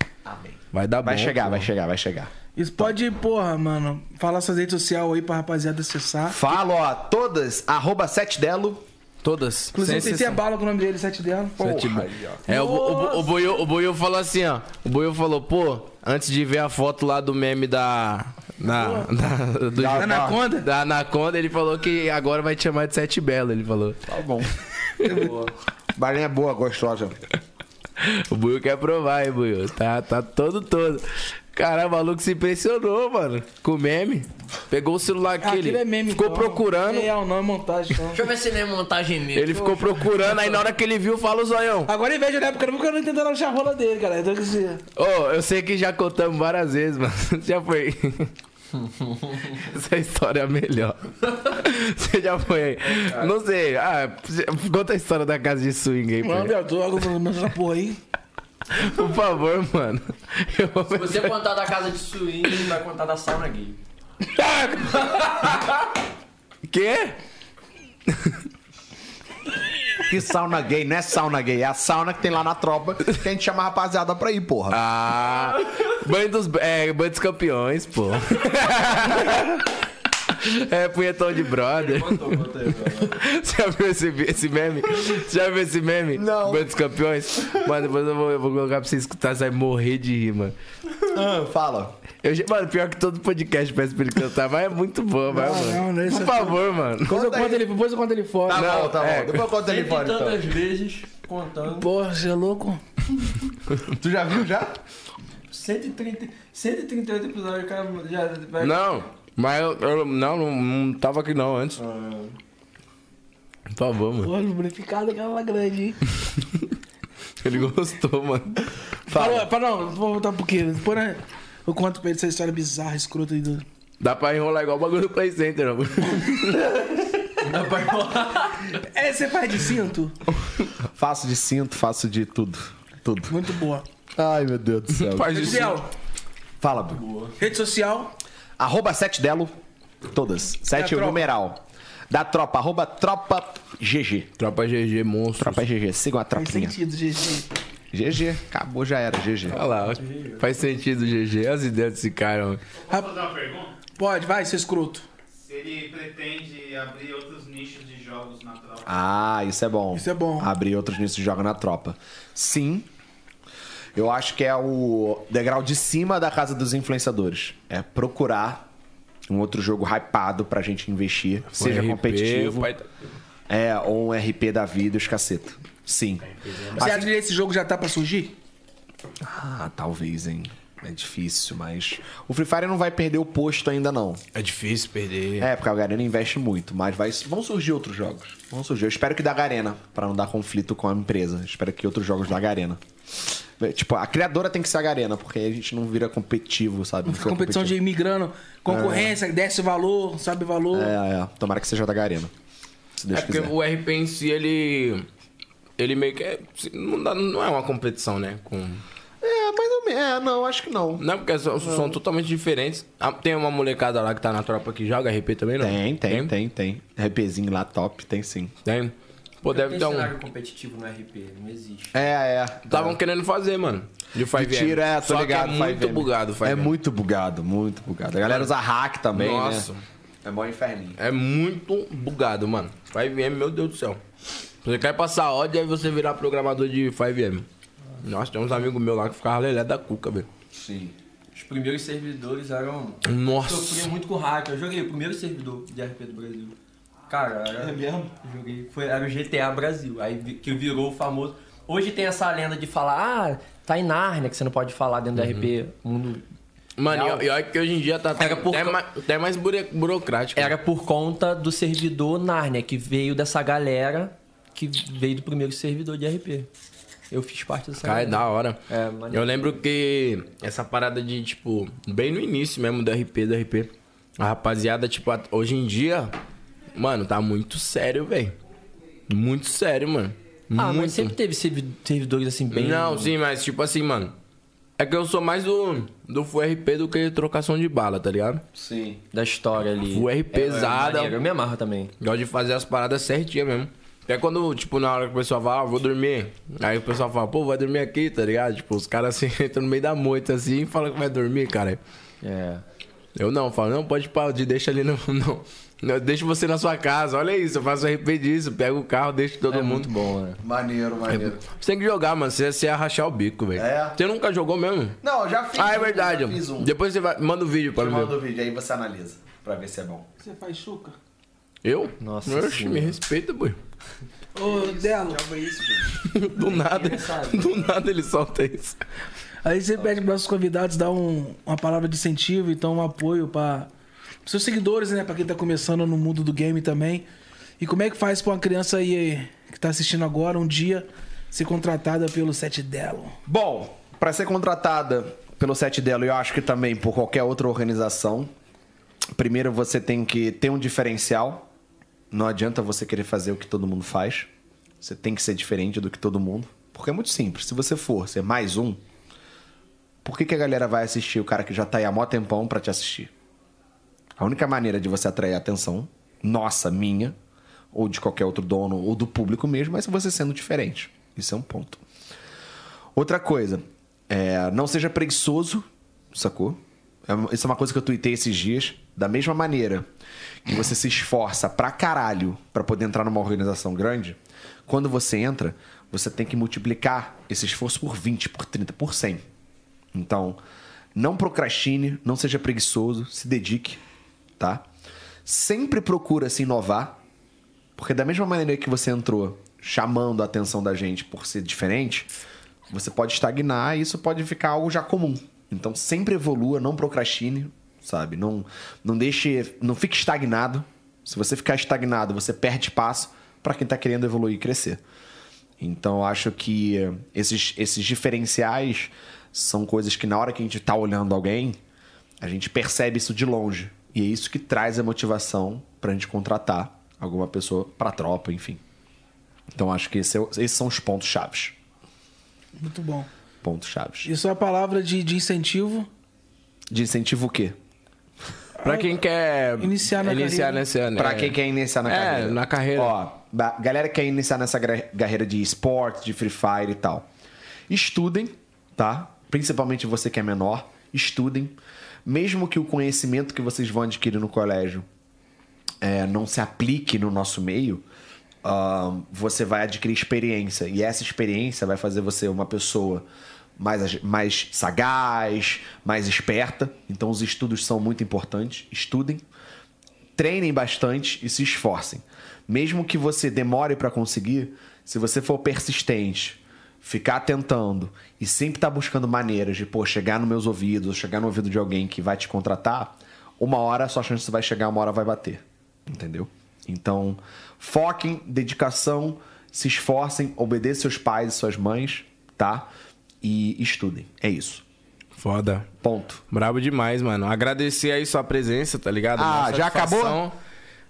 Vai dar Vai bom. chegar, pô. vai chegar, vai chegar. Isso pode, porra, mano, falar suas redes sociais aí pra rapaziada acessar. Falo, ó, todas, arroba 7 delo. Todas. Inclusive, sem tem que ter exceção. bala com o nome dele, sete dela. Sete Porra. bo- É, o, o, o, Boiô, o Boiô falou assim, ó. O Boiô falou, pô, antes de ver a foto lá do meme da. Na, [LAUGHS] da, do Da Anaconda? Da Anaconda, ele falou que agora vai te chamar de Sete Belo, ele falou. Tá bom. Balinha é boa, gostosa. O Buiu quer provar, hein, Buiu? Tá, tá todo, todo. Cara, o maluco se impressionou, mano, com o meme. Pegou o celular aqui, Aquilo ele é meme, ficou então. procurando. É real, não é montagem, não. Deixa eu ver se não é montagem mesmo. Ele ficou procurando, aí na hora que ele viu, fala o zoião. Agora, em vez de olhar pro cara, porque eu não entendo a charrola dele, cara. Então, quer dizer, Ô, eu sei que já contamos várias vezes, mano. [LAUGHS] Já [LAUGHS] foi. Essa história é a melhor. [LAUGHS] Você já foi aí. Não sei. Ah, conta a história da casa de swing aí, Mano, pô. eu tô agora essa porra aí. Tá Por favor, mano. Eu vou- Se você contar da casa de swing, ele vai contar da sauna gay. Quê? Que sauna gay, não é sauna gay, é a sauna que tem lá na tropa que a gente chama a rapaziada pra ir, porra. Ah, banho dos, é, banho dos campeões, pô. [LAUGHS] É punhetão de brother. Você [LAUGHS] já viu esse, esse meme? Você já viu esse meme? Não. Banho dos campeões? Mano, depois eu vou, eu vou colocar pra você escutar, você vai morrer de rir, mano. Ah, fala. Eu, já- mano, pior que todo podcast peço pra ele cantar, mas é muito bom, vai, mano. não, não é isso Por aqui. favor, mano. Depois eu Conta aí. conto ele, depois eu conto ele fora. Tá Não, bom, tá é. bom. Depois eu conto o telefone, então. tantas vezes contando. Porra, você é louco? Tu já viu já? 130, 138 episódios, o cara já vai. Não, mas eu, eu- não, não, não tava aqui não antes. Ah, é. Por favor, mano. Porra, lubrificado aquela lá grande, hein? Ele gostou, mano. Fala, fala, não, vou voltar um pouquinho. Depois né, eu conto pra ele essa história bizarra, escrota aí do. Dá pra enrolar igual o bagulho do Play Center, amor. É, você faz de cinto? Faço de cinto, faço de tudo. Tudo. Muito boa. Ai, meu Deus do céu. Faz isso. Gabriel, [LAUGHS] Fala, Bu. rede social. Arroba 7 delo. Todas. 7 é o tropa. numeral. Da tropa, arroba tropa GG. Tropa GG, monstro. Tropa GG, sigam a Faz tropinha. sentido, GG. GG, acabou, já era, GG. Olha lá, ó. faz sentido, GG. As ideias desse cara, mano. Posso fazer uma pergunta? Pode, vai, seu escroto. Se ele pretende abrir outros nichos de jogos na tropa. Ah, isso é bom. Isso é bom. Abrir outros nichos de joga na tropa. Sim. Eu acho que é o degrau de cima da casa dos influenciadores. É procurar um outro jogo hypado pra gente investir, seja RP, competitivo. pai- É, ou um RP da vida, os caceta. Sim. Você acha que esse jogo já tá pra surgir? Ah, talvez, hein. É difícil, mas. O Free Fire não vai perder o posto ainda, não. É difícil perder. É, porque a Garena investe muito, mas vai- vão surgir outros jogos. Vão surgir. Eu espero que da Garena, pra não dar conflito com a empresa. Eu Espero que outros jogos da Garena. É, Tipo, a criadora tem que ser a Garena, porque aí a gente não vira competitivo, sabe? Não Fica competição de competitivo. imigrando, concorrência, desce o valor, sobe o valor. É, é. Tomara que seja da Garena. Se Deus É porque quiser. o RP em si, ele. Ele meio que. É, não, dá- não é uma competição, né? Com... É, mas não. É, não, acho que não. Não, porque são, são totalmente diferentes. Ah, Tem uma molecada lá que tá na tropa que joga RP também, não? Tem, tem, tem, tem. RPzinho lá top, tem sim. Tem. Pô, deve ter tem um. cenário É competitivo no RP, não existe. É, é. Estavam querendo fazer, mano. De 5 De tiro, é, tô Só ligado. que é muito 5M. bugado, 5M. É muito bugado, muito bugado. A galera usa hack também, Nossa. né? É mó inferninho. É muito bugado, mano. 5M, meu Deus do céu. Você quer passar ódio, aí você virar programador de 5M. Nossa, tem uns amigos meus lá que ficavam lelé da cuca, velho. Sim. Os primeiros servidores eram. Nossa. Sofria muito com hack. Eu joguei o primeiro servidor de RP do Brasil. Cara, era. É mesmo? Joguei. Foi, era o GTA Brasil. Aí vi- que virou o famoso. Hoje tem essa lenda de falar, ah, tá em Nárnia, que você não pode falar dentro do RP. Mundo. Mano, e- Real. e olha que hoje em dia tá até, Era por até ca- mais, até mais bure- burocrático. né? Era por conta do servidor Nárnia, que veio dessa galera que veio do primeiro servidor de RP. Eu fiz parte dessa Cara, é galera. da hora. É, maneiro. eu lembro que essa parada de, tipo, bem no início mesmo do RP, do RP, a rapaziada, tipo, at- hoje em dia, mano, tá muito sério, velho. Muito sério, mano. Ah, muito. mas sempre teve servi- servidores assim bem. Não, sim, mas tipo assim, mano. É que eu sou mais do, do FRP do que trocação de bala, tá ligado? Sim. Da história ali. FUR pesada. É, maneiro, eu me amarro também. Gosto de fazer as paradas certinhas mesmo. Até quando, tipo, na hora que o pessoal fala, ah, vou dormir. Aí o pessoal fala, pô, vai dormir aqui, tá ligado? Tipo, os caras assim, [LAUGHS] entram no meio da moita assim e falam que vai dormir, cara. É. Eu não, falo, não, pode parar, deixa ali no. [LAUGHS] no não, deixa você na sua casa, olha isso, eu faço RP disso, pego o carro, deixo todo mundo. É Muito bom, né? Maneiro, maneiro. Você tem que jogar, mano, você, você ia rachar o bico, velho. É? Você nunca jogou mesmo? Não, eu já fiz. Ah, é um, verdade. já fiz um. Depois você vai, manda o vídeo pra Te mim. manda ver. o vídeo, aí você analisa pra ver se é bom. Você faz chuca? Eu? Nossa Oxe, Senhora. me respeita, boi. Ô, Delo. [LAUGHS] Do É nada, [LAUGHS] do nada ele solta isso. Aí você pede para os convidados dar um- uma palavra de incentivo, então um apoio para seus seguidores, né? Para quem tá começando no mundo do game também. E como é que faz para uma criança aí que tá assistindo agora, um dia, ser contratada pelo Sete Delo? Bom, pra ser contratada pelo set dela, eu acho que também por qualquer outra organização, primeiro você tem que ter um diferencial. Não adianta você querer fazer o que todo mundo faz. Você tem que ser diferente do que todo mundo. Porque é muito simples. Se você for ser mais um, por que, que a galera vai assistir o cara que já tá aí há mó tempão pra te assistir? A única maneira de você atrair a atenção, nossa, minha, ou de qualquer outro dono, ou do público mesmo, é se você sendo diferente. Isso é um ponto. Outra coisa, é, não seja preguiçoso, sacou? É uma- isso é uma coisa que eu tuitei esses dias. Da mesma maneira que você se esforça pra caralho pra poder entrar numa organização grande, quando você entra, você tem que multiplicar esse esforço por 20, por 30, por 100. Então, não procrastine, não seja preguiçoso, se dedique, tá? Sempre procura se inovar, porque da mesma maneira que você entrou chamando a atenção da gente por ser diferente, você pode estagnar e isso pode ficar algo já comum. Então sempre evolua, não procrastine, sabe? Não, não deixe, não fique estagnado. Se você ficar estagnado, você perde espaço para quem está querendo evoluir e crescer. Então eu acho que eh, esses, esses diferenciais são coisas que na hora que a gente está olhando alguém, a gente percebe isso de longe. E é isso que traz a motivação pra gente contratar alguma pessoa pra tropa, enfim. Então acho que esse é o- esses são os pontos chaves. Muito bom. Pontos chaves. E sua palavra de, de incentivo? De incentivo o quê? Pra quem quer Iniciar na iniciar carreira. nesse ano. Pra é. quem quer iniciar na É, carreira. na carreira. Ó, ba- galera que quer iniciar nessa gra- carreira de esporte, de Free Fire e tal. Estudem, tá? Principalmente você que é menor, estudem. Mesmo que o conhecimento que vocês vão adquirir no colégio é, não se aplique no nosso meio, ah, você vai adquirir experiência. E essa experiência vai fazer você uma pessoa mais, ag- mais sagaz, mais esperta. Então, os estudos são muito importantes. Estudem, treinem bastante e se esforcem. Mesmo que você demore para conseguir, se você for persistente, ficar tentando e sempre estar buscando maneiras de pô, chegar nos meus ouvidos, chegar no ouvido de alguém que vai te contratar, uma hora a sua chance vai chegar, uma hora vai bater. Entendeu? Então, foquem, dedicação, se esforcem, obedeçam seus pais e suas mães, tá? E estudem. É isso. Foda. Ponto. Brabo demais, mano. Agradecer aí sua presença, tá ligado? Ah, Maior já satisfação. acabou?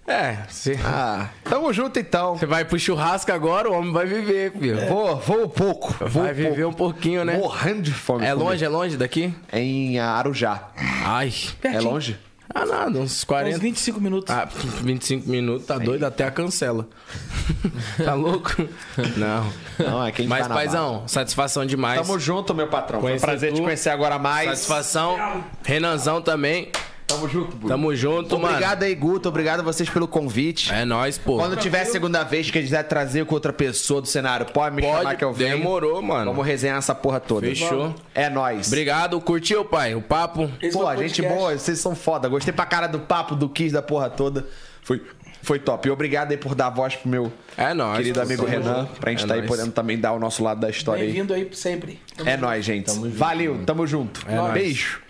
É, se... Ah, tamo junto então. Você vai pro churrasco agora, o homem vai viver, filho. Vou, vou pouco. É. Vou vai viver um pouquinho, né? Morrendo de fome. É comigo. longe, é longe daqui? Em Arujá. Ai. É longe? Ah, nada, uns Uns 40. 25 minutos. Ah, 25 minutos, tá doido até a cancela. [LAUGHS] tá louco? Não. Não, é quem Mas, tá na paizão, satisfação demais. Tamo junto, meu patrão. Foi um Conhecer prazer te tu. conhecer agora mais. Satisfação. Renanzão também. Tamo junto, Bruno. Tamo junto, mano. Obrigado aí, Guto. Obrigado a vocês pelo convite. É nóis, pô. Quando tiver segunda vez que quiser trazer com outra pessoa do cenário, pode me chamar Pode, que eu venho. demorou, mano. Vamos resenhar essa porra toda. Fechou. É nóis. Obrigado, curtiu, pai? O papo? Esse Pô, foi o gente podcast. boa, vocês são foda. Gostei pra cara do papo, do Kiss, da porra toda. Foi, foi top. E obrigado aí por dar voz pro meu É nóis. querido pô, amigo tamo Renan. junto. Pra gente É tá aí nóis. podendo também dar o nosso lado da história aí. Bem-vindo aí sempre. É nóis, gente. Valeu, tamo junto. Beijo.